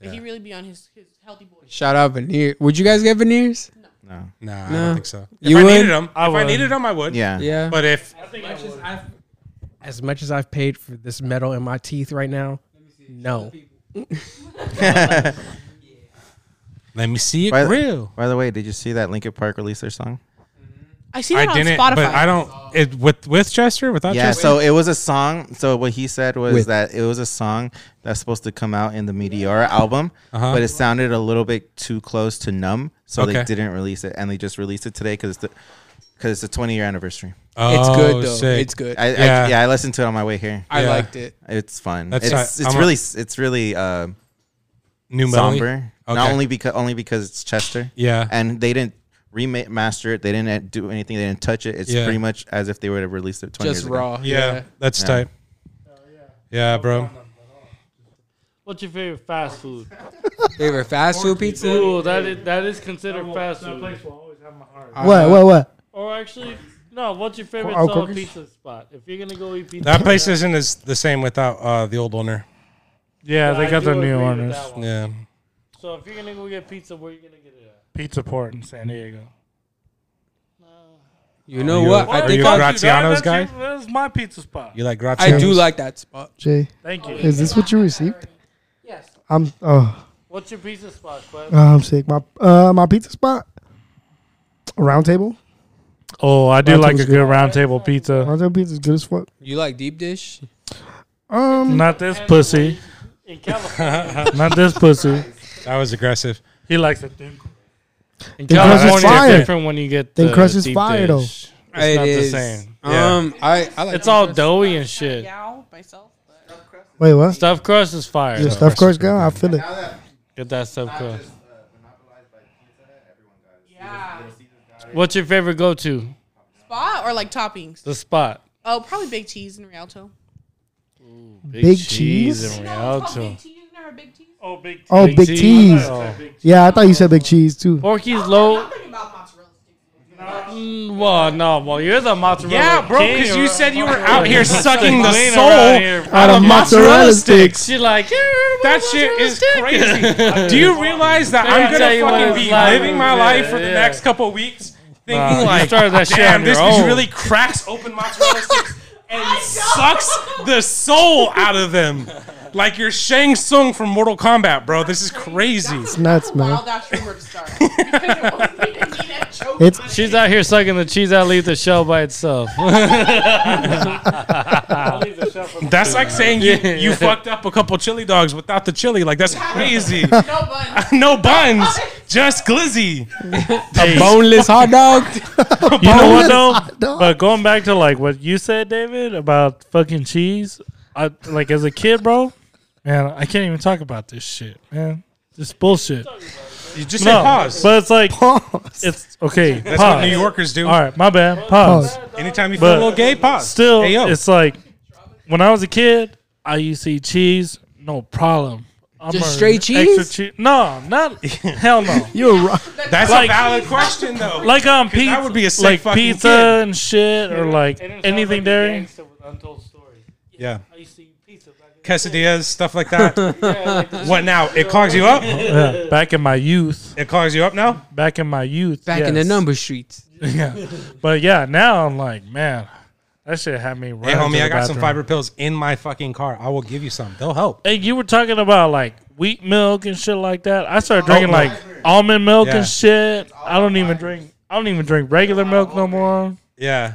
I: But he really be on his, his healthy boy.
J: Shout out veneer. Would you guys get veneers?
B: No.
E: Nah, I
J: No.
E: don't think so.
J: You
E: if
J: would?
E: I needed him,
C: I
E: if I
C: would.
E: needed him, I would.
B: Yeah.
J: Yeah.
E: But if
G: As much as I've paid for this metal in my teeth right now, no.
E: let me see it
B: By the-
E: real.
B: By the way, did you see that Linkin Park released their song?
I: I see
E: I
I: that on
E: didn't,
I: Spotify.
E: but I don't. It with with Chester without
B: yeah,
E: Chester.
B: so it was a song. So what he said was
J: With.
B: that it was a song that's supposed to come out in the Meteora album, but it sounded a little bit too close to Numb, so they
E: Okay.
B: didn't release it, and they just released it today because the because it's the 20 year anniversary.
J: It's
E: Oh,
J: good though.
E: sick.
J: It's good. I,
B: I, yeah.
E: Yeah.
B: I yeah, I listened to it on my way here.
E: Yeah.
J: liked it.
B: It's fun.
E: That's
B: it's
E: right.
B: it's
E: I'm a-
B: really it's really uh,
E: New melody.
B: somber. Not
E: Okay.
B: only because only because it's Chester.
E: Yeah.
B: and they didn't remaster it. They didn't do anything. They didn't touch it. It's
E: Yeah.
B: pretty much as if they would have released it 20
J: Just
B: years ago.
J: raw.
E: yeah, that's tight. Yeah, bro.
H: What's your favorite fast food?
J: Favorite fast food pizza?
H: Ooh, that is that is considered fast food.
C: will always have my heart.
A: What? What? What?
H: Or actually, no. What's your favorite
A: Our
H: solid
A: cookies?
H: pizza spot? If you're gonna go eat pizza,
E: That place isn't as the same without uh, the old owner.
C: Yeah,
H: I
C: they got
H: do
C: their
H: agree
C: new
H: with
C: owners.
H: that one.
E: Yeah.
H: So if you're gonna go get pizza, where are you gonna get it at?
C: Pizza Port in San Diego.
J: You know
E: you
J: what?
E: a-
J: I
E: are
J: think
E: you
J: I,
E: a Graziano's
C: That's
E: guy?
C: your- That's my pizza spot.
E: You like
J: I
E: Graziano?
J: do like that spot.
A: Jay,
C: Thank you.
A: is this what you received?
H: Yes.
A: I'm. Oh,
H: What's your pizza spot, Quest?
A: oh, I'm sick. My uh, my pizza spot. Round table.
C: Oh, I do
A: Round
C: like a
A: table's
C: good round table pizza.
A: Round table pizza is good as fuck.
J: You like deep dish?
A: Um,
C: Not this pussy.
H: In California.
C: Not this pussy.
E: That was aggressive.
C: He likes it thin.
H: In
A: Thin crust is
H: California,
A: fire.
H: it's different when you get the
A: Thin crust is
H: deep
A: fire,
H: dish.
A: though.
H: It's
J: It
H: not
J: is.
H: the same.
E: Yeah.
J: Um, I, I like
H: It's all doughy and shit.
I: Gal myself. but-
A: wait, what?
H: Stuffed crust is fire.
A: Your
H: though.
A: stuff course go. I feel it.
H: Get that stuffed crust.
I: Yeah.
H: What's your favorite go-to?
I: Spot or like toppings?
H: The spot.
I: Oh, probably big cheese and Rialto.
A: Big cheese?
H: and
I: No, it's called
H: Rialto.
I: Oh, big cheese. You've never big cheese.
C: Oh, big.
A: Oh, big
H: cheese.
A: cheese.
H: Oh.
A: Yeah, I thought you said big cheese too.
H: Porky's low.
I: thinking about mozzarella sticks.
H: Mm, Well, no, well, you're the mozzarella.
E: Yeah, bro,
H: king.
E: because you said you were
H: mozzarella
E: out here
H: king.
E: sucking the
H: Clean
E: soul
H: around here.
A: Out
D: Oh,
A: of mozzarella sticks.
H: She like, yeah,
E: That shit is crazy. Do you realize that
H: Yeah,
E: I'm
H: I tell
E: gonna
H: you what,
E: fucking
H: it's
E: be
H: like-
E: living my
H: yeah,
E: life for the
H: yeah.
E: next couple of weeks, thinking
H: Nah, you
E: like,
H: started that shit
E: damn,
H: on
E: this
H: your
E: bitch
H: own."
E: really cracks open mozzarella sticks and sucks the soul out of them, like you're Shang Tsung from Mortal Kombat, bro. This is crazy.
A: Nuts, man.
I: Wild ass rumor to start. Because it wasn't even me that choked
A: It's-
I: on it.
H: She's out here sucking the cheese out, leave the shell by itself.
E: That's like saying you, you fucked up a couple chili dogs without the chili. Like that's crazy.
I: no bun.
E: no buns, just glizzy.
J: boneless hot dog.
C: You know what though? But going back to like what you said, David, about fucking cheese. I like as a kid, bro. Man, I can't even talk about this shit, man. This bullshit.
E: You just
C: No,
E: said pause.
C: but it's like
A: Oh,
C: it's okay.
E: That's
C: pause.
E: what New Yorkers do.
C: All right, my bad. Pause.
E: Anytime you feel
C: But
E: a little gay, pause.
C: Still,
E: Hey, yo.
C: it's like when I was a kid, I used to eat cheese, no problem. I'm
J: Just
C: a
J: straight
C: extra
J: cheese?
C: che- no, not hell no.
A: You're right.
E: That's
C: Like-
E: a valid question, though.
C: like um,
E: that
C: pizza,
E: would be a sick
C: like
E: fucking
C: pizza
E: kid.
C: and shit, or like anything dairy.
E: yeah,
H: I used to eat pizza back in
E: quesadillas, stuff like that.
H: the day, like the-
E: what now? It clogs you up.
C: Yeah, back in my youth,
E: It clogs you up now.
C: back in my youth,
J: Back in the
C: yes.
J: number streets.
C: yeah, but yeah, now I'm like, man, that shit had me. Right
E: Hey, homie, I got some
C: bathroom.
E: fiber pills in my fucking car. I will give you some. They'll help.
C: Hey, you were talking about like wheat milk and shit like that. I started drinking like almond milk
E: Oh, Yeah.
C: and shit. I don't even drink. I don't even drink regular milk no more.
E: Yeah,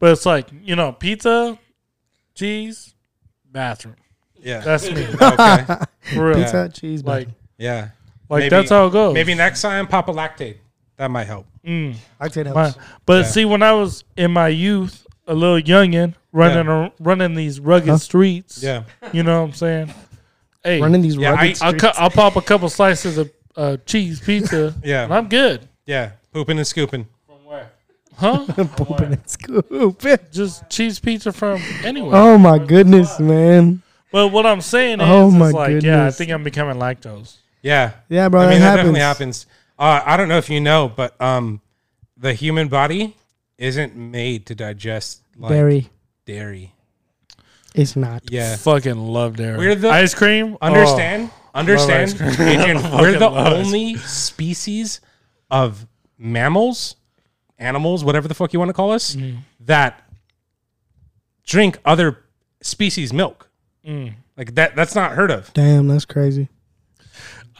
C: But it's like you know, pizza, cheese, bathroom.
E: yeah.
C: That's me
E: okay.
C: for real.
A: Pizza, cheese,
C: Like,
A: like
E: Yeah.
C: like
E: Maybe-
C: that's how it goes.
E: Maybe next time, pop a lactate. That might help.
C: Mm.
A: octane
C: My-
A: helps.
C: but
E: Yeah.
C: see, when I was in my youth, a little youngin running
E: Yeah.
C: ar- running these rugged streets.
E: Yeah.
C: you know what I'm saying. Hey,
A: Running these
E: Yeah, I-
A: rugged
C: I'll,
A: streets.
C: cu- I'll pop a couple slices of uh, cheese pizza.
E: Yeah.
C: and I'm good,
E: Yeah. Pooping and scooping.
C: huh?
A: Pooping and scooping.
C: Just cheese pizza from anywhere.
A: Oh my goodness, man.
C: But what I'm saying is,
A: Oh
C: is
A: my
C: like, yeah, I
A: goodness.
C: think I'm becoming lactose.
E: Yeah.
A: Yeah, bro,
E: I
A: that
E: mean, that,
A: happens.
E: definitely happens. Uh, I don't know if you know, but um, the human body isn't made to digest like
A: Dairy.
E: Dairy.
A: It's not.
E: Yeah.
C: Fucking love dairy.
E: We're the-
C: ice cream.
E: Oh. Understand? understand?
C: Love ice cream.
E: Adrian,
C: Fucking
E: we're the
C: love ice
E: only species of mammals, animals, whatever the fuck you want to call us,
C: Mm.
E: that drink other species' milk.
C: Mm.
E: Like that. That's not heard of.
A: Damn, that's crazy.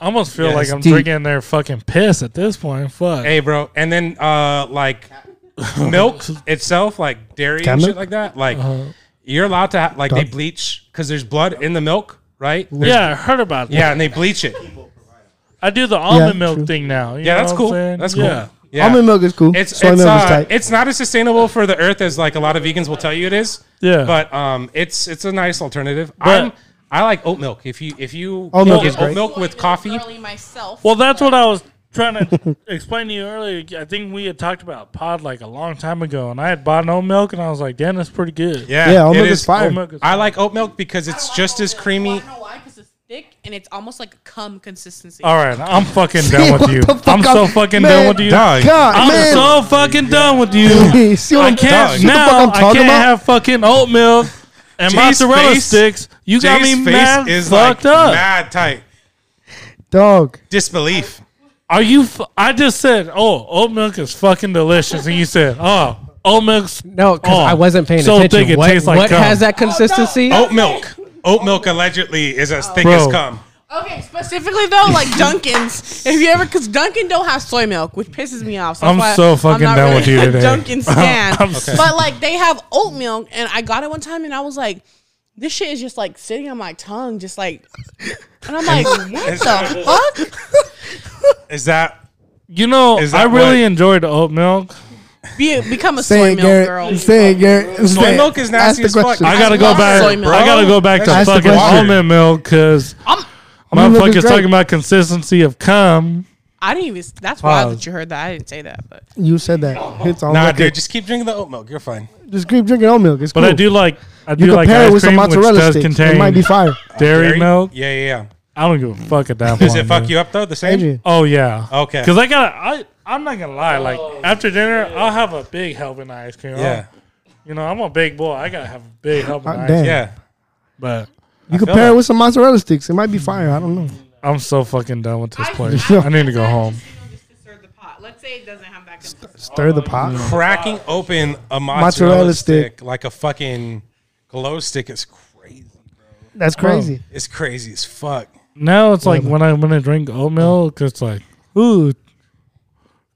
C: I almost feel
E: Yeah,
C: like
E: it's
C: I'm
E: deep.
C: drinking their fucking piss at this point. Fuck.
E: Hey, bro. And then uh like milk itself, like dairy
A: Cat
E: and shit
A: milk?
E: like that. Like
C: Uh-huh.
E: you're allowed to ha- like they
A: Dog-
E: bleach because there's blood in the milk, right? There's-
C: yeah, I heard about that.
E: Yeah, and they bleach it.
C: I do the almond
A: Yeah,
C: milk
A: true.
C: thing now. you
E: Yeah,
C: know
E: that's
C: what I'm
E: cool.
C: saying?
E: That's cool.
C: Yeah.
E: Yeah.
A: Almond milk is cool.
E: It's
A: Soy
E: it's
A: milk is
E: uh,
A: tight.
E: it's not as sustainable for the earth as like a lot of vegans will tell you it is.
C: Yeah.
E: But um, it's it's a nice alternative.
C: But-
E: I'm I like oat milk. If you if you
A: Oat milk
E: get
A: is great.
E: milk with coffee,
I: myself.
C: Well, that's what I was trying to explain to you earlier. I think we had talked about pod like a long time ago, and I had bought no milk, and I was like, "Damn, that's pretty good."
E: yeah,
A: yeah, oat
E: it
A: milk is fire.
C: Oat milk is-
E: I like oat milk because it's just as creamy.
I: I don't know why, because it's thick and it's almost like a cum consistency.
C: All right, I'm fucking done with you.
A: What the fuck
C: I'm so
A: I'm-
C: fucking
A: Man,
C: done with you.
E: Dog.
A: God,
C: I'm
A: man.
C: so fucking done with you.
A: See what
C: I
A: I'm-
C: can't
A: see what the fuck
C: now.
A: I'm
C: I
A: talking
C: can't
A: about?
C: have fucking oat milk and
E: Jay's
C: mozzarella
E: face-
C: sticks. You got
E: Jay's
C: me mad fucked up.
E: mad tight.
A: Dog.
E: Disbelief.
C: Are you? F- I just said, "Oh, oat milk is fucking delicious," and you said, "Oh, oat milk's
G: No, because
C: Oh,
G: I wasn't paying
C: so
G: attention.
C: thick it
G: what
C: tastes like
G: what
C: cum.
G: has that consistency?
E: Oat milk. Oat milk allegedly is as thick
C: Bro.
E: as cum.
I: Okay, specifically though, like Dunkin's. if you ever, because Dunkin' don't have soy milk, which pisses me off. that's
C: I'm
I: why
C: so fucking
I: not
C: done with you
I: a
C: today.
I: Dunkin' stand,
C: I'm so-
I: but like they have oat milk, and I got it one time, and I was like, this shit is just like sitting on my tongue, just like, and I'm like, what the fuck?
E: Is that
C: You know,
E: Is
C: I
E: that
C: really
E: what-
C: enjoyed oat milk.
I: Be, become a
A: Say
I: soy
A: it,
I: milk girl.
A: Garrett. Say it, Garrett. Soy
E: milk is nasty as fuck.
C: I gotta go
I: love
C: back.
I: soy milk.
C: I gotta go back to
A: That's the
C: fucking
A: question.
C: almond milk because
A: Almond milk is
C: motherfuckers
A: great.
C: talking about consistency of cum.
I: I didn't even. That's wild
C: Pause.
I: that you heard that. I didn't say that, but
A: You said that. It's all
E: nah,
A: milk.
E: dude? Just keep drinking the oat milk. You're fine.
A: Just keep drinking oat milk. It's
C: But
A: cool.
C: I do like I do
A: You
C: like
A: compare
C: ice
A: it with some
C: cream, which
A: mozzarella
C: does
A: sticks.
C: contain
A: It might be fire.
C: dairy, milk.
E: Yeah, yeah, yeah.
C: I don't give a fuck at that
E: Does
C: point,
E: it fuck
C: dude.
E: you up though? The same.
A: Adrian.
C: Oh yeah.
E: Okay.
C: Because I gotta. I I'm not gonna lie. Like after dinner, I'll have a big helping of ice cream. I'll-
E: Yeah.
C: you know, I'm a big boy. I gotta have a big helping.
A: Uh,
C: of ice
A: damn.
C: cream.
E: Yeah.
C: But
A: You compare
E: that.
A: it with some mozzarella sticks. It might be fire. I don't know.
C: I'm so fucking done with this
I: I-
C: place.
A: I-
C: I need to go home.
I: Let's say it doesn't have that consistency.
A: Stir the pot.
E: Cracking open a mozzarella,
A: Mozzarella
E: stick,
A: stick.
E: like a fucking glow stick is crazy.
A: That's crazy.
E: It's crazy as fuck.
C: Now it's like when I when I drink oat milk, it's like ooh,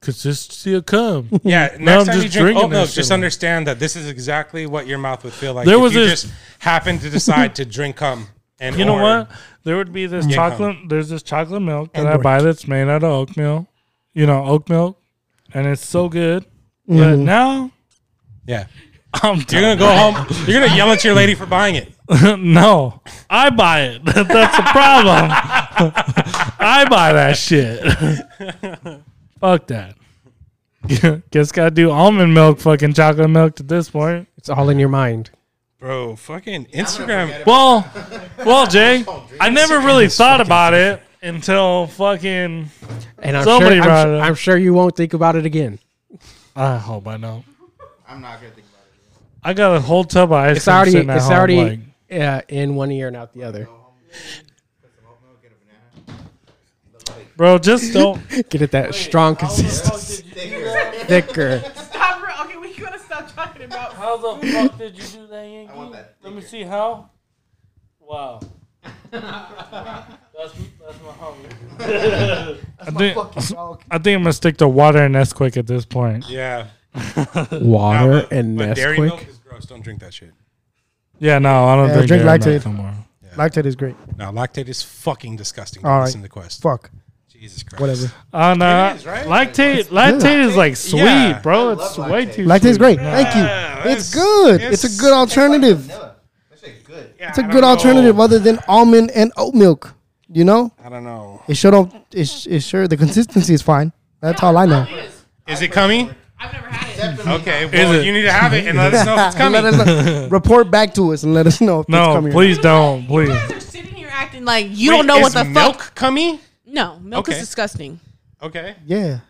C: consistency of cum.
E: Yeah,
C: Now I'm
E: next time you
C: just
E: drink
C: drinking
E: oat milk,
C: this
E: just
C: shit.
E: understand that this is exactly what your mouth would feel like
C: There
E: if
C: was
E: you
C: this-
E: just happen to decide to drink cum. And
C: You know
E: or-
C: what? There would be this
E: Yeah.
C: chocolate. There's this chocolate milk that I buy that's made out of oat milk. You know, oat milk, and it's so good. But
E: Mm-hmm.
C: now
E: Yeah,
C: I'm
E: you're gonna go home. You're gonna yell at your lady for buying it.
C: done. no, I buy it. That's the problem. I buy that shit. Fuck that. Guess gotta do almond milk, fucking chocolate milk to this point.
G: It's all in your mind.
E: Bro, fucking Instagram.
C: Well, well, Jay, I never really thought about it until fucking.
G: And I'm
C: Somebody
G: sure, I'm,
C: brought it
G: su-
C: up.
G: I'm sure you won't think about it again.
C: I hope I know.
B: I'm not gonna think about it.
C: I got a whole tub of ice
G: It's
C: cream
G: already
C: sitting at
G: it's
C: home,
G: already
C: like-
G: uh, in one ear and out the other.
C: bro, just don't.
G: Get it that strong consistency. Thicker.
I: Stop. re- Okay, we gotta stop talking about.
H: How the fuck did you do that, Yankee?
B: that
H: Let me see how. Wow. that's, that's my homie.
C: I think, I think I'm gonna stick to water and Nesquik at this point.
E: Yeah, Nah,
G: Water
E: but-
G: and
E: but dairy milk
G: Nesquik.
E: is gross. Don't drink that shit.
C: Yeah, no, I don't
A: Yeah,
C: drink,
A: drink
C: dairy
A: lactate.
C: milk no more.
A: Lactate is great.
E: No, lactate is fucking disgusting.
A: All right.
E: Listen to Quest.
A: Fuck.
E: Jesus Christ.
A: Whatever.
C: Oh no,
E: It is, right?
C: lactate, lactate is like sweet,
E: Yeah.
C: bro. It's way too.
A: Lactate is
C: sweet.
A: great. Thank you. It's good. It's, a good alternative.
B: good.
A: It's a good alternative other than almond and oat milk. You know,
E: I don't know.
A: it sure don't. It's, it's sure the consistency is fine. That's all I know.
E: Is it coming?
I: I've never had it.
E: Okay. Well,
C: it?
E: you need to have it and let us know if it's coming.
A: Let us know. Report back to us and let us know if it's
C: No,
A: coming. or not.
C: please don't, please.
I: You guys are sitting here acting like you
E: Wait,
I: don't know what
E: is
I: the
E: milk
I: fuck.
E: cummy?
I: No, milk
E: Okay.
I: is disgusting.
E: Okay.
A: Yeah.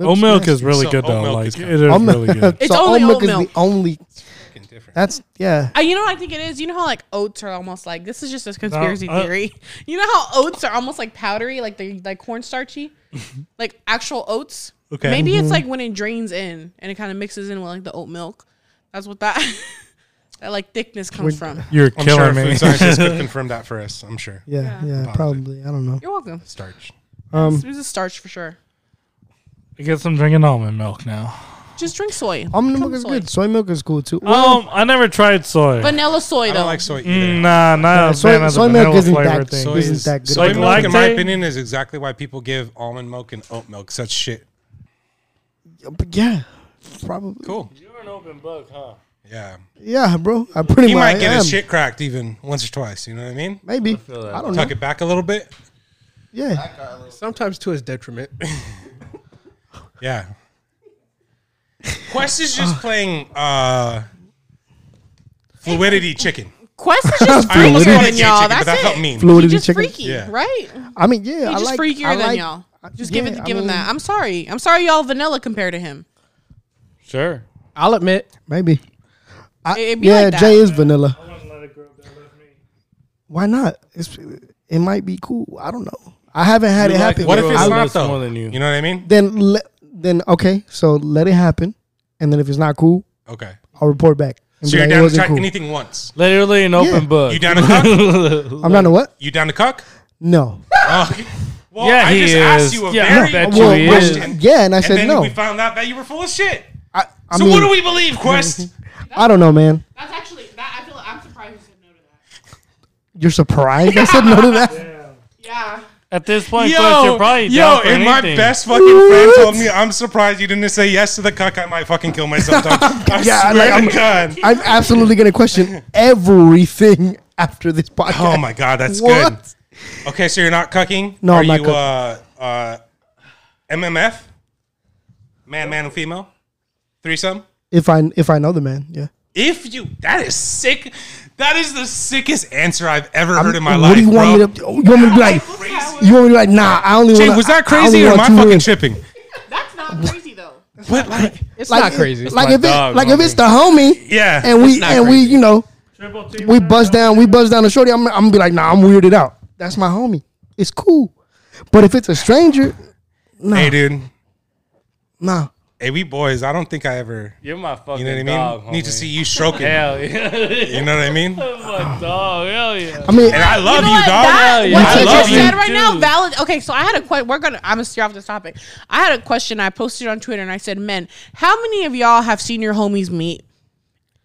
C: Oat milk is really
E: So
C: good
E: oat
C: though.
E: milk
C: Like
E: is
C: it
E: good.
C: is
A: Oat milk-
C: really good.
I: It's
A: so
I: only
A: oat milk
I: oat
A: is
I: milk.
A: the only.
E: Fucking different.
A: That's yeah.
I: Uh, you know what I think it is? You know how like oats are almost like this is just a conspiracy
C: uh,
I: theory. You know how oats are almost like powdery, like they're like cornstarchy? like actual oats.
E: Okay.
I: Maybe
A: Mm-hmm.
I: it's like when it drains in and it kind of mixes in with like the oat milk. That's what that that like thickness comes from.
C: You're
E: I'm sure
C: killing
E: food
C: me.
E: scientists could confirm that for us. I'm sure.
A: Yeah, yeah, probably. I don't know.
I: You're welcome.
E: Starch.
A: Um,
I: This is a starch for sure.
C: I guess I'm drinking almond milk now.
I: Just drink soy.
A: almond
I: Become
A: milk is
I: soy.
A: good. Soy milk is cool too.
E: Oh.
C: um, I never tried soy.
I: Vanilla soy
E: I
I: though.
E: don't like soy either.
C: Mm, nah, not a fan
A: soy
C: of
A: soy
C: the
A: milk
C: vanilla
A: isn't
C: flavor
A: that
C: thing.
E: Soy
A: isn't
E: is-
A: that good.
E: Soy
C: Like
E: milk, in my
C: lactate?
E: opinion, is exactly why people give almond milk and oat milk such shit.
A: But yeah, probably.
E: Cool.
H: You're an open book, huh?
E: Yeah.
A: Yeah, bro. I pretty
E: He
A: much
E: might get
A: am.
E: his shit cracked even once or twice. You know what I mean?
A: Maybe.
H: I feel that.
A: I don't know.
E: Tuck it back a little bit.
A: Yeah.
G: Sometimes to his detriment.
E: Yeah. Quest is just playing uh, fluidity chicken.
I: Quest is just
E: I almost called it
I: freakier than
E: chicken,
I: y'all.
E: but that
I: That's
E: felt
I: it.
E: mean.
I: He
A: Fluidity
I: just
A: chicken.
I: freaky,
E: Yeah.
I: right?
A: I mean, yeah.
I: He
A: I
I: just
A: like,
I: freakier
A: I
I: than
A: like-
I: y'all.
A: I-
I: Just
A: yeah,
I: give it,
A: I
I: give him
A: mean,
I: that. I'm sorry. I'm sorry y'all vanilla compared to him.
H: Sure.
G: I'll admit,
A: Maybe. I,
I: It'd be
A: yeah,
I: like that.
A: Jay is vanilla. Why not? It's, it might be cool. I don't know. I haven't had
H: You
A: it
H: like
A: happen.
H: it,
E: What if
H: Bro,
E: it's
H: I
E: not
H: love
E: though?
H: more than you.
E: you know what I mean?
A: then le- then okay, so let it happen, and then if it's not cool,
E: Okay.
A: I'll report back. and
E: So
A: be
E: you're
A: like, it
E: down to
A: wasn't
E: try
A: cool.
E: anything once.
H: Literally an
A: Yeah.
H: open book.
E: You down to cuck?
A: I'm not a what?
E: You down to cuck?
A: No.
E: Oh, well,
H: Yeah,
E: I
H: he
E: just
H: is.
E: asked you a
H: Yeah, I
E: very
H: bet
E: important
H: you he is.
E: question.
A: Yeah, and I
E: and
A: said
E: then
A: no.
E: we found out that you were full of shit.
A: I, I
E: so
A: mean,
E: what do we believe, Quest?
A: I don't know, man.
I: That's actually that. I feel like I'm surprised you said no to that.
A: You're surprised I said no to that.
I: Yeah.
H: At this point, Quest, you're probably
E: yo,
H: down for
E: if my
H: anything.
E: best fucking friend told me, I'm surprised you didn't say yes to the cuck, I might fucking kill myself. dog. I
A: Yeah,
E: swear
A: like,
E: to God.
A: I'm absolutely gonna question everything after this podcast.
E: Oh my God, that's
A: What?
E: good. Okay, so you're not cucking?
A: No,
E: Are
A: I'm not
E: you, Uh, uh, MMF? Man, man, and female? Threesome?
A: If I if I know the man, yeah.
E: If you, that is sick. That is the sickest answer I've ever heard in my
A: what
E: life.
A: do you want
E: bro.
A: me to? You want me to be like? You want me to be like? Nah, I only.
E: Jay,
A: wanna-
E: was that
A: I- I only
E: crazy or
A: want
E: am I
A: two
E: fucking
A: women.
E: tripping?
I: That's not crazy though.
E: But like,
G: it's
A: Like
G: not
A: if-
G: crazy. It's
A: Like
G: my
A: if it,
G: dog,
A: like
G: my
A: if it's the homie,
E: yeah.
A: and we
G: not
A: and we,
G: crazy.
A: you know, we buzz down, we buzz down the shorty. I'm, I'm gonna be like, nah, I'm weirded out. That's my homie. It's cool, but if it's a stranger,
E: hey, dude.
A: nah.
E: Hey, we boys. I don't think I ever.
H: You're my fucking
E: You know what I mean?
H: dog.
E: Need to
H: homie.
E: see you stroking.
H: Hell yeah.
E: You know what I mean?
H: my dog. Hell yeah.
A: I mean,
E: And I love
I: You
E: you,
I: know what?
E: dog.
I: That,
H: Yeah,
I: what
E: I
I: you
E: love
I: just
E: you.
I: said right now,
H: Dude.
I: valid. Okay, so I had a question. We're gonna. I'm gonna steer off this topic. I had a question. I posted on Twitter and I said, "Men, how many of y'all have seen your homies meet?"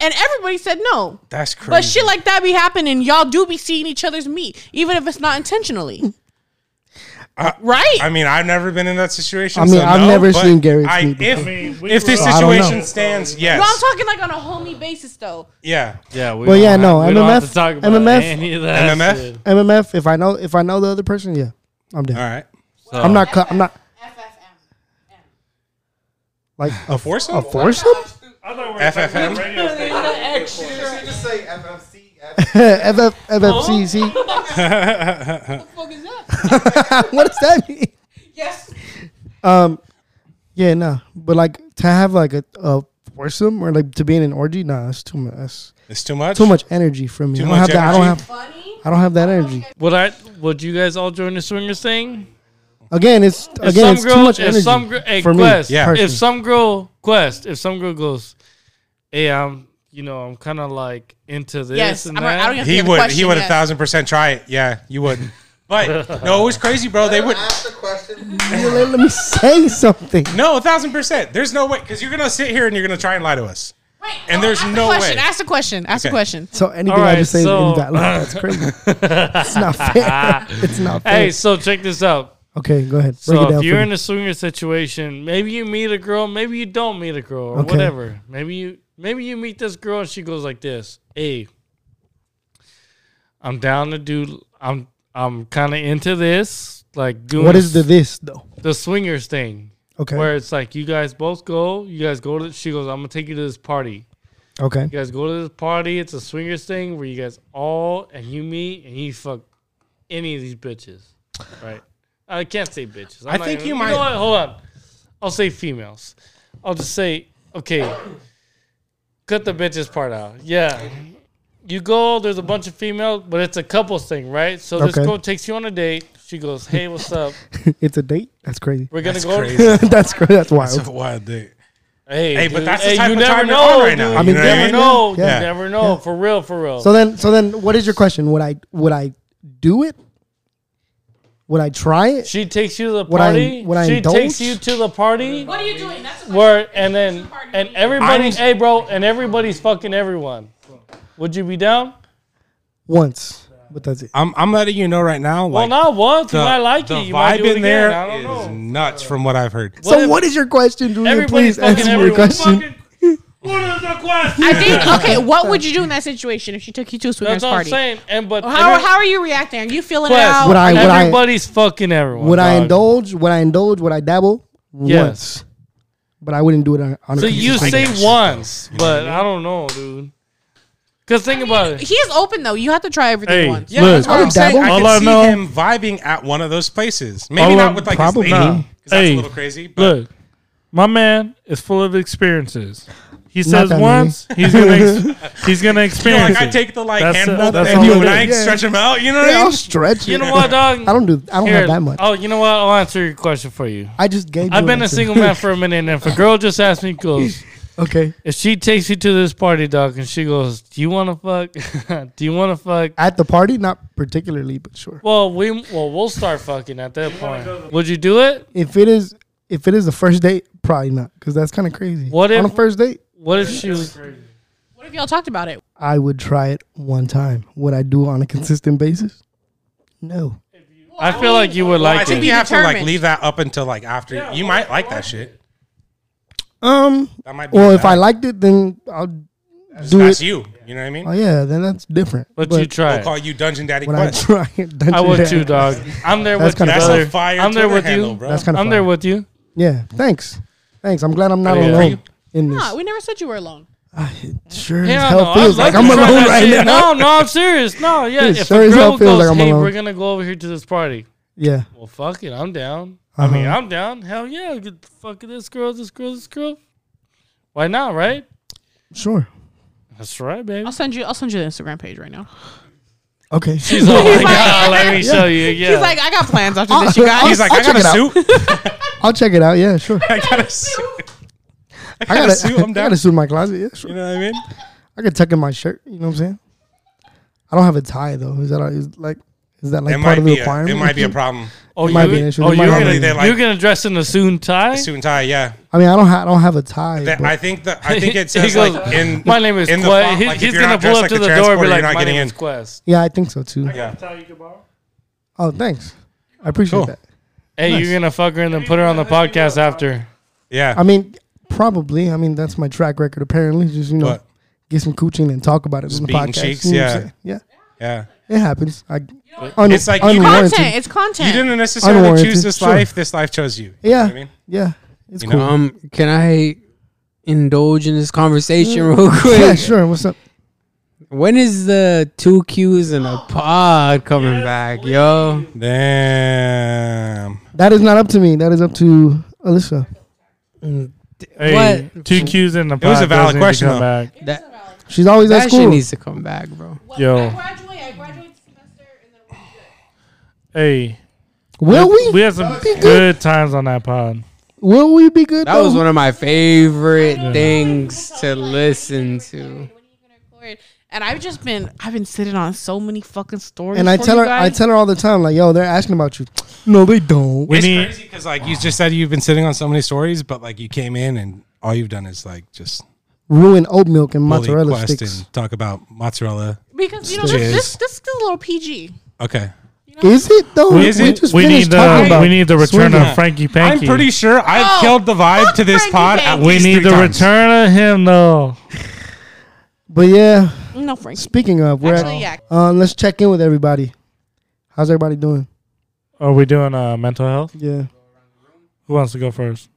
I: And everybody said no.
E: That's crazy.
I: But shit like that be happening. Y'all do be seeing each other's meet, even if it's not intentionally. right?
E: I mean, I've never been in that situation.
A: I mean,
E: so
A: I've
E: no,
A: never
E: but
A: seen Gary's
E: I,
A: feet
E: if,
A: before.
E: if this
A: I don't know.
E: situation stands,
I: no, I'm
E: yes.
I: talking like on a homie basis though.
E: Yeah.
H: Yeah, we
A: Well,
H: don't
A: yeah,
H: have-
A: no,
H: we don't have
A: MMF
H: to talk about
A: MMF
H: any of that
E: MMF?
H: shit.
A: MMF. If I know if I know the other person, yeah, I'm down.
E: All right.
H: So,
A: I'm not. cu- I'm not like
E: A foursome?
A: a foursome.
E: FFM?
A: FF, FFCC. what does that mean?
I: Yes.
A: Um, yeah, no. But like to have like a, a foursome or like to be in an orgy, nah, that's too much. That's
E: It's too much?
A: too much energy for me.
E: Too
A: I don't have
E: much
A: that. I don't
E: energy?
A: have. I don't have that energy.
H: Would I? Would you guys all join the swingers thing?
A: Again, it's again it's too much
H: if
A: energy
H: some girl, hey,
A: for me.
H: Quest,
E: Yeah.
H: if
A: personally.
H: some girl, Quest, if some girl goes, hey, I'm, you know, I'm kind of like into this
I: Yes.
H: and
I: I'm,
H: that.
I: I don't even
E: He
I: have to
E: would.
I: Question
E: He would a
I: yet.
E: thousand percent try it. Yeah, you would. But no, it was crazy, bro. They would.
A: Yeah, let, let me say something.
E: No, a thousand percent. There's no way because you're gonna sit here and you're gonna try and lie to us.
I: Wait,
E: And
I: oh,
E: there's
I: ask the
E: no
I: question,
E: way.
I: Ask the question. Ask the
E: Okay.
I: question.
A: So anything
H: All
A: I
H: right,
A: just say
H: so-
A: is invalid. That's crazy. it's not fair. it's not fair.
H: Hey, so check this out.
A: okay, go ahead. Break it
H: So
A: down
H: if you're
A: for
H: in
A: me.
H: a swinger situation, maybe you meet a girl, maybe you don't meet a girl, or
A: Okay.
H: whatever. Maybe you maybe you meet this girl and she goes like this: "Hey, I'm down to do. I'm I'm kind of into this, like doing
A: What is the this though?
H: the swingers thing,
A: Okay.
H: where it's like you guys both go, you guys go to. She goes, I'm gonna take you to this party.
A: okay.
H: You guys go to this party. It's a swingers thing where you guys all and you meet and you fuck any of these bitches, right? I can't say bitches.
E: I
H: not
E: think
H: even-
E: you
H: You know
E: might-
H: what? Hold on. I'll say females. I'll just say okay. Cut the bitches part out. Yeah. You go. There's a bunch of females, but it's a couples thing, right? So this
A: Okay.
H: girl takes you on a date. She goes, "Hey, what's up?
A: it's a date. That's crazy.
H: We're gonna
E: That's
H: go."
E: crazy.
A: that's cra- that's wild.
E: That's a wild date.
H: Hey,
E: Hey, but
H: dude.
E: that's the
H: Hey,
E: type
H: you
E: of
H: never
E: time you're
H: know,
E: on right now,
H: dude.
E: you
A: I mean,
H: you
E: know what
A: yeah, yeah, yeah.
H: never know. You never know.
A: Yeah.
H: For real. For real.
A: So then, so then, what is your question? Would I would I do it? Would I try it?
H: She takes you to the
A: Would I-
H: party.
A: would I
H: she
A: indulge?
H: takes you to the party.
I: What are you doing? That's
H: Where and then and everybody,
E: I'm-
H: hey bro, and everybody's fucking everyone. Would you be down?
A: Once, but that's it.
E: I'm I'm letting you know right now.
H: Well,
E: Like,
H: not once.
E: the,
H: you might like
E: the
H: it. You might
E: vibe
H: do it
E: in
H: again.
E: there
H: I don't
E: is
H: know.
E: nuts from what I've heard.
A: so,
H: if
A: what is your question, Julian?
H: everybody's
A: Please
H: fucking
A: answer your
H: everyone?
A: question.
H: Fucking- what is the question?
I: I think okay. What would you do in that situation if she took you to a swingers
H: That's what I'm
I: party?
H: saying. And but
I: How,
H: every-
I: how are you reacting? Are you feeling it
H: Quest,
I: out?
A: Would I- would I-
H: everybody's fucking everyone.
A: Would I
H: dog.
A: indulge? Would I indulge? Would I dabble?
H: Yes.
A: Once, but I wouldn't do it on. on a
H: So you
A: consistent
H: say
A: basis.
H: once, but I don't know, dude. Cause think about it.
I: He is open though. You have to try everything
C: Hey,
I: once.
E: Yeah,
C: look,
E: that's what I'm saying. I
C: all
E: can
C: I
E: see
C: know-
E: him vibing at one of those places. Maybe
C: All
E: not
C: I-
E: with like
C: probably
E: his lady,
C: not.
E: 'cause that's
C: Hey,
E: a little crazy. But
C: Look, my man is full of experiences. He
A: Not
C: says
A: that
C: once he's gonna ex- he's gonna
E: you know,
C: experience
E: like I
C: it.
E: take the like
C: That's it.
E: handful
C: That's
E: that
C: all
E: you
C: it
E: and I
A: is. Yeah.
E: stretch him out. You know what
A: Yeah,
E: I
A: I'll
E: mean?
A: stretch.
H: You
A: it.
H: know what, dog?
A: I don't do. I don't
H: Here,
A: have that much.
H: Oh, you know what? I'll answer your question for you.
A: I just gave.
H: I've
A: you an
H: been a
A: answer.
H: single man for a minute, and if a girl just asks me, goes,
A: okay.
H: if she takes you to this party, dog, and she goes, "Do you want to fuck? Do you want to fuck?"
A: At the party, not particularly, but sure.
H: Well, we well we'll start fucking at that point. Would you do it?
A: If it is, if it is the first date, probably not, because that's kind of crazy.
H: What
A: on
H: if-
A: a first date?
H: What if she was?
I: What if y'all talked about it?
A: I would try it one time. Would I do it on a consistent basis? No.
H: I feel like you would
E: I
H: like
E: think
H: it.
E: you have to like
I: determined.
E: leave that up until like after. you might like that shit.
A: Um.
E: That might be.
A: Well,
E: a
A: if I
E: vibe.
A: liked it, then I'll do
E: that's
A: it.
E: you. You know what I mean?
A: Oh yeah, then that's different.
H: But, you try.
E: We'll
H: It.
E: call you Dungeon Daddy
A: when I
E: Quest.
A: try it, don't
H: I
A: you
H: would
A: dare.
H: too, dog. I'm there
A: That's
H: with
A: kinda
H: you,
E: That's a
H: brother.
E: fire
H: I'm there
E: Twitter
H: with
E: handle,
H: you.
E: bro.
A: That's kind of.
H: I'm there with you.
A: Yeah. Thanks. Thanks. I'm glad I'm not
H: Yeah.
A: alone in this.
I: Nah, we never said you were alone.
A: I, it sure as
H: Yeah,
A: hell
H: no,
A: feels
H: I'd
A: like
H: to
A: I'm
H: try
A: alone
H: that
A: right
H: shit.
A: now.
H: No, no, I'm serious. No, yeah.
A: It
H: if
A: sure
H: a
A: as hell
H: girl
A: feels
H: goes,
A: like I'm
H: "Hey,
A: alone."
H: we're gonna go over here to this party,"
A: Yeah.
H: well, fuck it, I'm down. I mean,
A: Uh-huh.
H: I'm down. Hell yeah, get the fuck this girl, this girl, this girl. Why not, right?
A: Sure.
H: That's right, baby.
I: I'll send you. I'll send you the Instagram page right now.
A: Okay.
H: She's like, oh my God, let me show you. Yeah.
I: He's like, I got plans after this, you guys.
E: He's like,
A: I'll
E: I got
A: check
E: a
A: it out.
E: suit.
A: I'll check it out. Yeah, sure.
E: I got a suit.
A: I got a suit. I'm down. I got a suit in my closet. Yeah, sure.
E: You know what I mean?
A: I could tuck in my shirt. You know what I'm saying? I don't have a tie though. Is that a- is like is that like
E: it
A: part
E: might
A: of the
E: be. A,
A: requirement?
E: it might be a problem.
H: oh,
A: it
H: you,
A: might be an issue.
H: oh,
A: It
H: you're
A: might not
H: gonna,
A: be.
E: They like-
H: you're gonna dress in a soon tie?
E: Suit and tie. Yeah.
A: I mean, I don't have I don't have a tie.
E: That-
A: but
E: I think that I think it
H: He
E: says
H: goes,
E: like in.
H: My name is
E: in the
H: Quest.
E: font,
H: He-
E: like, if
H: he's
E: you're
H: gonna
E: not
H: pull
E: dressed
H: up
E: like
H: to the
E: the
H: door and be
E: transporter,
H: like,
E: you're not
H: "My
E: getting
H: name is
E: in."
H: Quest."
A: yeah, I think so too.
E: Yeah.
A: Oh, thanks. I appreciate
E: Cool.
A: that.
H: Hey, you're gonna fuck her and then put her on the podcast after.
E: Yeah.
A: I mean, probably. I mean, that's my track record. Apparently, just you know,
E: But
A: get some cooching and talk about it on the
E: beating
A: podcast.
E: cheeks,
A: you know what I'm
E: yeah.
A: saying? yeah,
E: yeah.
A: it happens. I un-
E: It's like you-
A: unwarranted.
I: content. It's content.
E: You didn't necessarily
A: Unwarranted,
E: choose this
A: sure.
E: life. This life chose you. You know
A: Yeah,
E: what I mean?
A: yeah, it's
E: You
A: cool.
E: know?
J: Um, can I indulge in this conversation real quick?
A: yeah, sure. What's up?
J: When is the two Qs and a pod coming back, yo?
E: Damn.
A: That is not up to me. That is up to Alyssa.
C: Hey, two Qs in the
E: was a
C: pot
E: valid
C: doesn't
E: question,
C: come
E: though.
C: back.
J: That,
A: She's always
J: that
A: at school.
J: shit needs to come back, bro.
C: Yo. I
I: graduate. I graduate semester, and then we're
C: Hey,
A: Will we?
C: we had some good times on that pod.
A: Will we be good?
J: That
A: though?
J: was one of my favorite things to listen to.
I: And I've just been, I've been sitting on so many fucking stories.
A: and I tell her, I tell her all the time, like, yo, they're asking about you. No, they don't.
C: We
E: it's
C: need-
E: crazy because like you just said you've been sitting on so many stories, but like you came in and all you've done is like just
A: Ruin oat milk and
E: bully
A: mozzarella
E: Quest
A: sticks.
E: and talk about mozzarella.
I: because you know this, this, this is a little PG.
E: Okay.
A: Is it though?
E: Is it?
A: just
C: We
A: finished
C: need
A: talking
C: the
A: about
C: we need the return
A: swinging.
C: of Frankie
E: I'm
C: Panky.
E: pretty sure I've
I: Oh,
E: killed the vibe
I: fuck
E: to this
I: Frankie
E: pod at
I: Panky.
C: we
E: least
C: need
E: three
C: the
E: times.
C: return of him though.
A: But yeah,
I: No, Frank.
A: speaking of, we're
I: Actually, yeah.
A: at, uh, let's check in with everybody. How's everybody doing?
C: Are we doing uh, mental health?
A: Yeah.
C: Who wants to go first?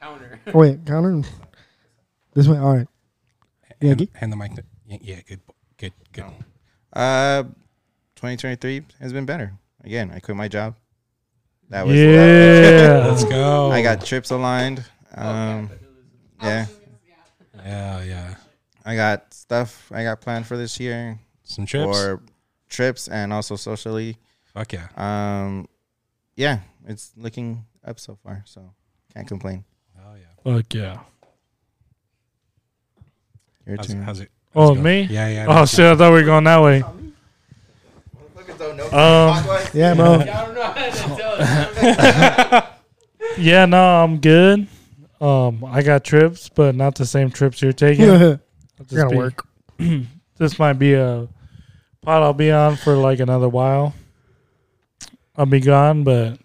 J: Counter.
A: Oh, wait, counter. This way. All right.
E: Hand,
A: Yankee?
E: hand the mic. To, yeah, yeah, good, bo- good, good.
B: Uh, 2023 has been better. Again, I quit my job. That was
C: Yeah.
E: Let's go.
B: I got trips aligned. Um, yeah,
E: Yeah, yeah.
B: I got stuff I got planned for this year
E: Some trips.
B: for trips and also socially.
E: Fuck yeah.
B: Um, yeah, it's looking up so far, so can't complain.
E: Oh yeah.
C: Fuck yeah.
B: Your
E: How's it?
B: turn.
E: How's it? how's
C: Oh,
E: it go?
C: me?
E: Yeah, yeah.
C: Oh, shit. I thought we were going that way. Um,
A: Yeah, bro.
C: yeah, no, I'm good. Um, I got trips, but not the same trips you're taking. I'll just
A: You're
C: be-
A: gonna work.
C: this might be a pot I'll be on for like another while. I'll be gone, but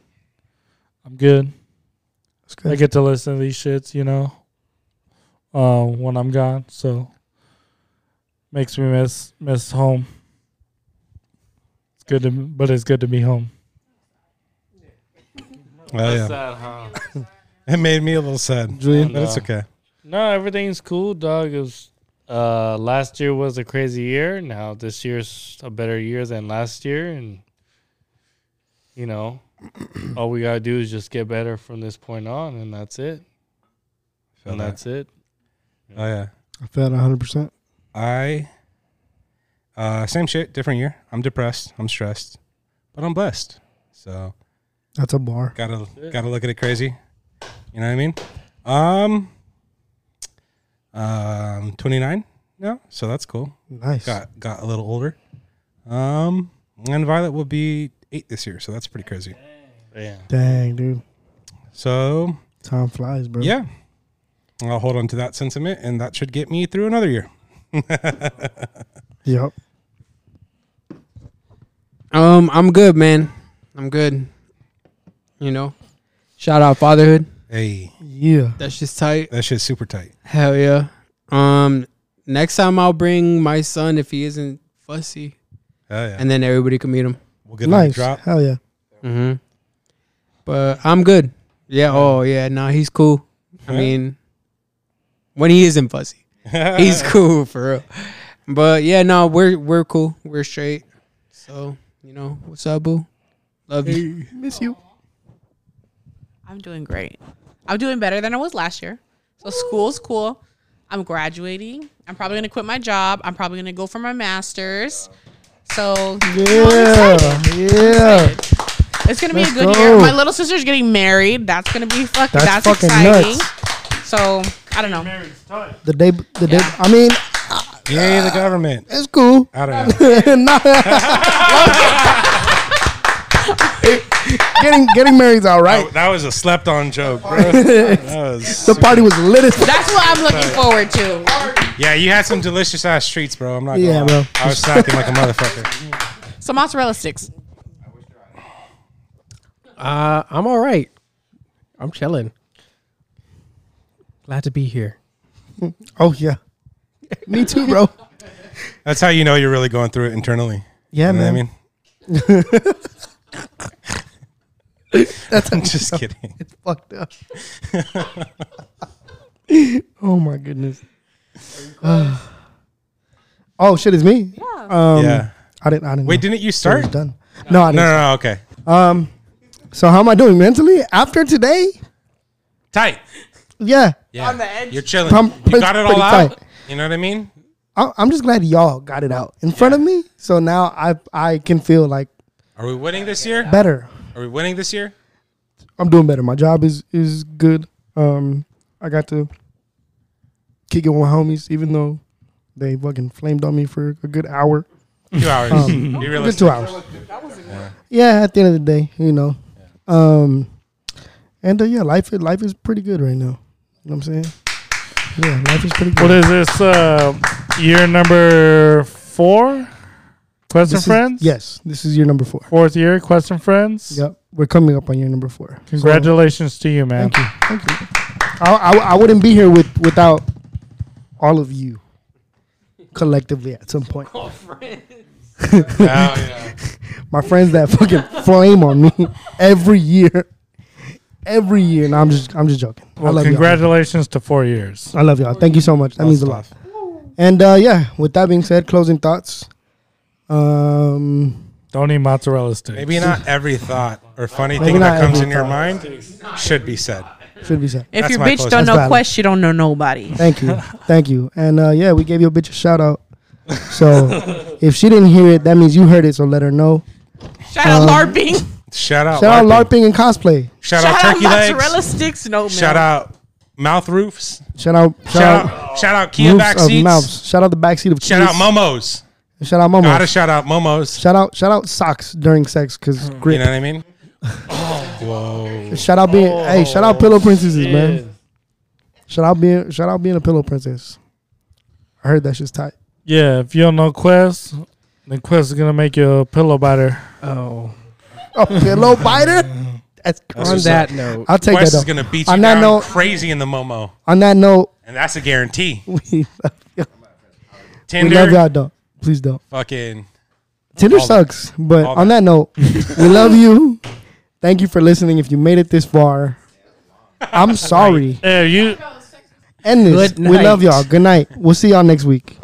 C: I'm good.
A: That's
C: I
A: good.
C: get to listen to these shits, you know, uh, when I'm gone. So makes me miss miss home. It's good to, but it's good to be home.
E: Well, yeah.
H: Sad, huh?
E: It made me a little sad,
A: Julian?
E: but it's
H: No.
E: okay.
H: No, everything's cool, dog. It was, uh, last year was a crazy year. Now this year's a better year than last year, and you know, all we gotta do is just get better from this point on, and that's it.
E: Feel
H: and
E: that.
H: that's it.
E: Oh yeah.
A: I felt 100. percent
E: I uh same shit, different year. I'm depressed, I'm stressed, but I'm blessed. So
A: That's a bar.
E: gotta gotta look at it crazy. You know what I mean? Um um 29 now, so that's cool.
A: Nice.
E: Got got a little older. Um and Violet will be eight this year, so that's pretty crazy.
H: Yeah.
A: Dang, dude.
E: So
A: Time flies, bro.
E: yeah. I'll hold on to that sentiment and that should get me through another year.
A: Yep.
D: Um, I'm good, man. I'm good. You know, shout out fatherhood.
E: Hey,
A: Yeah.
D: That's just tight.
E: that shit's super tight.
D: Hell yeah. Um, next time I'll bring my son if he isn't fussy,
E: Oh yeah.
D: and then everybody can meet him.
E: we'll get on the
A: nice.
E: drop.
A: Hell yeah.
D: Mm-hmm. But I'm good. Yeah. Oh yeah. Nah, he's cool. I
E: Yeah.
D: mean, when he isn't fussy, he's cool for real. But yeah, no, we're we're cool. We're straight. So you know, what's up, boo? Love you.
A: Miss you.
I: I'm doing great. I'm doing better than I was last year. So school's cool. I'm graduating. I'm probably gonna quit my job. I'm probably gonna go for my master's. So you know, I'm
A: Yeah.
I: excited.
A: Yeah.
I: It's gonna be
A: Let's
I: a good
A: go.
I: year. My little sister's getting married. That's gonna be fuck.
A: That's
I: That's,
A: fucking
I: exciting.
A: nuts.
I: So I don't know.
A: The day. The day.
I: Yeah.
A: I mean,
E: Yay, the government.
A: it's cool.
E: I don't know.
A: Nah. getting getting married's all right.
E: that, that was a slept on joke, bro. That was-
A: The party was lit as fuck.
I: That's what I'm looking forward to.
E: yeah, you had some delicious ass treats, bro. I'm not gonna
A: Yeah,
E: lie.
A: bro.
E: I was snacking like a motherfucker.
I: So mozzarella sticks.
G: Uh, I'm all right. I'm chilling. Glad to be here.
A: Oh yeah. Me too, bro.
E: That's how you know you're really going through it internally.
A: Yeah,
E: You know what I
A: man.
E: mean? I'm just kidding.
A: Fucked up. oh my goodness. oh shit, it's me. Um,
E: yeah.
A: I didn't. I didn't.
E: Wait,
A: know.
E: didn't
A: I
E: you
A: was
E: start? No,
A: done. No, I
E: no,
A: didn't.
E: no. Okay.
A: So how am I doing mentally after today?
E: Tight.
A: Yeah,
E: Yeah. You're chilling.
A: I'm
E: you
A: pretty-
E: got it all
A: pretty
E: out.
A: tight.
E: You know what I mean?
A: I- I'm just glad y'all got it out in front of me. So now I I can feel like
E: Are we winning this year?
A: better.
E: Are we winning this year?
A: I'm doing better. My job is is good. Um, I got to kick it with my homies, even though they fucking flamed on me for a good hour,
E: Two hours.
A: Um,
E: Be
A: a good
E: realistic.
A: two hours. Yeah, at the end of the day, you know. Um, and uh, yeah, life is life is pretty good right now. You know what I'm saying? Yeah, life is pretty good.
C: What is this? Uh, year number four? Quest and
A: This is-
C: Friends?
A: Yes, this is year number four.
C: Fourth year, Quest and Friends?
A: Yep, we're coming up on year number four. So-
C: Congratulations to you, man.
A: Thank you. Thank you. I, I, I wouldn't be here with without all of you collectively at some point. My friends that fucking flame on me every year. Every year. No, I'm just I'm just joking. I
C: Well,
A: love
C: congratulations to four years.
A: y'all. I love y'all. Thank you so much. That means a lot. And uh, yeah, with that being said, closing thoughts. Um,
C: Don't eat mozzarella sticks.
E: Maybe not every thought or funny
A: Maybe
E: thing that
A: not
E: comes
A: every
E: in your
A: thought.
E: mind should be said.
A: should be said.
I: If
E: That's
I: your
E: my
I: bitch
E: closest.
I: don't know
A: That's valid.
I: Quest, you don't know nobody.
A: Thank you, thank you, and uh, yeah, we gave your bitch a shout out. So if she didn't hear it, that means you heard it. So let her know.
I: Shout out LARPing.
E: Um, Shout out,
A: Shout
E: LARPing.
A: out LARPing and cosplay.
E: Shout,
I: Shout
E: out
I: out
E: turkey legs.
I: mozzarella sticks. No man.
E: Shout out mouth roofs.
A: Shout out, shout,
E: Shout
A: out,
E: out, shout out Kia
A: roofs
E: back
A: of
E: seats.
A: mouths. Shout out the backseat of keys.
E: Shout out momos.
A: Shout out Momo.
E: Gotta shout out momos.
A: Shout out, shout out socks during sex because
E: Mm, You
A: grip.
E: know what I mean? Whoa.
A: shout out being, hey, shout out pillow princesses, man. Shout out being, shout out being a pillow princess. I heard that shit's tight.
C: Yeah, if you don't know Quest, then Quest is gonna make you a pillow biter.
G: Oh,
A: A pillow biter. That's
G: on
A: crazy.
G: that note,
A: I'll take
E: Wes
A: that.
E: is
A: Up.
E: gonna beat you
A: On that
E: down
A: note-
E: crazy in the momo,
A: On that note,
E: and that's a guarantee.
A: we love, y'all. we love
E: Tinder,
A: y'all. Don't please don't.
E: fucking
A: Tinder
E: All that.
A: sucks, but
E: All
A: on that note, we love you. Thank you for listening. If you made it this far, I'm sorry.
C: Hey, you
A: End this.
G: Good
A: We love
G: night.
A: y'all. Good night. We'll see y'all next week.